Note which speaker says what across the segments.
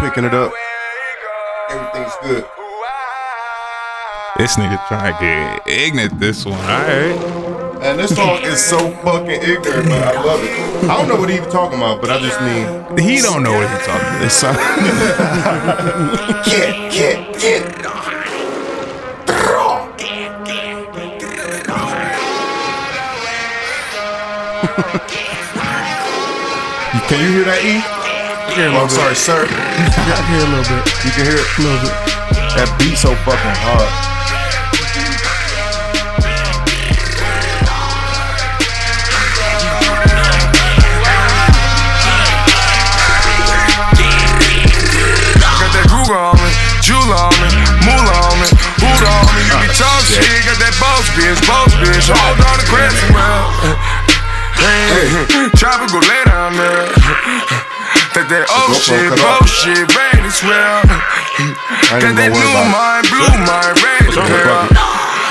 Speaker 1: picking it up. Everything's good.
Speaker 2: This nigga trying to get ignorant this one, alright?
Speaker 1: And this song is so fucking ignorant, but I love it. I don't know what he even talking about, but I just mean
Speaker 2: He don't know what he talking about. This son.
Speaker 1: get, get, get. Can you hear that E? Oh, I'm sorry, sir.
Speaker 3: Here a little bit,
Speaker 1: You can hear it.
Speaker 3: a little bit.
Speaker 1: That beat so fucking hard.
Speaker 4: Got that Google on me, Jula on me, Moolah on me, Buddha on me. You be talking shit, got that boss bitch, boss bitch. Hold on to crazy, man. Hey, tropical lay down there. That that old
Speaker 1: GoPro
Speaker 4: shit,
Speaker 1: cut
Speaker 4: both
Speaker 1: off.
Speaker 4: shit, rain is real. Got
Speaker 1: even
Speaker 4: that
Speaker 1: gonna worry
Speaker 4: new
Speaker 1: about it.
Speaker 4: mind, blue mind, red girl.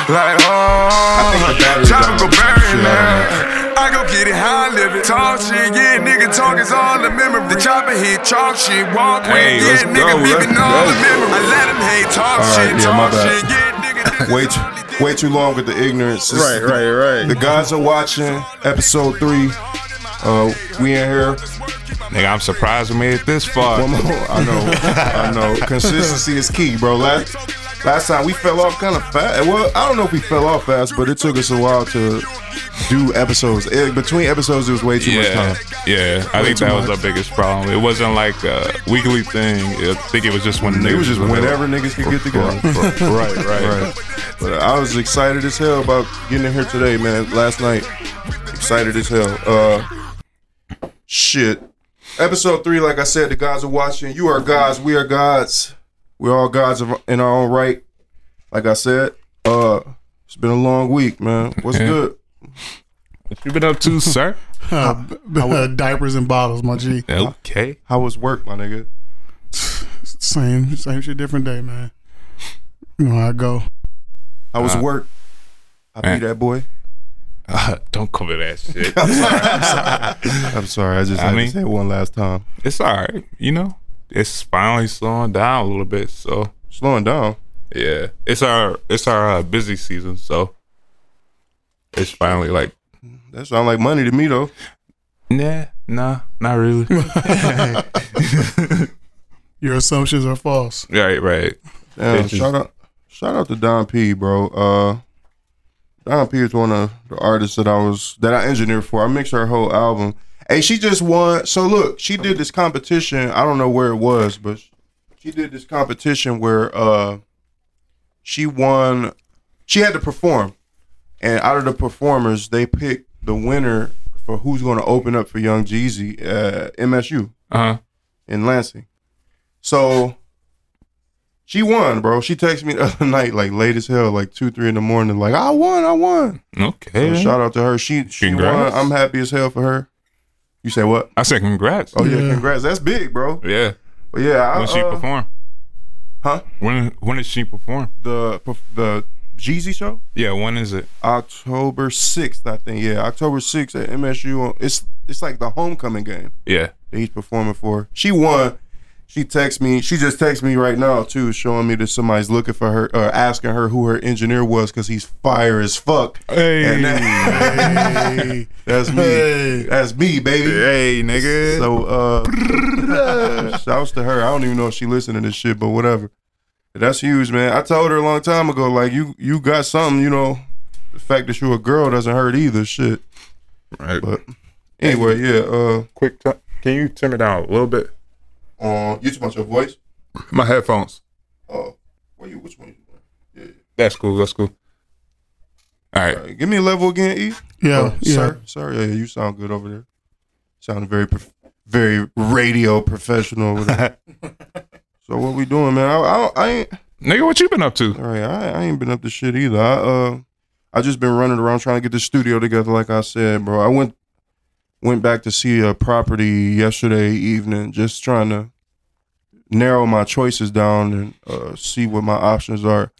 Speaker 4: Like,
Speaker 1: think the
Speaker 4: oh,
Speaker 1: battery's
Speaker 4: tropical
Speaker 1: down.
Speaker 4: berry
Speaker 1: Shit, I don't know.
Speaker 4: now. I go get it how I live it. Talk shit, yeah, nigga, talk is all the memory. The chopper hit, chalk shit, walk with,
Speaker 2: Hey, let's
Speaker 4: yeah, nigga,
Speaker 2: go,
Speaker 4: beeping
Speaker 2: let's
Speaker 4: all the
Speaker 2: go.
Speaker 4: memory. I let him hate, talk
Speaker 1: All right,
Speaker 4: shit,
Speaker 1: yeah, my
Speaker 4: talk
Speaker 1: bad.
Speaker 4: shit, yeah, nigga. this is
Speaker 1: Way
Speaker 4: all he
Speaker 1: too,
Speaker 4: did.
Speaker 1: way too long with the ignorance. This is
Speaker 5: Right,
Speaker 1: the-
Speaker 5: right,
Speaker 1: The
Speaker 5: right.
Speaker 1: guys are watching episode three. Uh, we in here.
Speaker 2: Nigga, I'm surprised we made it this far.
Speaker 1: One more. I know. I know. Consistency is key, bro. Last last time we fell off kind of fast. Well, I don't know if we fell off fast, but it took us a while to do episodes. Eh, between episodes, it was way too
Speaker 2: Yeah,
Speaker 1: much time.
Speaker 2: yeah. I think
Speaker 1: too
Speaker 2: that was
Speaker 1: much.
Speaker 2: our biggest problem. It wasn't like a weekly thing. I think it was just when
Speaker 1: It
Speaker 2: niggas
Speaker 1: was just
Speaker 2: available.
Speaker 1: whenever niggas could get together.
Speaker 2: right, right,
Speaker 1: Right. But I was excited as hell about getting in here today, man. Last night, excited as hell. Uh, shit. Episode three, like I said, the guys are watching. You are gods. We are gods. We're all gods of, in our own right. Like I said, uh, it's been a long week, man. What's
Speaker 2: Yeah.
Speaker 1: good?
Speaker 2: What you been up to, sir?
Speaker 3: Uh, uh, diapers and bottles, my G.
Speaker 2: Okay.
Speaker 1: How was work, my nigga?
Speaker 3: Same, same shit, different day, man. You know how I go.
Speaker 1: How was
Speaker 2: Uh,
Speaker 1: work? I
Speaker 2: man.
Speaker 1: be that boy.
Speaker 2: Uh, don't cover that shit.
Speaker 1: I'm sorry. I just
Speaker 2: I
Speaker 1: had
Speaker 2: mean-
Speaker 1: to say it one last time.
Speaker 2: it's all right, you know. It's finally slowing down a little bit, so
Speaker 1: Slowing down.
Speaker 2: yeah. It's our it's our uh, busy season, so it's finally like
Speaker 1: That sounds like money to me, though.
Speaker 2: nah, nah, not really.
Speaker 3: Your assumptions are false.
Speaker 2: right, right.
Speaker 1: Damn,
Speaker 2: Bitches.
Speaker 1: shout out, shout out to Don P, bro. Uh, Don P is one of the artists that I was that I engineered for. I mixed her whole album. Hey, she just won. So look, she did this competition. I don't know where it was, but she did this competition where uh, she won. She had to perform, and out of the performers, they picked the winner for who's going to open up for Young Jeezy uh, MSU
Speaker 2: Uh huh.
Speaker 1: in Lansing. So she won, bro. She texted me the other night, like late as hell, like two, three in the morning, like I won, I won. So
Speaker 2: Okay.
Speaker 1: shout out to her. She she
Speaker 2: Mm-hmm. Congrats.
Speaker 1: won. I'm happy as hell for her. You say what?
Speaker 2: I said congrats.
Speaker 1: Oh yeah,
Speaker 3: Yeah.
Speaker 1: congrats. That's big, bro.
Speaker 2: yeah.
Speaker 1: But yeah, I,
Speaker 2: When she
Speaker 1: uh,
Speaker 2: perform?
Speaker 1: huh?
Speaker 2: When when did she perform?
Speaker 1: The perf- the Jeezy show,
Speaker 2: Yeah, when is it?
Speaker 1: October sixth, I think. Yeah, October sixth at MSU. It's it's like the homecoming game.
Speaker 2: Yeah.
Speaker 1: that he's performing for. She won. She texts me. She just texts me right now too, showing me that somebody's looking for her, uh, asking her who her engineer was because he's fire as fuck. And that-
Speaker 3: Hey,
Speaker 1: that's me.
Speaker 3: Hey.
Speaker 1: That's me, baby.
Speaker 2: Hey, nigga.
Speaker 1: So, uh, shouts to her. I don't even know if she listened to this shit, but whatever. That's huge, man. I told her a long time ago, like you, you got something. You know, the fact that you're a girl doesn't hurt either. Shit.
Speaker 2: right.
Speaker 1: But anyway, yeah. Uh,
Speaker 2: quick, t- can you turn it down a little bit?
Speaker 1: on you too much of voice.
Speaker 2: My headphones.
Speaker 1: Oh, what you? Which one? You doing?
Speaker 2: That's cool. That's cool. All right.
Speaker 1: Give me a level again, E.
Speaker 3: yeah,
Speaker 1: Oh,
Speaker 3: yeah.
Speaker 1: Sir, sir, yeah, you sound good over there. Sound very, prof- very radio professional over there. so what we doing, man? I, I, I ain't.
Speaker 2: Nigga, what you been up to?
Speaker 1: All right, I, I ain't been up to shit either. I uh, I just been running around trying to get the studio together, like I said, bro. I went went back to see a property yesterday evening, just trying to narrow my choices down and uh, see what my options are.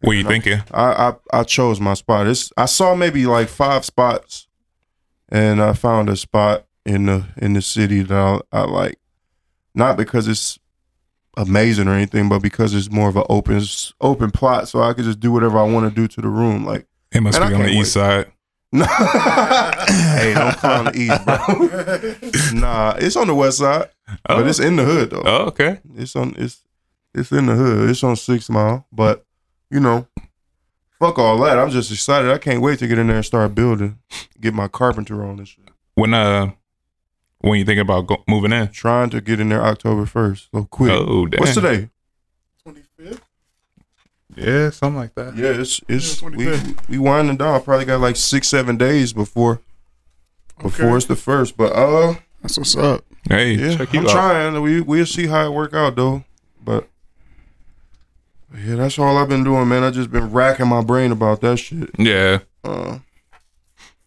Speaker 2: What you thinking?
Speaker 1: I, I I chose my spot. It's I saw maybe like five spots, and I found a spot in the in the city that I, I like. Not because it's amazing or anything, but because it's more of an open open plot, so I could just do whatever I want to do to the room. Like,
Speaker 2: It must
Speaker 1: Man,
Speaker 2: be
Speaker 1: I
Speaker 2: on the
Speaker 1: can't
Speaker 2: east side.
Speaker 1: hey, don't clown the east, bro. nah, it's on the west side,
Speaker 2: Oh,
Speaker 1: but it's in the hood though.
Speaker 2: oh, okay.
Speaker 1: It's on it's it's in the hood. It's on Six Mile, but you know, fuck all that. I'm just excited. I can't wait to get in there and start building, get my carpenter on and shit.
Speaker 2: When uh, when you think about go- moving in?
Speaker 1: Trying to get in there October first, so quick.
Speaker 2: Oh, damn.
Speaker 1: What's today?
Speaker 3: Twenty fifth.
Speaker 2: Yeah, something like that.
Speaker 1: Yeah, it's it's
Speaker 3: Yeah,
Speaker 1: we
Speaker 3: 25th.
Speaker 1: we winding down. Probably got like six seven days before before
Speaker 3: Okay.
Speaker 1: it's the first. But uh,
Speaker 3: That's what's up.
Speaker 2: Hey,
Speaker 1: yeah,
Speaker 2: check you
Speaker 1: I'm
Speaker 2: out.
Speaker 1: trying. We we'll see how it work out though. But yeah, that's all I've been doing, man. I just been racking my brain about that shit.
Speaker 2: Yeah,
Speaker 1: Uh,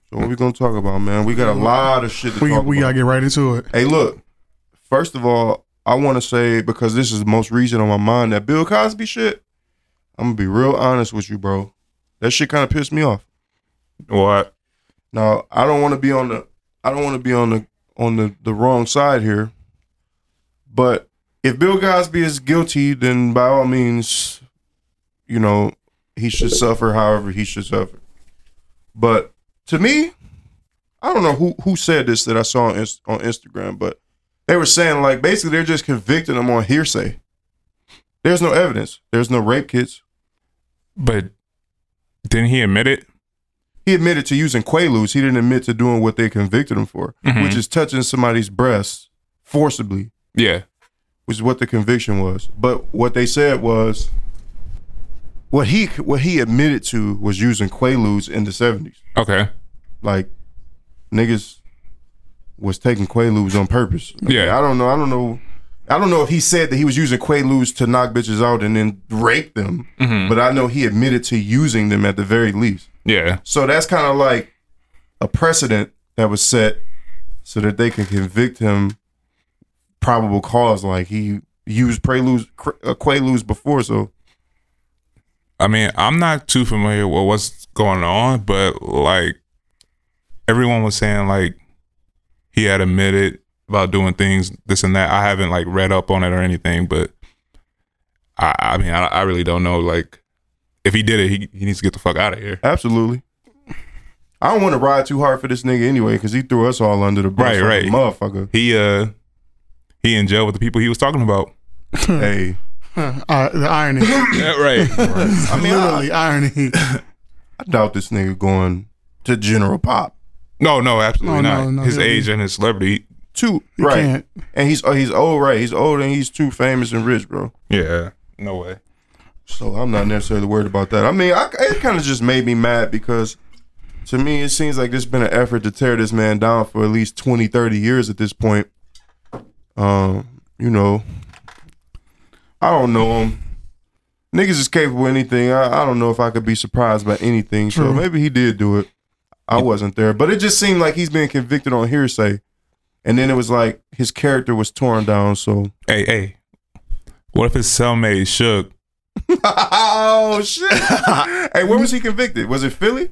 Speaker 1: so what we gonna talk about, man? We got a lot of shit to
Speaker 3: We
Speaker 1: talk
Speaker 3: we
Speaker 1: about.
Speaker 3: gotta get right into it.
Speaker 1: hey, look. First of all, I want to say because this is the most recent on my mind that Bill Cosby shit. I'm gonna be real honest with you, bro. That shit kind of pissed me off.
Speaker 2: what?
Speaker 1: Now I don't want to be on the I don't want to be on the on the the wrong side here, but if Bill Cosby is guilty, then by all means, you know he should suffer. However, he should suffer. But to me, I don't know who who said this that I saw on, Inst- on Instagram, but they were saying like basically they're just convicting him on hearsay. There's no evidence. There's no rape kits.
Speaker 2: But didn't he admit it?
Speaker 1: he admitted to using quaaludes. He didn't admit to doing what they convicted him for,
Speaker 2: Mhm.
Speaker 1: which is touching somebody's breasts forcibly,
Speaker 2: Yeah.
Speaker 1: which is what the conviction was. But what they said was what he what he admitted to was using quaaludes in the seventies.
Speaker 2: Okay.
Speaker 1: Like niggas was taking quaaludes on purpose.
Speaker 2: Yeah.
Speaker 1: I don't know. I don't know. I don't know if he said that he was using quaaludes to knock bitches out and then rape them,
Speaker 2: Mhm.
Speaker 1: but I know he admitted to using them at the very least.
Speaker 2: Yeah.
Speaker 1: So that's kind of like a precedent that was set so that they can convict him probable cause. Like he used preludes, cr- uh, quaaludes before, so
Speaker 2: I mean, I'm not too familiar with what's going on, but like everyone was saying, like he had admitted about doing things, this and that. I haven't like read up on it or anything, but I, I mean, I, I really don't know. Like, if he did it, he, he needs to get the fuck out of here.
Speaker 1: absolutely. I don't want to ride too hard for this nigga anyway, because he threw us all under the bus,
Speaker 2: Right,
Speaker 1: like a
Speaker 2: right.
Speaker 1: motherfucker.
Speaker 2: He uh, he in jail with the people he was talking about.
Speaker 3: Hmm.
Speaker 1: hey,
Speaker 3: Uh, the irony,
Speaker 2: Yeah, right.
Speaker 1: I mean, I,
Speaker 3: literally irony.
Speaker 1: I doubt this nigga going to General Pop
Speaker 2: No, no, absolutely
Speaker 3: No,
Speaker 2: not.
Speaker 3: no, no,
Speaker 2: his
Speaker 3: he'll be-
Speaker 2: age and his celebrity.
Speaker 1: too,
Speaker 3: You
Speaker 1: right?
Speaker 3: can't.
Speaker 1: And he's uh, he's old, right? He's old and he's too famous and rich, bro.
Speaker 2: Yeah. No way.
Speaker 1: So I'm not necessarily worried about that. I mean, I, it kind of just made me mad because to me, it seems like there's been an effort to tear this man down for at least 20, 30 years at this point. Um, you know, I don't know him. Niggas is capable of anything. I, I don't know if I could be surprised by anything. So
Speaker 3: True.
Speaker 1: maybe he did do it. I wasn't there, but it just seemed like he's been convicted on hearsay. And then it was like his character was torn down. So,
Speaker 2: Hey, hey. What if his cellmate shook?
Speaker 1: oh shit! hey, where was he convicted? Was it Philly?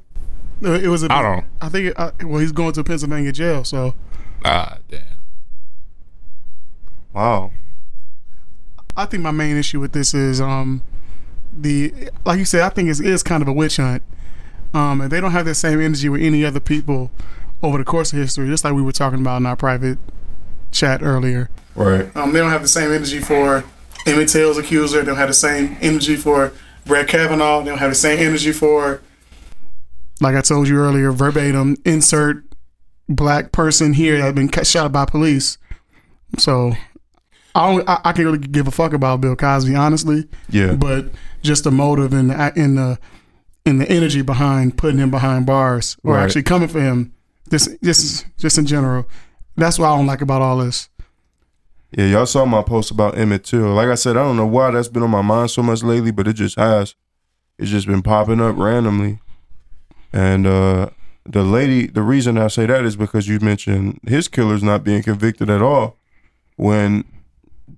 Speaker 3: No, It was. A,
Speaker 2: I don't.
Speaker 3: I think. It, I, well, he's going to Pennsylvania jail. So
Speaker 2: Ah, damn.
Speaker 1: Wow.
Speaker 3: I think my main issue with this is um the like you said. I think it is kind of a witch hunt. Um, and they don't have that same energy with any other people over the course of history. Just like we were talking about in our private chat earlier.
Speaker 1: Right.
Speaker 3: Um, they don't have the same energy for Emmett Till's accuser. They don't have the same energy for Brett Kavanaugh. They don't have the same energy for, like I told you earlier, verbatim insert black person here that had been cut, shot by police. So I, don't, I I can really give a fuck about Bill Cosby, honestly.
Speaker 1: Yeah.
Speaker 3: But just the motive and the in the in the energy behind putting him behind bars or
Speaker 1: Right.
Speaker 3: actually coming for him. This just just in general. That's what I don't like about all this.
Speaker 1: yeah, y'all saw my post about Emmett Till. Like I said, I don't know why that's been on my mind so much lately, but it just has. It's just been popping up randomly. And uh the lady, the reason I say that is because you mentioned his killer's not being convicted at all when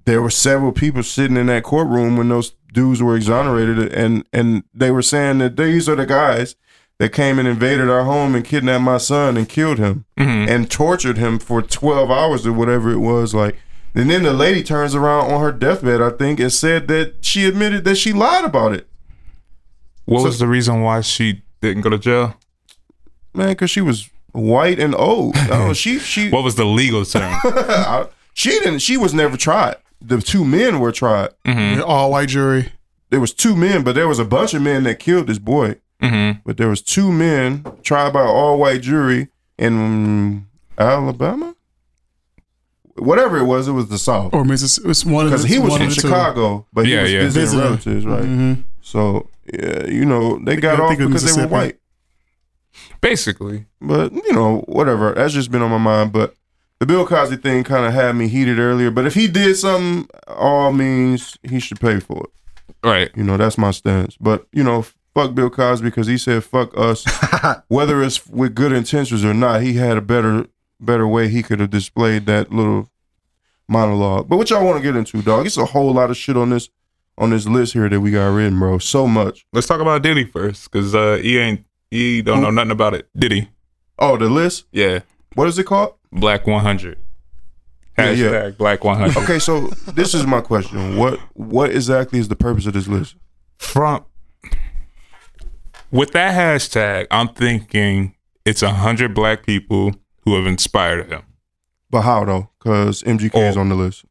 Speaker 1: there were several people sitting in that courtroom when those dudes were exonerated and and they were saying that these are the guys that came and invaded our home and kidnapped my son and killed him.
Speaker 2: Mhm.
Speaker 1: and tortured him for 12 hours or whatever it was like And then the lady turns around on her deathbed, I think, and said that she admitted that she lied about it.
Speaker 2: What was the reason why she didn't go to jail?
Speaker 1: Man, because she was white and old. Oh, she she uh,
Speaker 2: What was the legal term?
Speaker 1: she didn't. She was never tried. The two men were tried.
Speaker 3: All white jury.
Speaker 1: There was two men, but there was a bunch of men that killed this boy.
Speaker 2: mm-hmm.
Speaker 1: But there was two men tried by an all white jury in mm, Alabama, whatever it was. It was the South
Speaker 3: Or Mrs. Oh, It's one of the
Speaker 1: because he was
Speaker 3: one
Speaker 1: from
Speaker 3: of the two.
Speaker 1: Chicago, but
Speaker 2: Yeah,
Speaker 1: he
Speaker 2: yeah.
Speaker 1: was visiting relatives,
Speaker 3: Visiting.
Speaker 1: right?
Speaker 3: Mhm.
Speaker 1: So yeah, you know they
Speaker 3: I
Speaker 1: got
Speaker 3: think
Speaker 1: off
Speaker 3: it was
Speaker 1: because they were
Speaker 3: Mississippi.
Speaker 1: white.
Speaker 2: Basically.
Speaker 1: But you know, whatever. That's just been on my mind. But the Bill Cosby thing kind of had me heated earlier. But if he did something, all means he should pay for it.
Speaker 2: Right.
Speaker 1: You know, that's my stance. But you know, fuck Bill Cosby because he said fuck us, whether it's with good intentions or not. He had a better better way he could have displayed that little monologue. But what y'all want to get into, dog? It's a whole lot of shit on this on this list here that we got written, bro. So much.
Speaker 2: Let's talk about Diddy first, because uh, he ain't he don't know nothing about it. Diddy.
Speaker 1: Oh, the list.
Speaker 2: Yeah.
Speaker 1: What is it called?
Speaker 2: Black 100.
Speaker 1: Yeah,
Speaker 2: Hashtag
Speaker 1: yeah.
Speaker 2: Black 100.
Speaker 1: Okay, so this is my question. What what exactly is the purpose of this list?
Speaker 2: From with that hashtag, I'm thinking it's a hundred black people who have inspired him.
Speaker 1: But how though? Because MGK is on the list.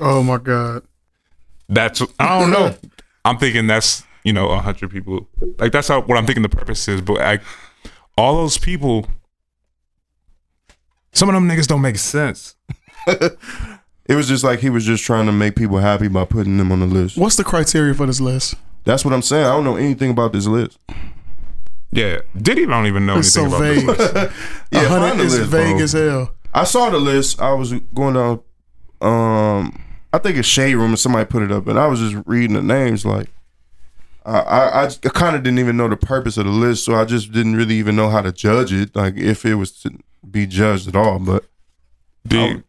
Speaker 3: Oh my god.
Speaker 2: That's I don't know. I'm thinking that's you know a hundred people. Like that's how what I'm thinking the purpose is. But like all those people, some of them niggas don't make sense.
Speaker 1: It was just like he was just trying to make people happy by putting them on the list.
Speaker 3: What's the criteria for this list?
Speaker 1: That's what I'm saying. I don't know anything about this list.
Speaker 2: Yeah, Diddy don't even know
Speaker 3: It's so
Speaker 2: anything about this.
Speaker 3: vague.
Speaker 1: Yeah,
Speaker 3: A
Speaker 1: find
Speaker 3: hundred
Speaker 1: the
Speaker 3: is
Speaker 1: list,
Speaker 3: vague
Speaker 1: bro.
Speaker 3: as hell.
Speaker 1: I saw the list. I was going down. Um, I think it's shade room, and somebody put it up, and I was just reading the names. Like, I I, I kind of didn't even know the purpose of the list, so I just didn't really even know how to judge it. Like, if it was to be judged at all, but.
Speaker 2: Diddy-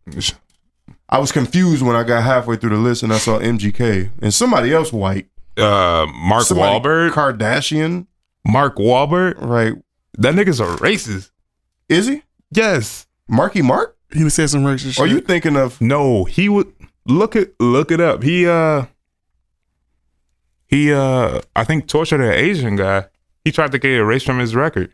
Speaker 1: I was confused when I got halfway through the list and I saw MGK and somebody else white.
Speaker 2: uh, Mark
Speaker 1: Somebody
Speaker 2: Wahlberg.
Speaker 1: Kardashian,
Speaker 2: Mark Wahlberg.
Speaker 1: right?
Speaker 2: That nigga's a racist.
Speaker 1: Is he?
Speaker 2: Yes.
Speaker 1: Marky Mark?
Speaker 3: He done said some racist shit.
Speaker 1: Are you thinking of
Speaker 2: No, he would look it look it up. He uh he uh I think tortured an Asian guy. He tried to get erased from his record.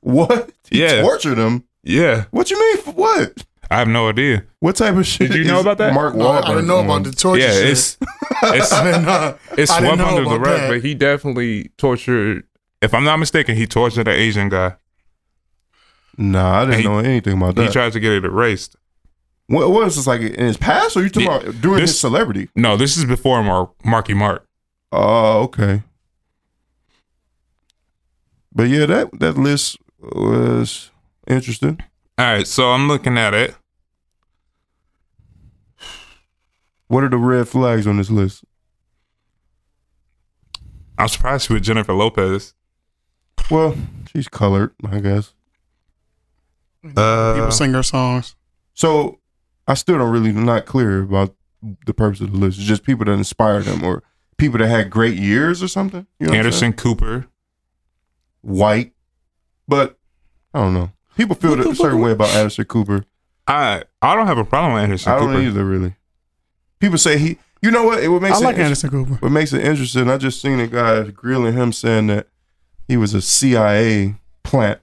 Speaker 1: what? He
Speaker 2: Yeah.
Speaker 1: Tortured him.
Speaker 2: Yeah.
Speaker 1: What you mean? For what?
Speaker 2: I have no idea.
Speaker 1: What type of shit?
Speaker 2: Did you
Speaker 1: is
Speaker 2: know about that?
Speaker 1: Mark
Speaker 3: No,
Speaker 1: Wahlberg.
Speaker 3: I didn't know about
Speaker 1: on?
Speaker 3: the torture
Speaker 2: yeah,
Speaker 3: shit.
Speaker 2: it's it's
Speaker 3: I didn't know-
Speaker 2: it's
Speaker 3: I didn't
Speaker 2: swept
Speaker 3: know
Speaker 2: under the
Speaker 3: about
Speaker 2: rug,
Speaker 3: that.
Speaker 2: but he definitely tortured if I'm not mistaken, he tortured an Asian guy.
Speaker 1: Nah, I didn't
Speaker 2: He-
Speaker 1: know anything about
Speaker 2: He
Speaker 1: that.
Speaker 2: tried to get it erased.
Speaker 1: what, what is this like in his past? Or you talking
Speaker 2: Yeah,
Speaker 1: about during
Speaker 2: this-
Speaker 1: his celebrity?
Speaker 2: No, this is before Mar- Marky Mark.
Speaker 1: Oh, okay. But yeah, that that list was interesting.
Speaker 2: All right, so I'm looking at it.
Speaker 1: What are the red flags on this list?
Speaker 2: I'm surprised with Jennifer Lopez.
Speaker 1: Well, she's colored, I guess.
Speaker 2: Uh,
Speaker 3: People sing her songs.
Speaker 1: So I still don't really not clear about the purpose of the list. It's just people that inspired him or people that had great years or something. You know what I'm saying?
Speaker 2: Anderson Cooper.
Speaker 1: White. But I don't know. People feel a certain way about Anderson Cooper.
Speaker 2: I I don't have a problem with Anderson
Speaker 1: I don't
Speaker 2: Cooper.
Speaker 1: either really. People say he you know what? It would make
Speaker 3: I
Speaker 1: it
Speaker 3: like
Speaker 1: inter-
Speaker 3: Anderson Cooper.
Speaker 1: What makes it interesting, I just seen a guy grilling him saying that he was a CIA plant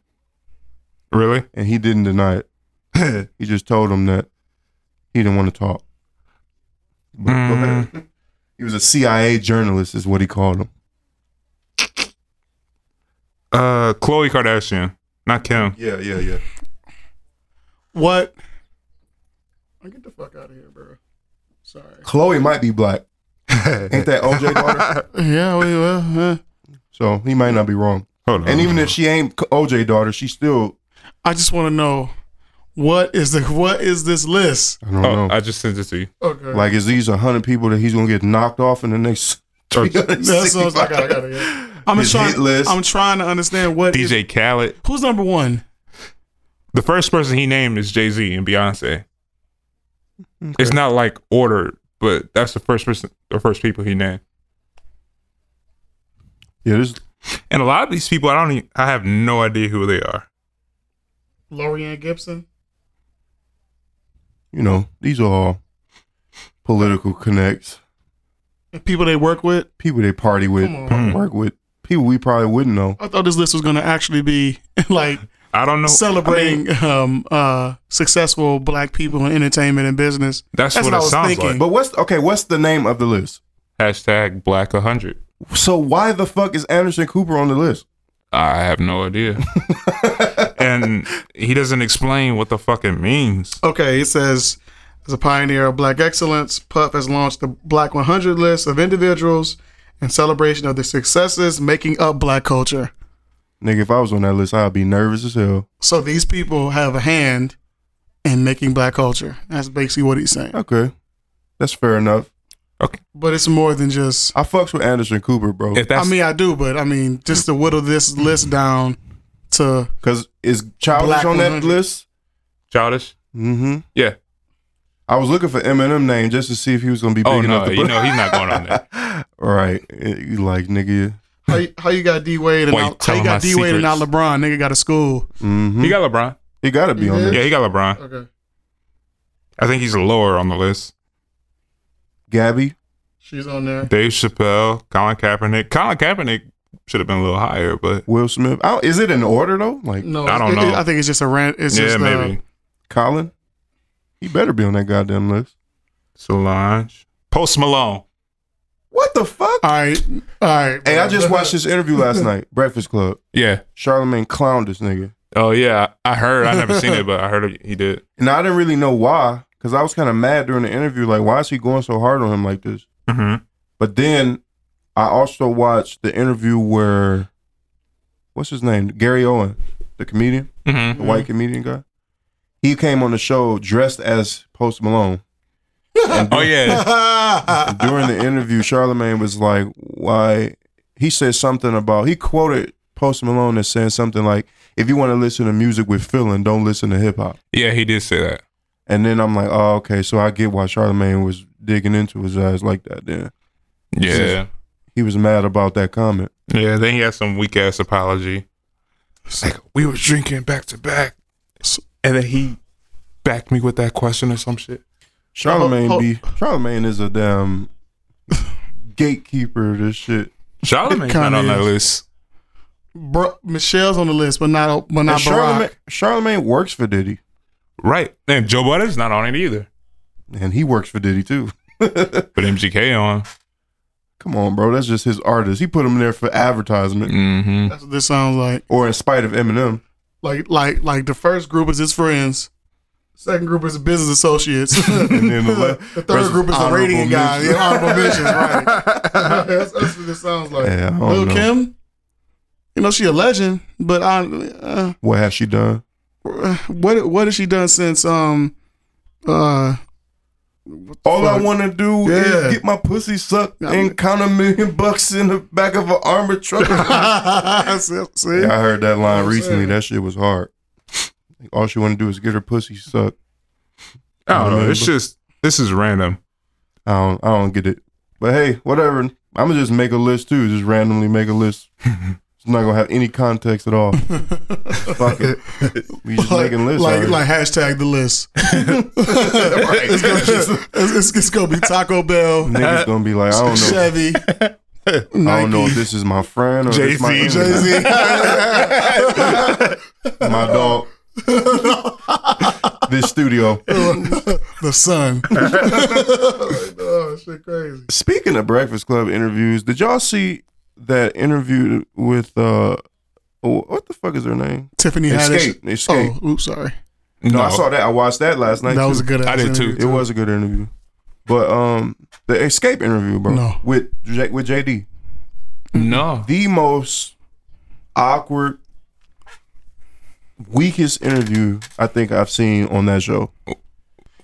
Speaker 2: Really?
Speaker 1: and he didn't deny it. he just told him that he didn't want to talk. But go
Speaker 3: Hmm.
Speaker 1: ahead. He was a CIA journalist, is what he called him.
Speaker 2: Uh, Khloe Kardashian, not Kim.
Speaker 1: Yeah, yeah, yeah.
Speaker 3: What? Get the fuck out of here, bro. Sorry.
Speaker 1: Chloe might be black. Ain't that OJ daughter?
Speaker 3: Yeah, we well. eh.
Speaker 1: So he might not be wrong.
Speaker 2: Hold on.
Speaker 1: And even if she ain't OJ daughter, she still
Speaker 3: I just want to know what is the what is this list?
Speaker 1: I don't
Speaker 2: oh,
Speaker 1: know.
Speaker 2: I just sent it to you.
Speaker 3: Okay.
Speaker 1: like is these hundred people that he's gonna get knocked off in the next
Speaker 3: That's what I was like, I gotta get. I'm
Speaker 1: His
Speaker 3: trying.
Speaker 1: hit list.
Speaker 3: I'm trying to understand what is-
Speaker 2: DJ Khaled.
Speaker 3: who's number one.
Speaker 2: The first person he named is Jay Z and Beyonce. It's not like ordered, but that's the first person, the first people he named.
Speaker 1: Yeah, this
Speaker 2: And a lot of these people, I don't, even, I have no idea who they are.
Speaker 3: Lorianne Gibson.
Speaker 1: you know, these are all political connects,
Speaker 3: People they work with.
Speaker 1: people they party with,
Speaker 2: Hmm.
Speaker 3: Come
Speaker 1: work with, people we probably wouldn't know.
Speaker 3: I thought this list was going to actually be like
Speaker 2: I don't know. I mean,
Speaker 3: celebrating um, uh, successful black people in entertainment and business.
Speaker 2: that's,
Speaker 3: That's
Speaker 2: what,
Speaker 3: what I
Speaker 2: it
Speaker 3: was
Speaker 2: sounds
Speaker 3: thinking.
Speaker 2: like.
Speaker 1: But what's okay? What's the name of the list?
Speaker 2: Hashtag Black 100.
Speaker 1: So why the fuck is Anderson Cooper on the list?
Speaker 2: I have no idea. and he doesn't explain what the fuck it means.
Speaker 3: Okay, it says as a pioneer of black excellence, Puff has launched the Black 100 list of individuals in celebration of their successes making up black culture.
Speaker 1: Nigga, if I was on that list, I'd be nervous as hell.
Speaker 3: So these people have a hand in making black culture. That's basically what he's saying.
Speaker 1: Okay, that's fair enough.
Speaker 3: But it's more than just.
Speaker 1: I fucks with Anderson Cooper, bro,
Speaker 2: If that's
Speaker 3: I mean, I do, but I mean, just to whittle this list down to
Speaker 1: because is Childish
Speaker 3: Black
Speaker 1: on that
Speaker 3: 100.
Speaker 1: list?
Speaker 2: childish,
Speaker 1: Mm-hmm.
Speaker 2: yeah.
Speaker 1: I was looking for Eminem name just to see if he was gonna be big
Speaker 2: Oh
Speaker 1: enough
Speaker 2: no,
Speaker 1: to
Speaker 2: you
Speaker 1: put.
Speaker 2: know he's not going on there.
Speaker 1: All right, you like nigga?
Speaker 3: how you, how you got D Wade and
Speaker 2: Why you
Speaker 3: out, how
Speaker 2: telling
Speaker 3: you got
Speaker 2: my
Speaker 3: D Wade and not
Speaker 2: secrets?
Speaker 3: LeBron. Nigga got a school.
Speaker 1: Mm-hmm.
Speaker 2: He got LeBron.
Speaker 1: He got to be on
Speaker 3: Yeah.
Speaker 1: there.
Speaker 2: Yeah, he got LeBron.
Speaker 3: Okay.
Speaker 2: I think he's lower on the list.
Speaker 1: Gabby,
Speaker 3: She's on there.
Speaker 2: Dave Chappelle, Colin Kaepernick. Colin Kaepernick should have been a little higher, but
Speaker 1: Will Smith. I don't- is it in order though? Like
Speaker 3: No,
Speaker 2: I don't
Speaker 3: it- it-
Speaker 2: know.
Speaker 3: I think it's just a rant. It's
Speaker 2: yeah,
Speaker 3: just uh,
Speaker 2: maybe
Speaker 1: Colin, he better be on that goddamn list.
Speaker 2: Solange, Post Malone.
Speaker 1: What the fuck?
Speaker 3: All right, all right.
Speaker 1: Hey, I just watched this interview last night. Breakfast Club.
Speaker 2: Yeah.
Speaker 1: Charlemagne clowned this nigga,
Speaker 2: Oh yeah, I I heard. I never seen it, but I heard he did.
Speaker 1: and I didn't really know why, because I was kind of mad during the interview. Like, why is he going so hard on him like this?
Speaker 2: hmm
Speaker 1: But then I also watched the interview where, what's his name? Gary Owen, the comedian.
Speaker 2: hmm
Speaker 1: the white comedian guy. He came on the show dressed as Post Malone.
Speaker 2: Oh yeah.
Speaker 1: And during the interview, Charlemagne was like, "Why?" He said something about he quoted Post Malone as saying something like, "If you want to listen to music with feeling, don't listen to hip hop."
Speaker 2: Yeah, he did say that.
Speaker 1: And then I'm like, "Oh, okay." So I get why Charlemagne was digging into his ass like that. Then
Speaker 2: Yeah.
Speaker 1: he was mad about that comment.
Speaker 2: Yeah, then he had some weak ass apology. It's like we were drinking back to back, S- and then he backed me with that question or some shit.
Speaker 1: Charlemagne
Speaker 3: Oh, oh.
Speaker 1: be Charlemagne is a damn gatekeeper. of This shit.
Speaker 2: Charlamagne's not
Speaker 3: kinda
Speaker 2: on that
Speaker 3: is.
Speaker 2: list.
Speaker 3: Bro, Michelle's on the list, but not but
Speaker 1: And
Speaker 3: not
Speaker 1: Charlemagne
Speaker 3: Barack.
Speaker 1: Charlemagne works for Diddy.
Speaker 2: Right, and Joe Budden's not on it either.
Speaker 1: and he works for Diddy too.
Speaker 2: But MGK on.
Speaker 1: Come on, bro, that's just his artist. He put him there for advertisement,
Speaker 2: Mm-hmm.
Speaker 3: That's what this sounds like.
Speaker 1: or in spite of Eminem.
Speaker 3: Like like like the first group is his friends. Second group is business associates.
Speaker 1: And then the, le-
Speaker 3: the third group is the
Speaker 1: Honorable
Speaker 3: radiant guy.
Speaker 1: mention.
Speaker 3: Yeah, honorable mentions, right? that's, that's what this sounds like.
Speaker 1: Yeah, I don't
Speaker 3: Lil
Speaker 1: know.
Speaker 3: Kim, you know she a legend, but I uh,
Speaker 1: What has she done?
Speaker 3: what what has she done since um uh
Speaker 1: All I
Speaker 3: Fuck.
Speaker 1: want to do
Speaker 3: Yeah.
Speaker 1: is get my pussy sucked
Speaker 3: I mean-
Speaker 1: and count a million bucks in the back of an armored truck. yeah,
Speaker 3: see, see?
Speaker 1: I heard that line
Speaker 3: I'm
Speaker 1: recently.
Speaker 3: saying.
Speaker 1: That shit was hard. All she want to do is get her pussy sucked.
Speaker 2: I don't know. It's
Speaker 1: Unbelievable.
Speaker 2: just this is random.
Speaker 1: I don't, I don't get it. But hey, whatever. I'm gonna just make a list too. Just randomly make a list. It's not gonna have any context at all. Fuck it. We just making lists.
Speaker 3: like,
Speaker 1: already.
Speaker 3: like hashtag the list. it's, gonna, it's- it's- it's gonna be Taco Bell,
Speaker 1: Niggas gonna be like, I don't know.
Speaker 3: Chevy,
Speaker 1: I don't know if this is my friend or this my
Speaker 2: Jay-Z.
Speaker 1: enemy.
Speaker 3: Jay-Z.
Speaker 1: my dog. this studio.
Speaker 3: the Sun. Like, oh, shit, crazy.
Speaker 1: Speaking of Breakfast Club interviews, did y'all see that interview with uh oh, what the fuck is her name?
Speaker 3: Tiffany
Speaker 1: Escape.
Speaker 3: Haddish.
Speaker 1: Escape.
Speaker 3: Oh, oops, sorry.
Speaker 1: No, I saw that. I watched that last night.
Speaker 3: That was a
Speaker 1: too.
Speaker 3: good.
Speaker 2: I did too.
Speaker 1: it was a good interview. But um the escape interview, bro,
Speaker 3: No.
Speaker 1: with J- with JD.
Speaker 2: No.
Speaker 1: the most awkward, weakest interview I think I've seen on that show.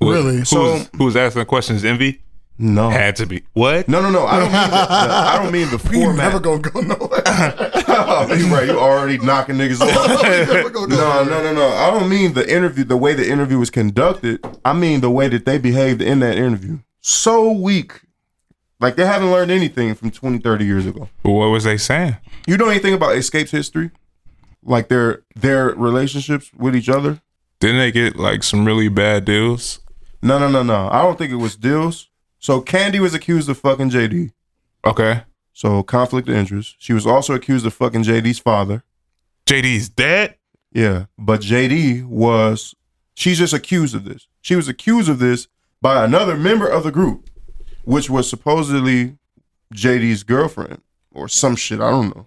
Speaker 3: Really?
Speaker 2: Who,
Speaker 1: So-
Speaker 2: was, who was asking the questions? Envy
Speaker 1: No, no,
Speaker 2: had to be. What?
Speaker 1: no, no. I don't mean the, the- I don't mean the
Speaker 3: We
Speaker 1: format. Oh,
Speaker 3: never gonna go nowhere.
Speaker 1: you right. You already knocking niggas off.
Speaker 3: We never gonna
Speaker 1: No,
Speaker 3: go nowhere.
Speaker 1: no, no, no. I don't mean the interview, the way the interview was conducted. I mean the way that they behaved in that interview. So weak. Like they haven't learned anything from 20, 30 years ago.
Speaker 2: What was they saying?
Speaker 1: You know anything about Escape's history? Like their their relationships with each other?
Speaker 2: Didn't they get like some really bad deals?
Speaker 1: No, no, no, no. I don't think it was deals. So Candy was accused of fucking JD.
Speaker 2: Okay.
Speaker 1: So conflict of interest. She was also accused of fucking JD's father.
Speaker 2: JD's dead.
Speaker 1: Yeah, but JD was she's just accused of this. She was accused of this by another member of the group, which was supposedly JD's girlfriend or some shit. I don't know.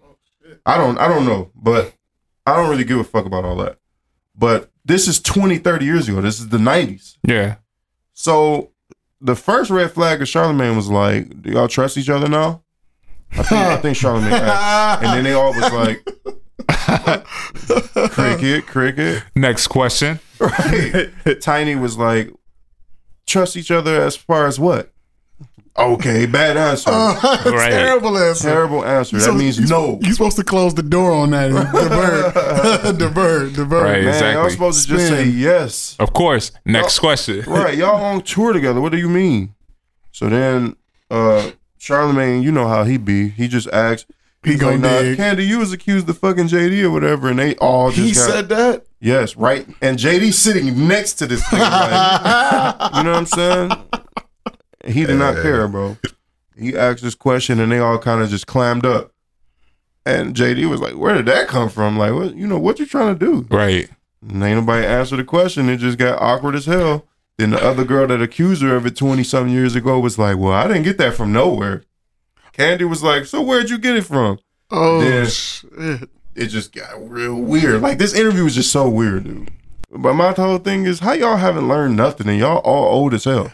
Speaker 1: I don't I don't know, but I don't really give a fuck about all that. But this is 20, 30 years ago. This is the 90s.
Speaker 2: Yeah.
Speaker 1: So the first red flag of Charlemagne was like, "Do y'all trust each other now?" I think I think Charlemagne asked, and then they all was like, "Cricket, cricket."
Speaker 2: Next question.
Speaker 1: Right. Tiny was like, "Trust each other as far as what?" Okay, bad answer.
Speaker 2: Right.
Speaker 3: Terrible answer.
Speaker 1: Terrible answer.
Speaker 3: Uh-huh. So
Speaker 1: that means
Speaker 3: you-
Speaker 1: no.
Speaker 3: You're supposed to close the door on that. Divert. Divert. Divert.
Speaker 2: Right.
Speaker 1: Man, y'all
Speaker 2: exactly.
Speaker 1: supposed to just
Speaker 3: Spin.
Speaker 1: say yes.
Speaker 2: Of course. Next question.
Speaker 1: Right, y'all on tour together. What do you mean? So then, uh Charlemagne, you know how he be. He just asked.
Speaker 3: He
Speaker 1: he's
Speaker 3: gonna
Speaker 1: like, nah,
Speaker 3: dig.
Speaker 1: Candy, you was accused of fucking JD or whatever, and they all just
Speaker 3: He
Speaker 1: got,
Speaker 3: said that?
Speaker 1: yes, right. And JD sitting next to this thing, like, you know what I'm saying? He did not care, bro. He asked this question, and they all kind of just clammed up. And JD was like, "Where did that come from? Like, what you know? What you trying to do?"
Speaker 2: Right.
Speaker 1: And ain't nobody answered the question. It just got awkward as hell. Then the other girl that accused her of it 20 something years ago was like, Well, I didn't get that from nowhere. Candy was like, So where'd you get it from?
Speaker 3: Oh,
Speaker 1: Yeah.
Speaker 3: shit.
Speaker 1: It just got real weird. Like, this interview was just so weird, dude. But my whole thing is, how y'all haven't learned nothing and y'all all old as hell?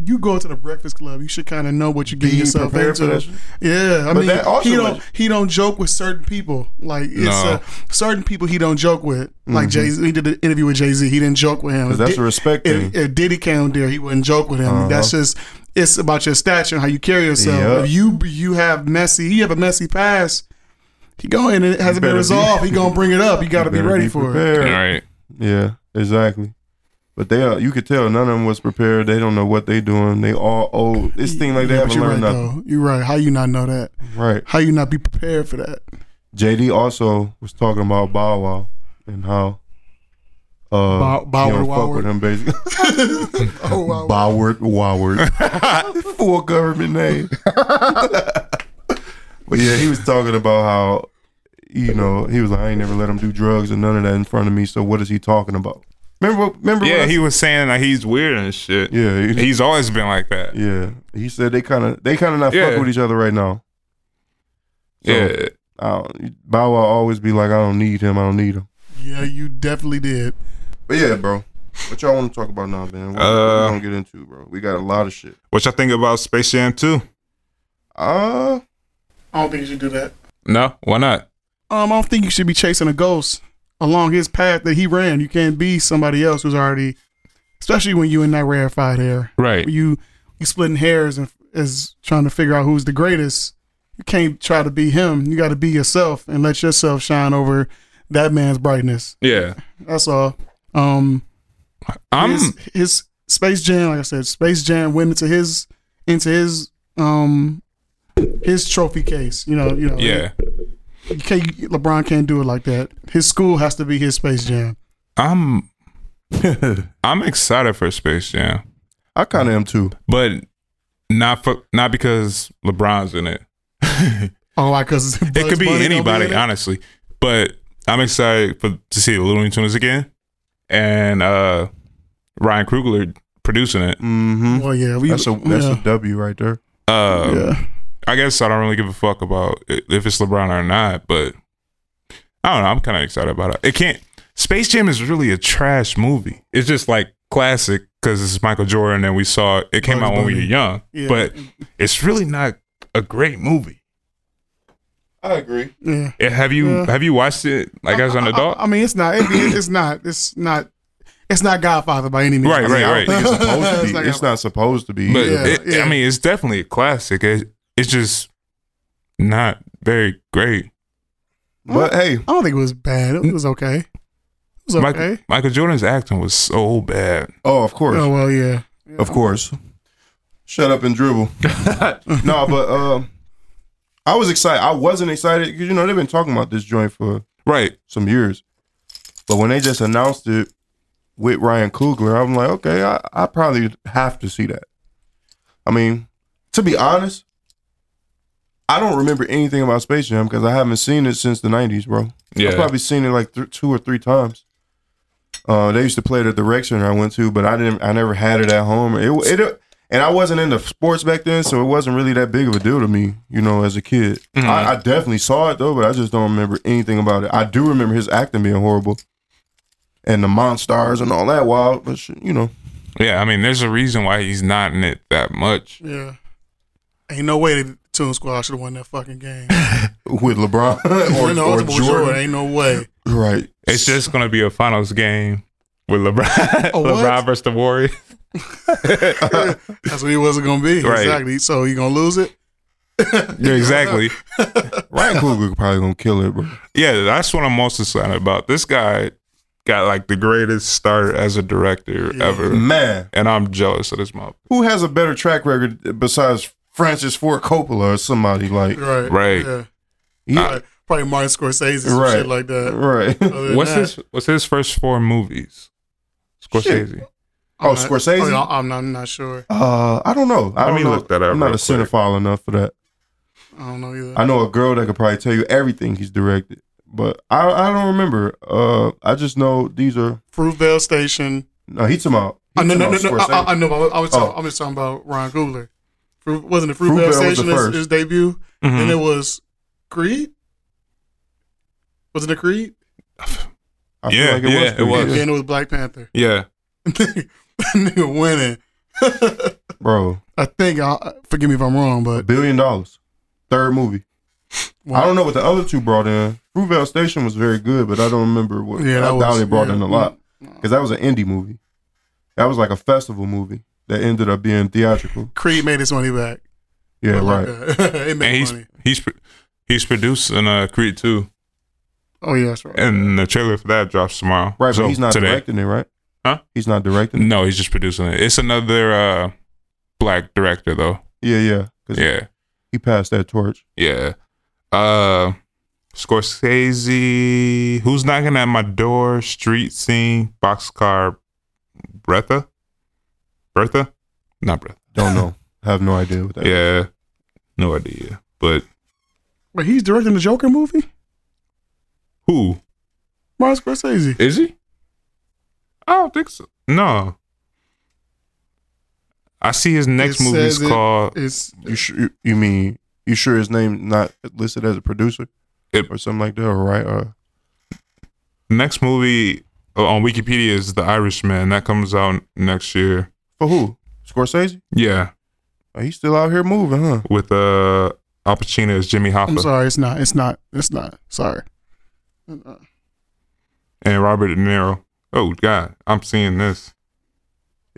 Speaker 3: You go to the Breakfast Club, you should kind of know what you get
Speaker 1: Be
Speaker 3: yourself
Speaker 1: prepared for
Speaker 3: into.
Speaker 1: that shit.
Speaker 3: Yeah, I
Speaker 1: But
Speaker 3: mean,
Speaker 1: that also
Speaker 3: he don't
Speaker 1: was-
Speaker 3: he don't joke with certain people. Like it's
Speaker 2: No.
Speaker 3: uh, certain people he don't joke with. Like Jay Z, he did an interview with Jay Z. He didn't joke with him.
Speaker 1: Mm-hmm. 'Cause that's a respect Uh-huh.
Speaker 3: If,
Speaker 1: thing.
Speaker 3: if Diddy came there, he wouldn't joke with him. That's just it's about your stature and how you carry yourself.
Speaker 1: Yeah.
Speaker 3: If you you have messy, you have a messy past. He go in and it hasn't
Speaker 1: better
Speaker 3: been
Speaker 1: be-
Speaker 3: resolved. he gonna bring it up. You got to be
Speaker 1: Better
Speaker 3: ready for it.
Speaker 1: prepared.
Speaker 2: Right.
Speaker 1: Yeah, exactly. But they are, you could tell none of them was prepared. They don't know what they doing. They all old. This thing like they
Speaker 3: Yeah, but
Speaker 1: haven't
Speaker 3: you're
Speaker 1: learned
Speaker 3: right
Speaker 1: nothing.
Speaker 3: though. You're right. How you not know that?
Speaker 1: Right.
Speaker 3: How you not be prepared for that?
Speaker 1: JD also was talking about Bow Wow and how uh,
Speaker 3: Bow- Bow
Speaker 1: he don't
Speaker 3: Wow
Speaker 1: fuck with
Speaker 3: Wow.
Speaker 1: him basically.
Speaker 3: Oh wow.
Speaker 1: Boward Woward, full government name. but yeah, he was talking about how you know he was like, I ain't never let him do drugs and none of that in front of me. So what is he talking about? Remember? what- Remember? what
Speaker 2: Yeah,
Speaker 1: I
Speaker 2: he was saying that he's weird and shit.
Speaker 1: Yeah, he-
Speaker 2: He's always been like that.
Speaker 1: yeah. He said they kind of they kind of not
Speaker 2: Yeah.
Speaker 1: fuck with each other right now. So,
Speaker 2: yeah.
Speaker 1: I don't, Bow Wow always be like, I don't need him. I don't need him.
Speaker 3: Yeah, you definitely did.
Speaker 1: But yeah, bro. What y'all want to talk about now, man? What,
Speaker 2: Uh,
Speaker 1: we gonna get into, bro? We got a lot of shit.
Speaker 2: What y'all think about Space Jam 2?
Speaker 1: Uh,
Speaker 3: I don't think you should do that.
Speaker 2: No, why not?
Speaker 3: Um, I don't think you should be chasing a ghost along his path that he ran. You can't be somebody else who's already, especially when you in that rarefied air.
Speaker 2: Right.
Speaker 3: You you splitting hairs and is trying to figure out who's the greatest. You can't try to be him. You got to be yourself and let yourself shine over that man's brightness.
Speaker 2: Yeah.
Speaker 3: That's all. Um,
Speaker 2: I'm
Speaker 3: his, his Space Jam, like I said, Space Jam went into his into his um his trophy case. You know, you know.
Speaker 2: yeah.
Speaker 3: you can't, LeBron can't do it like that. His school has to be his Space Jam.
Speaker 2: I'm I'm excited for Space Jam.
Speaker 1: I kind of am too.
Speaker 2: But not for not because LeBron's in it.
Speaker 3: Oh, why? Because
Speaker 2: It could be anybody, honestly. But I'm excited for to see the Looney Tunes again. And uh Ryan Krugler producing it.
Speaker 1: Mm-hmm.
Speaker 3: Well, yeah, we.
Speaker 1: That's a that's
Speaker 3: yeah.
Speaker 1: a W right there.
Speaker 2: Uh
Speaker 3: yeah.
Speaker 2: I guess I don't really give a fuck about i- if it's LeBron or not, but I don't know. I'm kind of excited about it. It can't. Space Jam is really a trash movie. It's just like classic because it's Michael Jordan and we saw it, it came
Speaker 3: Bugs
Speaker 2: out when we were
Speaker 3: Bunny.
Speaker 2: young,
Speaker 3: Yeah.
Speaker 2: but it's really not a great movie.
Speaker 1: I agree.
Speaker 3: yeah.
Speaker 2: Eh, Have you
Speaker 3: Yeah.
Speaker 2: have you watched it like as an adult?
Speaker 3: I, I mean, it's not. It, it's not. It's not. It's not Godfather by any means.
Speaker 2: Right, right, right.
Speaker 1: It's supposed to be.
Speaker 3: It's like-
Speaker 1: it's not supposed to be.
Speaker 2: but
Speaker 1: either.
Speaker 3: yeah,
Speaker 2: it,
Speaker 3: yeah.
Speaker 2: I mean, it's definitely a classic. It, it's just not very great.
Speaker 1: but hey,
Speaker 3: I don't think it was bad. It was okay. It was okay.
Speaker 2: Michael, Michael Jordan's acting was so bad.
Speaker 1: oh, of course,
Speaker 3: oh well, yeah.
Speaker 1: of course. Shut up and dribble. no, but um, I was excited. I wasn't excited because you know they've been talking about this joint for
Speaker 2: Right.
Speaker 1: some years. But when they just announced it with Ryan Coogler, I'm like, okay, I, I probably have to see that. I mean, to be honest, I don't remember anything about Space Jam because I haven't seen it since the '90s, bro.
Speaker 2: Yeah.
Speaker 1: I've probably seen it like th- two or three times. Uh, they used to play it at the rec center I went to, but I didn't. I never had it at home. It, it and I wasn't into sports back then, so it wasn't really that big of a deal to me. You know, as a kid, I, I definitely saw it though, but I just don't remember anything about it. I do remember his acting being horrible, and the monsters and all that wild, but shit, you know,
Speaker 2: Yeah, I mean, there's a reason why he's not in it that much.
Speaker 3: Yeah. Ain't no way that Toon Squad should have won that fucking game.
Speaker 1: with LeBron or,
Speaker 3: Or, no,
Speaker 1: or
Speaker 3: Jordan. Jordan.
Speaker 1: Jordan,
Speaker 3: Ain't no way.
Speaker 1: right?
Speaker 2: It's just gonna be a finals game with LeBron,
Speaker 3: A what?
Speaker 2: LeBron versus the Warriors.
Speaker 3: That's what he wasn't going to be.
Speaker 2: Right.
Speaker 3: Exactly. So you going to lose it?
Speaker 2: Yeah, exactly.
Speaker 1: Ryan Coogler probably gonna kill it, bro.
Speaker 2: Yeah, that's what I'm most excited about. This guy got like the greatest start as a director ever,
Speaker 1: Man,
Speaker 2: and I'm jealous of this mob.
Speaker 1: who has a better track record besides Francis Ford Coppola or somebody like?
Speaker 3: Right.
Speaker 2: Right.
Speaker 3: Yeah.
Speaker 1: Yeah,
Speaker 3: Probably- Probably Martin Scorsese or
Speaker 1: Uh, Right.
Speaker 3: shit like that.
Speaker 1: right.
Speaker 3: Other than
Speaker 2: What's
Speaker 3: that,
Speaker 2: his What's his first four movies? Scorsese.
Speaker 3: I'm
Speaker 1: Oh,
Speaker 3: not-
Speaker 1: Scorsese?
Speaker 3: Oh, yeah, I'm, not, I'm not sure.
Speaker 1: Uh, I don't know. I
Speaker 2: Let
Speaker 1: don't
Speaker 2: me
Speaker 1: know.
Speaker 2: look that up
Speaker 1: I'm not a
Speaker 2: real quick.
Speaker 1: cinephile enough for that.
Speaker 3: I don't know either.
Speaker 1: I know a girl that could probably tell you everything he's directed, but I, I don't remember. Uh, I just know these are.
Speaker 3: Fruitvale Station.
Speaker 1: No, he's talking about.
Speaker 3: Oh,
Speaker 1: He's
Speaker 3: no, no,
Speaker 1: talking
Speaker 3: no, uh,
Speaker 1: about
Speaker 3: no. I, I- I know. but I was,
Speaker 1: Oh.
Speaker 3: talking, I'm just talking about Ron Coogler. Fruit, wasn't it
Speaker 1: Fruitvale
Speaker 3: Fruitvale
Speaker 1: was the
Speaker 3: Station his,
Speaker 1: first. Mm-hmm.
Speaker 3: his debut? And it was Creed? Wasn't it Creed?
Speaker 1: I feel
Speaker 2: Yeah,
Speaker 1: like it
Speaker 2: yeah,
Speaker 1: was
Speaker 2: it
Speaker 1: pretty
Speaker 2: was.
Speaker 1: good.
Speaker 3: And then it was Black Panther.
Speaker 2: Yeah,
Speaker 3: That nigga winning.
Speaker 1: bro.
Speaker 3: I think, I, forgive me if I'm wrong,
Speaker 1: A
Speaker 3: but
Speaker 1: billion dollars, third movie.
Speaker 3: Wow.
Speaker 1: I don't know what the other two brought in. Fruitvale Station was very good, but I don't remember what.
Speaker 3: Yeah,
Speaker 1: Yeah,
Speaker 3: that
Speaker 1: I doubt
Speaker 3: was-
Speaker 1: they brought
Speaker 3: yeah.
Speaker 1: in a lot because that was an indie movie. That was like a festival movie that ended up being theatrical.
Speaker 3: Creed made his money back. uh,
Speaker 1: Yeah,
Speaker 3: Oh,
Speaker 1: right.
Speaker 3: it
Speaker 2: and
Speaker 3: made
Speaker 2: he's
Speaker 3: money.
Speaker 2: he's pro- he's producing uh, Creed two,
Speaker 3: Oh, yeah, that's right.
Speaker 2: and the trailer for that drops tomorrow.
Speaker 1: Right,
Speaker 2: So,
Speaker 1: but he's not
Speaker 2: today.
Speaker 1: directing it, right?
Speaker 2: Huh?
Speaker 1: He's not directing. it?
Speaker 2: No, he's just producing it. It's another uh, black director though.
Speaker 1: Yeah, yeah. 'cause
Speaker 2: Yeah,
Speaker 1: he passed that torch.
Speaker 2: yeah. Uh, Scorsese, who's knocking at my door? Street scene, boxcar, Bertha, Bertha, not Bertha.
Speaker 1: Don't know. Have no idea what that. is.
Speaker 2: Yeah, no idea. But
Speaker 3: But he's directing the Joker movie?
Speaker 2: who
Speaker 3: Martin Scorsese.
Speaker 2: is he? I don't think so. No. I see his next
Speaker 3: It
Speaker 2: movie is
Speaker 3: says it-
Speaker 2: called
Speaker 3: It's
Speaker 1: You sure? You mean you sure his name not listed as a producer
Speaker 2: It-
Speaker 1: or something like that, or right? Or
Speaker 2: next movie oh, on Wikipedia is The Irishman. That comes out next year.
Speaker 1: for who? Scorsese?
Speaker 2: Yeah,
Speaker 1: Oh, he's still out here moving, huh?
Speaker 2: with uh Al Pacino as Jimmy
Speaker 3: I'm
Speaker 2: Hoffa
Speaker 3: sorry, it's not. It's not. It's not. Sorry.
Speaker 2: and Robert De Niro. Oh God, I'm seeing this.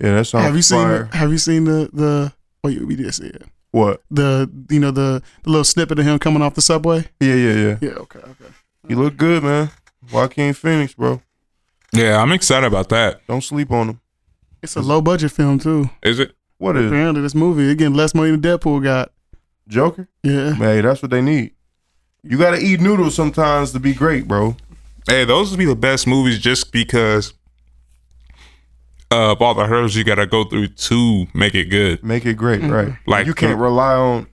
Speaker 1: Yeah, that sounds
Speaker 3: have you
Speaker 1: fire.
Speaker 3: seen have you seen the the oh you we did see it.
Speaker 1: what?
Speaker 3: The you know the, the little snippet of him coming off the subway?
Speaker 1: Yeah, yeah, yeah.
Speaker 3: Yeah, okay, okay.
Speaker 1: He look good, man. Joaquin Phoenix, bro.
Speaker 2: Yeah, I'm excited about that.
Speaker 1: Don't sleep on him.
Speaker 3: It's a low budget film too.
Speaker 2: Is it?
Speaker 1: What is it?
Speaker 3: Apparently this movie it getting less money than Deadpool got.
Speaker 1: Joker?
Speaker 3: Yeah.
Speaker 1: Hey, that's what they need. You gotta eat noodles sometimes to be great, bro.
Speaker 2: Hey, those would be the best movies just because of all the hurdles you got to go through to make it good.
Speaker 1: Make it great, right?
Speaker 2: Like-
Speaker 1: Like you can't rely on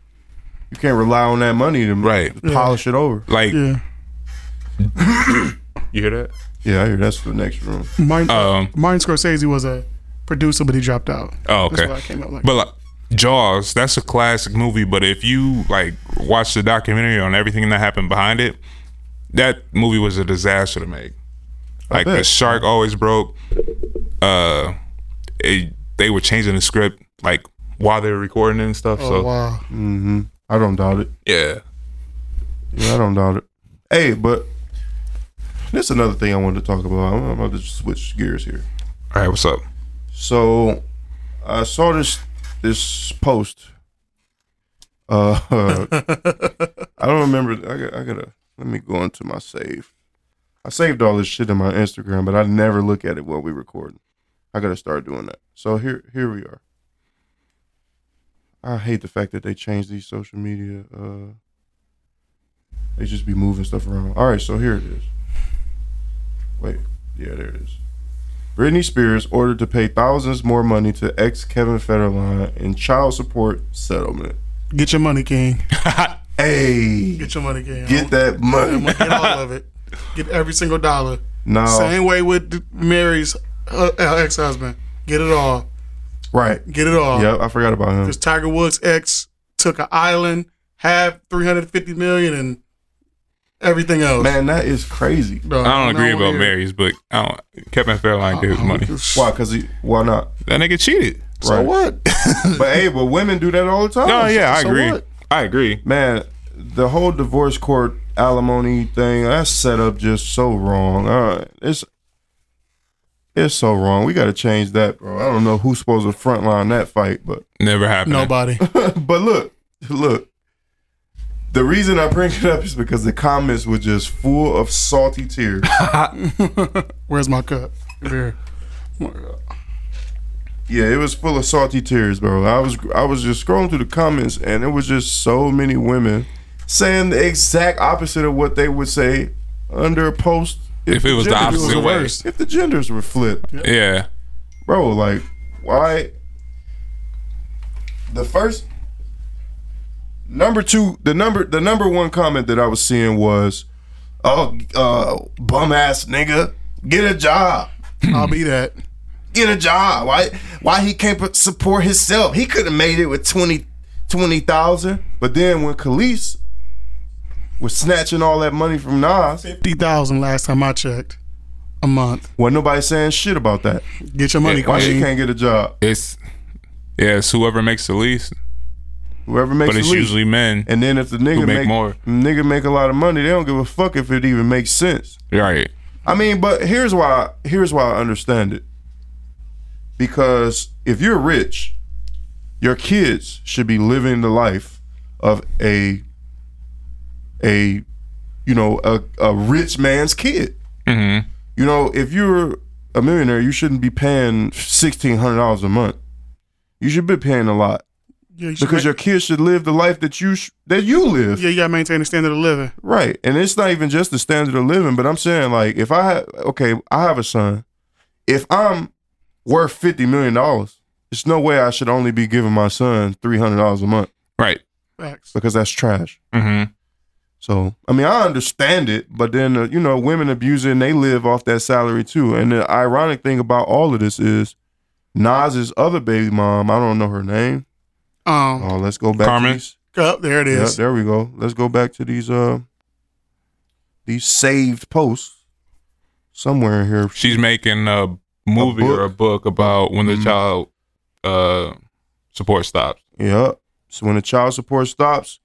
Speaker 1: you can't rely on that money to
Speaker 2: Right.
Speaker 1: to polish it over.
Speaker 2: Like
Speaker 3: Yeah.
Speaker 2: you hear that?
Speaker 1: Yeah, I hear that's the next room.
Speaker 3: Martin,
Speaker 2: Um.
Speaker 3: Martin Scorsese was a producer but he dropped out.
Speaker 2: Oh,
Speaker 3: That's
Speaker 2: okay.
Speaker 3: why I came up like
Speaker 2: But like Jaws, that's a classic movie. But if you like watch the documentary on everything that happened behind it, that movie was a disaster to make. Like the
Speaker 1: bet.
Speaker 2: shark always broke. Uh, it, they were changing the script like while they were recording it and stuff.
Speaker 3: Oh
Speaker 2: so
Speaker 3: wow.
Speaker 1: Mm-hmm. I don't doubt it.
Speaker 2: yeah,
Speaker 1: Yeah, I don't doubt it. Hey, but this is another thing I wanted to talk about. I'm about to switch gears here.
Speaker 2: all right, what's up?
Speaker 1: So I saw this this post. Uh, I don't remember. I got, I gotta let me go into my save. I saved all this shit in my Instagram, but I never look at it while we recording. I gotta start doing that. So here here we are. I hate the fact that they change these social media. Uh, they just be moving stuff around. All right, so here it is. Wait, yeah, there it is. Britney Spears ordered to pay thousands more money to ex Kevin Federline in child support settlement.
Speaker 3: Get your money, King.
Speaker 1: Hey,
Speaker 3: Get your money, King.
Speaker 1: get
Speaker 3: I
Speaker 1: that money. Oh.
Speaker 3: want- I want- Get all of it. Get every single dollar.
Speaker 1: No,
Speaker 3: Same way with th- Mary's uh, ex husband. Get it all.
Speaker 1: right.
Speaker 3: Get it all.
Speaker 1: Yep, I forgot about him.
Speaker 3: Because Tiger Woods' ex took an island, had 350 million, and everything else.
Speaker 1: Man, that is crazy.
Speaker 3: Bro,
Speaker 2: I don't
Speaker 3: know
Speaker 2: agree
Speaker 3: Uh, what
Speaker 2: about
Speaker 3: it is.
Speaker 2: Mary's, but I don't. Kevin Fairline gave his money.
Speaker 1: Why? Cause he, why not?
Speaker 2: That nigga cheated.
Speaker 1: Right.
Speaker 2: So what?
Speaker 1: But hey, but women do that all the time.
Speaker 2: no, yeah, I
Speaker 1: Oh, So
Speaker 2: agree.
Speaker 1: what?
Speaker 2: I agree.
Speaker 1: Man, the whole divorce court alimony thing that's set up just so wrong. Uh, it's it's so wrong. We got to change that, bro. I don't know who's supposed to frontline that fight, but
Speaker 2: Never happened.
Speaker 3: Nobody.
Speaker 1: but look, look. The reason I bring it up is because the comments were just full of salty tears.
Speaker 3: Where's my cup? Beer.
Speaker 1: Yeah, it was full of salty tears, bro. I was I was just scrolling through the comments, and it was just so many women saying the exact opposite of what they would say under a post
Speaker 2: If it was the
Speaker 1: genders
Speaker 2: opposite
Speaker 1: were-
Speaker 2: way.
Speaker 1: If the genders were flipped,
Speaker 2: Yeah.
Speaker 1: bro, like why? The first number two, the number the number one comment that I was seeing was, "Oh, uh, bum ass nigga, get a job."
Speaker 3: I'll be that.
Speaker 1: get a job. Why why he can't p- support himself? He could have made it with 20 20,000. but then when Khalees was snatching all that money from Nas,
Speaker 3: 50,000 last time I checked. A month.
Speaker 1: wasn't nobody saying shit about that.
Speaker 3: Get your money,
Speaker 1: Why she
Speaker 3: King.
Speaker 1: can't get a job?
Speaker 2: It's yeah, it's whoever makes the least,
Speaker 1: Whoever makes
Speaker 2: but it's
Speaker 1: the least.
Speaker 2: usually men.
Speaker 1: and then if the nigga
Speaker 2: make
Speaker 1: make
Speaker 2: more.
Speaker 1: nigga make a lot of money, they don't give a fuck if it even makes sense.
Speaker 2: right.
Speaker 1: I mean, but here's why here's why I understand it. Because if you're rich, your kids should be living the life of a a you know, a, a rich man's kid.
Speaker 2: Mm-hmm.
Speaker 1: You know, if you're a millionaire, you shouldn't be paying sixteen hundred dollars a month. You should be paying a lot
Speaker 3: Yeah, you should
Speaker 1: because
Speaker 3: ma-
Speaker 1: your kids should live the life that you sh- that you live.
Speaker 3: yeah, you gotta maintain the standard of living.
Speaker 1: Right. And it's not even just the standard of living, but I'm saying like if I have okay, I have a son. If I'm worth fifty million dollars, it's no way I should only be giving my son three hundred dollars a month
Speaker 2: Right.
Speaker 3: Facts.
Speaker 1: because that's trash.
Speaker 2: Mm-hmm.
Speaker 1: So I mean I understand it, but then uh, you know women abuse it and they live off that salary too. And the ironic thing about all of this is Nas's other baby mom, I don't know her name.
Speaker 3: Um,
Speaker 1: Oh, let's go back. to
Speaker 2: Carmen?
Speaker 1: these-
Speaker 3: up there it
Speaker 1: Yeah,
Speaker 3: is.
Speaker 1: there we go. Let's go back to these uh these saved posts somewhere in here.
Speaker 2: She's making a movie
Speaker 1: book.
Speaker 2: or a book about when the
Speaker 1: Mhm.
Speaker 2: child uh support stops.
Speaker 1: Yeah. So when the child support stops,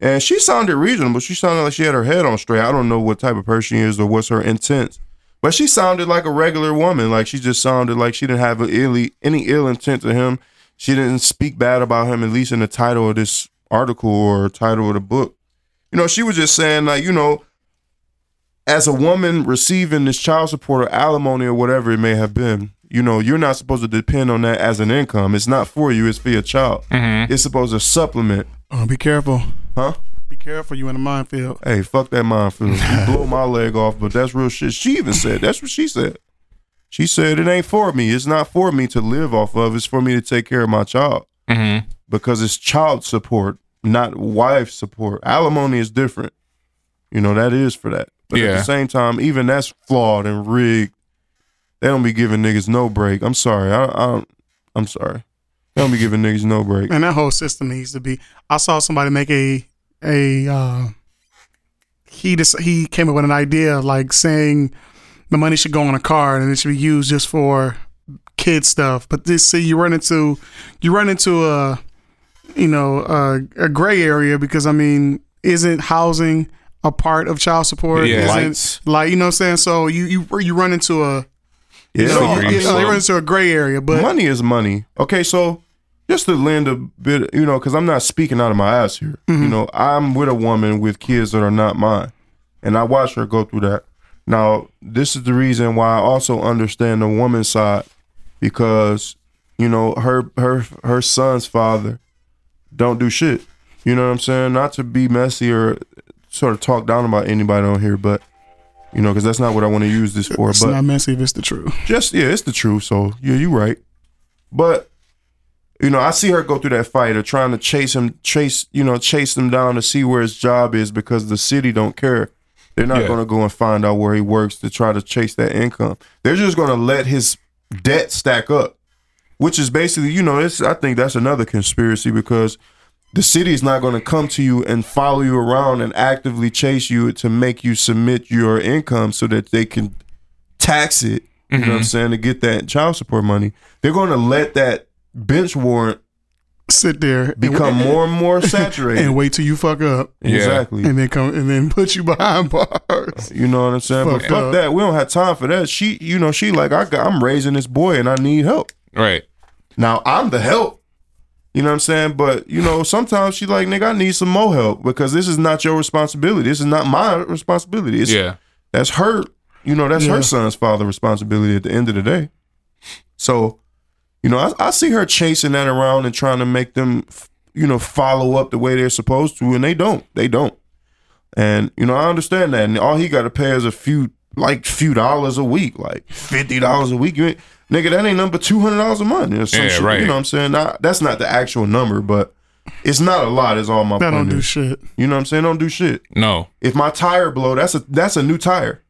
Speaker 1: and she sounded reasonable. She sounded like she had her head on straight. I don't know what type of person she is or what's her intent, but she sounded like a regular woman. Like she just sounded like she didn't have a illy, any ill intent to him. She didn't speak bad about him, at least in the title of this article or title of the book. You know, she was just saying like, you know, as a woman receiving this child support or alimony or whatever it may have been, you know, you're not supposed to depend on that as an income. It's not for you, it's for your child.
Speaker 2: Mm-hmm.
Speaker 1: It's supposed to supplement,
Speaker 3: Oh, be careful.
Speaker 1: huh?
Speaker 3: Be careful. You in a minefield.
Speaker 1: Hey, fuck that minefield. You blow my leg off, but that's real shit. She even said that's what she said. She said it ain't for me. It's not for me to live off of. It's for me to take care of my child
Speaker 2: Mm-hmm.
Speaker 1: because it's child support, not wife support. Alimony is different. You know that is for that. But at
Speaker 2: Yeah.
Speaker 1: the same time, even that's flawed and rigged. They don't be giving niggas no break. I'm sorry. I, I I'm sorry. They don't be giving niggas no break.
Speaker 3: Man, that whole system needs to be. I saw somebody make a a. Uh, he just he came up with an idea like saying the money should go on a card and it should be used just for kid stuff. But this see you run into you run into a you know a, a gray area because I mean isn't housing a part of child support?
Speaker 2: Yeah.
Speaker 3: Isn't-
Speaker 1: Lights.
Speaker 3: like you know what I'm saying. So you you you run into a
Speaker 1: Yeah.
Speaker 2: So
Speaker 3: you,
Speaker 2: Agreed.
Speaker 3: you know, you run into a gray area. But
Speaker 1: money is money. Okay, so just to lend a bit, you know, because I'm not speaking out of my ass here. You know, I'm with a woman with kids that are not mine, and I watched her go through that. Now, this is the reason why I also understand the woman's side because, you know, her her her son's father don't do shit. You know what I'm saying? Not to be messy or sort of talk down about anybody on here, but You know, because that's not what I want to use this for.
Speaker 3: It's
Speaker 1: but
Speaker 3: not messy if it's the truth.
Speaker 1: just yeah, it's the truth. So yeah, you right. But you know, I see her go through that fight of trying to chase him, chase you know, chase him down to see where his job is because the city don't care. They're not
Speaker 2: Yeah.
Speaker 1: going to go and find out where he works to try to chase that income. They're just going to let his debt stack up, which is basically you know, it's I think that's another conspiracy because. The city is not going to come to you and follow you around and actively chase you to make you submit your income so that they can tax it. You
Speaker 3: Mm-hmm.
Speaker 1: know what I'm saying? To get that child support money, they're going to let that bench warrant
Speaker 3: Sit there, and-
Speaker 1: become more and more
Speaker 3: and,
Speaker 1: saturated.
Speaker 3: wait till you fuck up,
Speaker 2: Yeah.
Speaker 1: Exactly.
Speaker 3: and then come and then put you behind bars.
Speaker 1: You know what I'm saying? but
Speaker 3: Fucked
Speaker 1: fuck
Speaker 3: up.
Speaker 1: that. We don't have time for that. She, you know, she like I got, I'm raising this boy and I need help.
Speaker 2: Right.
Speaker 1: Now I'm the help. You know what I'm saying? But you know, sometimes she like nigga, I need some more help because this is not your responsibility. This is not my responsibility. It's,
Speaker 2: Yeah.
Speaker 1: That's her, you know, that's
Speaker 3: Yeah.
Speaker 1: her son's father responsibility at the end of the day. So, you know, I, I see her chasing that around and trying to make them, f- you know, follow up the way they're supposed to, and they don't. They don't. And you know, I understand that. And all he got to pay is a few, like, few dollars a week, like fifty dollars a week. You ain't, nigga, that ain't number two hundred dollars a month. You know, some
Speaker 2: Yeah,
Speaker 1: shit,
Speaker 2: right.
Speaker 1: You know what I'm saying? Not, that's not the actual number, but it's not a lot. Is all my
Speaker 3: That
Speaker 1: point.
Speaker 3: don't do
Speaker 1: is.
Speaker 3: shit.
Speaker 1: you know what I'm saying? Don't do shit.
Speaker 2: No.
Speaker 1: If my tire blow, that's a that's a new tire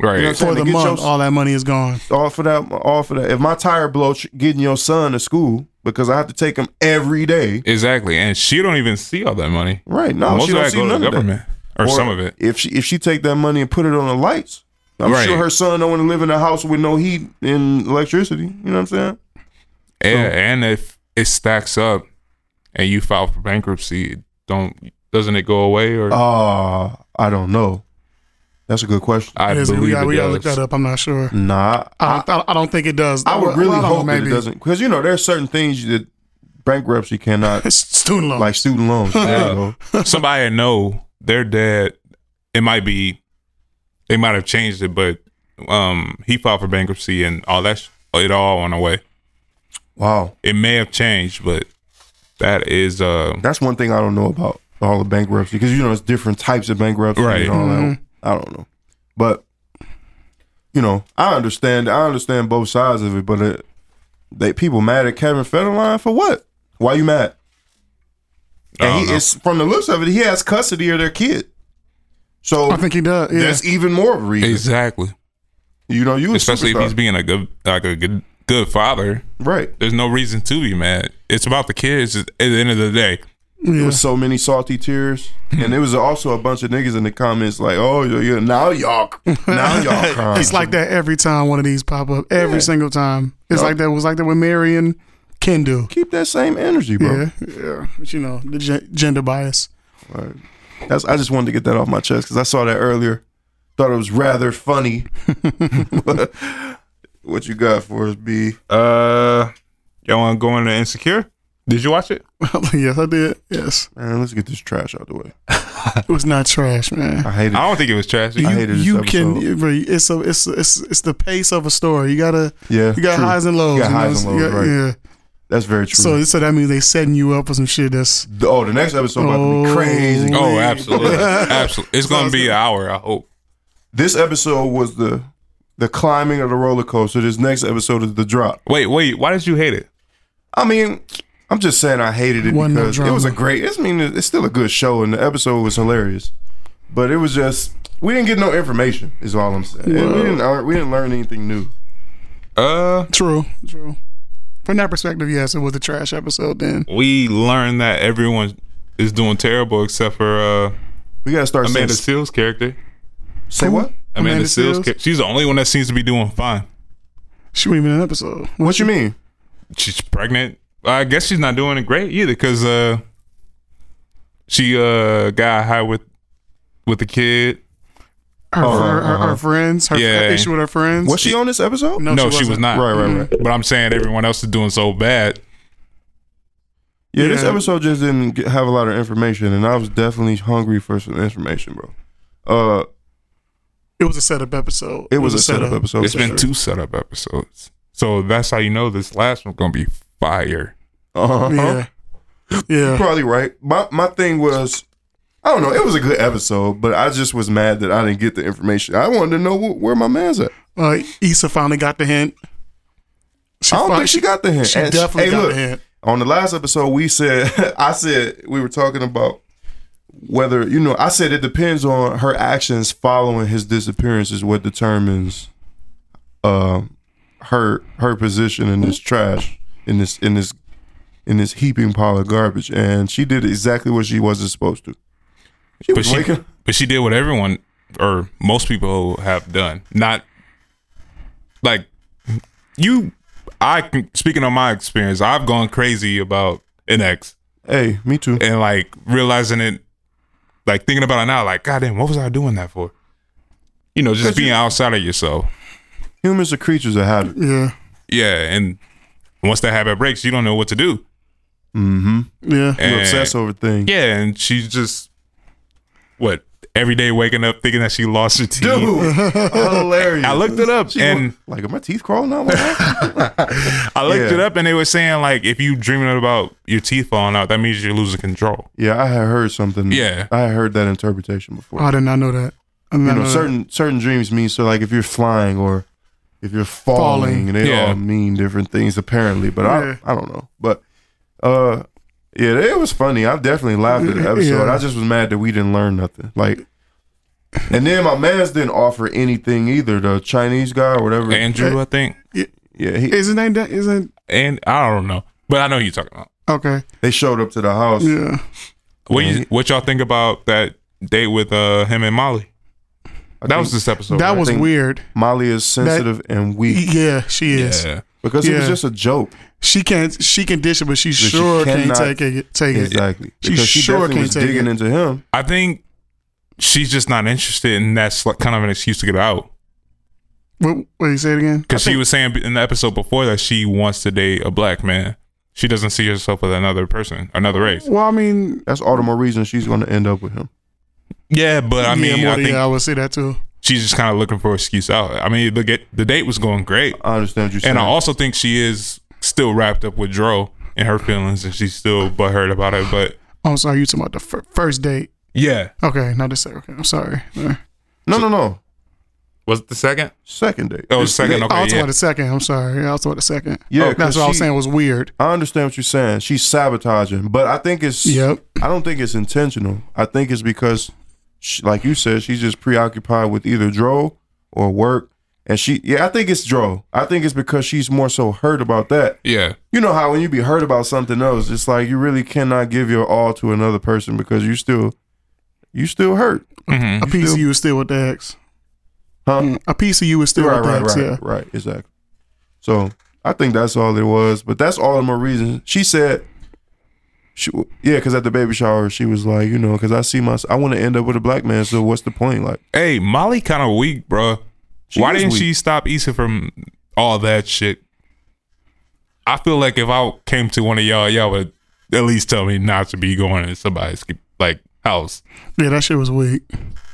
Speaker 2: Right.
Speaker 1: You know what I'm
Speaker 3: For
Speaker 1: Trying to
Speaker 3: the
Speaker 1: get
Speaker 3: month,
Speaker 1: your-
Speaker 3: all that money is gone.
Speaker 1: all for that, all for that. If my tire blow tr- getting your son to school because I have to take him every day,
Speaker 2: exactly. And she don't even see all that money.
Speaker 1: right? No,
Speaker 2: Most
Speaker 1: she
Speaker 2: of
Speaker 1: don't
Speaker 2: that
Speaker 1: see
Speaker 2: go to the
Speaker 1: none of that.
Speaker 2: government or, some of it.
Speaker 1: If she if she take that money and put it on the lights, I'm
Speaker 2: Right.
Speaker 1: sure her son don't want to live in a house with no heat and electricity. You know what I'm saying?
Speaker 2: Yeah. And if it stacks up, and you file for bankruptcy, it don't doesn't it go away or?
Speaker 1: Uh I don't know. That's a good question.
Speaker 2: I
Speaker 3: It is-
Speaker 2: believe
Speaker 3: we gotta,
Speaker 2: it
Speaker 3: we gotta
Speaker 2: does.
Speaker 3: look that up. I'm not sure.
Speaker 1: Nah,
Speaker 3: I don't, I, don't think it does.
Speaker 1: I would
Speaker 3: Well,
Speaker 1: really
Speaker 3: I don't know,
Speaker 1: hope that it doesn't because you know there's certain things that bankruptcy cannot,
Speaker 3: It's student loan.
Speaker 1: like student loans. There you go.
Speaker 2: somebody I know, their dad, it might be, they might have changed it, but um, he filed for bankruptcy and all that. Sh- it all went away.
Speaker 1: Wow,
Speaker 2: It may have changed, but that is uh,
Speaker 1: That's one thing I don't know about all the bankruptcy because you know it's different types of bankruptcy
Speaker 2: Right.
Speaker 1: and all that.
Speaker 3: Mm-hmm.
Speaker 1: I don't know, but you know I understand. I understand both sides of it, but it, they people mad at Kevin Federline for what? Why you mad?
Speaker 2: I
Speaker 1: And
Speaker 2: don't
Speaker 1: he
Speaker 2: know.
Speaker 1: is from the looks of it, he has custody of their kid. So
Speaker 3: I think he does. Yeah.
Speaker 1: that's even more of a reason.
Speaker 2: exactly,
Speaker 1: You know, you a
Speaker 2: especially if
Speaker 1: superstar.
Speaker 2: he's being a good, like a good, good father.
Speaker 1: right.
Speaker 2: There's no reason to be mad. It's about the kids at the end of the day.
Speaker 1: It was so many salty tears,
Speaker 2: Hmm.
Speaker 1: and there was also a bunch of niggas in the comments like, "Oh, yeah, yeah, now y'all, now y'all crying."
Speaker 3: It's like that every time one of these pop up. Every single time. It's
Speaker 1: Yup.
Speaker 3: like that. It was like that with Mary and Kendu.
Speaker 1: keep that same energy, bro.
Speaker 3: Yeah, yeah. But you know the gen- gender bias.
Speaker 1: That's, I just wanted to get that off my chest because I saw that earlier. Thought it was rather funny. what you got for us, B?
Speaker 2: Uh, y'all want to go into insecure? Did you watch it?
Speaker 3: yes, I did. Yes,
Speaker 1: Man, let's get this trash out the way.
Speaker 3: it was not trash, man.
Speaker 1: I hate it.
Speaker 2: I don't think it was trash.
Speaker 1: I
Speaker 2: I-
Speaker 1: hated this
Speaker 3: you
Speaker 1: episode.
Speaker 3: can, bro, it's a, it's, it's, it's the pace of a story. You gotta,
Speaker 1: Yeah,
Speaker 3: you got
Speaker 1: true.
Speaker 3: highs and lows.
Speaker 1: You got highs
Speaker 3: know?
Speaker 1: and
Speaker 3: You
Speaker 1: lows,
Speaker 3: got-
Speaker 1: right. Mm-hmm.
Speaker 3: Yeah.
Speaker 1: That's very true.
Speaker 3: So, so that means they setting you up for some shit that's
Speaker 1: The- oh, the next episode about to be
Speaker 3: Oh.
Speaker 1: crazy.
Speaker 2: oh, absolutely, absolutely. It's gonna be an hour. I hope.
Speaker 1: This episode was the the climbing of the roller coaster. This next episode is the drop.
Speaker 2: Wait, wait. Why did you hate it?
Speaker 1: I mean, I'm just saying I hated it
Speaker 3: Wasn't no
Speaker 1: because it was a
Speaker 3: drama.
Speaker 1: great. It's I mean it's still a good show and the episode was hilarious, but it was just we didn't get no information. Is all I'm saying. And we didn't learn- we didn't learn anything new.
Speaker 2: Uh,
Speaker 3: true, true. From that perspective, yes, it was a trash episode. Then
Speaker 2: we learned that everyone is doing terrible except for uh,
Speaker 1: We gotta start saying
Speaker 2: Amanda Seals' character.
Speaker 1: say what?
Speaker 2: Amanda,
Speaker 3: Amanda
Speaker 2: Seals,
Speaker 3: Seals?
Speaker 2: cha- she's the only one that seems to be doing fine.
Speaker 3: she wasn't even in an episode.
Speaker 1: What you mean?
Speaker 2: She's pregnant. I guess she's not doing it great either because uh, she uh got high with with the kid.
Speaker 3: Her,
Speaker 1: Oh,
Speaker 3: her, her, her
Speaker 1: uh-huh.
Speaker 3: friends, her
Speaker 2: Yeah.
Speaker 3: issue with her friends.
Speaker 1: Was she on this episode?
Speaker 2: No, she, was
Speaker 3: wasn't.
Speaker 2: not. Mm-hmm.
Speaker 1: Right, right, right.
Speaker 2: But I'm saying everyone else is doing so bad.
Speaker 1: Yeah, this
Speaker 3: Yeah.
Speaker 1: episode just didn't get, have a lot of information, and I was definitely hungry for some information, bro. Uh,
Speaker 3: It was a setup episode.
Speaker 1: it was a setup episode.
Speaker 2: It's
Speaker 1: for
Speaker 2: been
Speaker 1: sure.
Speaker 2: two setup episodes, so that's how you know this last one's gonna be fire.
Speaker 1: Uh-huh.
Speaker 3: Yeah, yeah.
Speaker 1: Probably right. My my thing was I don't know. It was a good episode, but I just was mad that I didn't get the information. I wanted to know wh- where my man's at.
Speaker 3: Uh, Issa finally got the hint. She
Speaker 1: I don't
Speaker 3: fin-
Speaker 1: think she got the hint.
Speaker 3: She
Speaker 1: And
Speaker 3: definitely
Speaker 1: hey,
Speaker 3: got
Speaker 1: look,
Speaker 3: the hint.
Speaker 1: On the last episode, we said I said we were talking about whether you know. I said it depends on her actions following his disappearance is what determines uh, her her position in this trash in this in this in this heaping pile of garbage. And she did exactly what she wasn't supposed to. She
Speaker 2: but
Speaker 1: was
Speaker 2: she,
Speaker 1: waking.
Speaker 2: but she did what everyone or most people have done. Not like you. I can, speaking on my experience, I've gone crazy about an ex
Speaker 1: Hey, me too.
Speaker 3: Eh.
Speaker 2: and like realizing it, like thinking about it now, like goddamn, what was I doing that for? You know, just being outside of yourself.
Speaker 1: Humans are creatures of habit.
Speaker 3: Yeah,
Speaker 2: Yeah, and once that habit breaks, you don't know what to do.
Speaker 3: yeah.
Speaker 1: You
Speaker 2: And-
Speaker 1: obsess over things.
Speaker 2: Yeah, and she's just what every day waking up thinking that she lost her teeth.
Speaker 1: Dude, hilarious.
Speaker 2: I looked it up
Speaker 1: She
Speaker 2: and
Speaker 1: wa- like, are my teeth crawling out? My mouth?
Speaker 2: I looked
Speaker 1: Yeah.
Speaker 2: it up and they were saying like if you dreaming about your teeth falling out, that means you're losing control.
Speaker 1: yeah, I had heard something.
Speaker 2: Yeah.
Speaker 1: I had heard that interpretation before.
Speaker 3: Oh, I did not know that. I did
Speaker 1: you
Speaker 3: not
Speaker 1: know,
Speaker 3: know that.
Speaker 1: certain certain dreams mean so. Like if you're flying or if you're falling,
Speaker 3: Falling.
Speaker 1: and they
Speaker 2: Yeah.
Speaker 1: all mean different things apparently. But
Speaker 3: Yeah.
Speaker 1: I I don't know. But uh, yeah, it was funny. I definitely laughed at the episode.
Speaker 3: Yeah.
Speaker 1: I just was mad that we didn't learn nothing. Like. And then my man's didn't offer anything either. The Chinese guy or whatever.
Speaker 2: Andrew, I think.
Speaker 1: yeah, he,
Speaker 3: Isn't that that? Isn't
Speaker 2: And I don't know. But I know who you're talking about.
Speaker 3: okay?
Speaker 1: they showed up to the house.
Speaker 3: Yeah.
Speaker 2: What you, what y'all think about that date with uh him and Molly?
Speaker 1: I
Speaker 2: That was
Speaker 1: think
Speaker 2: this episode.
Speaker 3: that
Speaker 2: right?
Speaker 3: was
Speaker 1: think-
Speaker 3: weird.
Speaker 1: Molly is sensitive and weak
Speaker 3: Yeah, she is.
Speaker 2: yeah.
Speaker 1: because it was
Speaker 3: Yeah.
Speaker 1: just a joke.
Speaker 3: She can't. She can dish it, but she
Speaker 1: she
Speaker 3: sure can't
Speaker 1: cannot-
Speaker 3: take it. Take it.
Speaker 1: Exactly.
Speaker 3: She
Speaker 1: because she
Speaker 3: sure
Speaker 1: definitely
Speaker 3: can't
Speaker 1: was
Speaker 3: take
Speaker 1: digging
Speaker 3: it.
Speaker 1: into him.
Speaker 2: I think she's just not interested and that's like kind of an excuse to get out.
Speaker 3: What? Wait, say it again.
Speaker 2: Because she was saying in the episode before that she wants to date a black man. She doesn't see herself with another person, another race.
Speaker 3: Well, I mean,
Speaker 1: That's all the more reason she's going to end up with him.
Speaker 2: Yeah, but I mean,
Speaker 3: yeah, more
Speaker 2: I
Speaker 3: than-
Speaker 2: think
Speaker 3: yeah, I would say that too.
Speaker 2: she's just kind of looking for an excuse out. I mean, the get, the date was going great,
Speaker 1: I understand what you're saying.
Speaker 2: and I also think she is still wrapped up with Dro and her feelings, and she's still butthurt about it. But
Speaker 3: Oh, I'm sorry, you talking about the fir- first date?
Speaker 2: yeah,
Speaker 3: Okay, not the second. Okay, I'm sorry. Uh,
Speaker 1: no, no, no.
Speaker 2: was it the second?
Speaker 1: Second date.
Speaker 2: Oh, it was the second. Okay,
Speaker 3: I was talking
Speaker 2: yeah.
Speaker 3: about the second. I'm sorry. I was talking about the second. Oh,
Speaker 1: Yeah,
Speaker 3: that's
Speaker 1: 'cause
Speaker 3: what I was
Speaker 1: she-
Speaker 3: saying was weird.
Speaker 1: I understand what you're saying. She's sabotaging, but I think it's.
Speaker 3: Yep.
Speaker 1: I don't think it's intentional. I think it's because, she, like you said, she's just preoccupied with either Dro or work, and she. Yeah, I think it's Dro. I think it's because she's more so hurt about that.
Speaker 2: yeah,
Speaker 1: You know how when you be hurt about something else, it's like you really cannot give your all to another person because you still, you still hurt.
Speaker 2: Mm-hmm.
Speaker 3: A piece of you is still with the ex.
Speaker 1: Huh?
Speaker 3: Mm, A piece of you is still
Speaker 1: right,
Speaker 3: with the
Speaker 1: right,
Speaker 3: ex.
Speaker 1: right,
Speaker 3: Yeah.
Speaker 1: right, exactly. So I think that's all it was, but that's all the more reason. She said, she, yeah, because at the baby shower she was like, you know, because I see my, I want to end up with a black man, so what's the point? Like,
Speaker 2: Hey, Molly, kind of weak, bro.
Speaker 1: She
Speaker 2: Why
Speaker 1: is
Speaker 2: didn't
Speaker 1: weak.
Speaker 2: she stop Issa from all that shit? I feel like if I came to one of y'all, y'all would at least tell me not to be going to somebody's like house.
Speaker 3: Yeah, that shit was weak.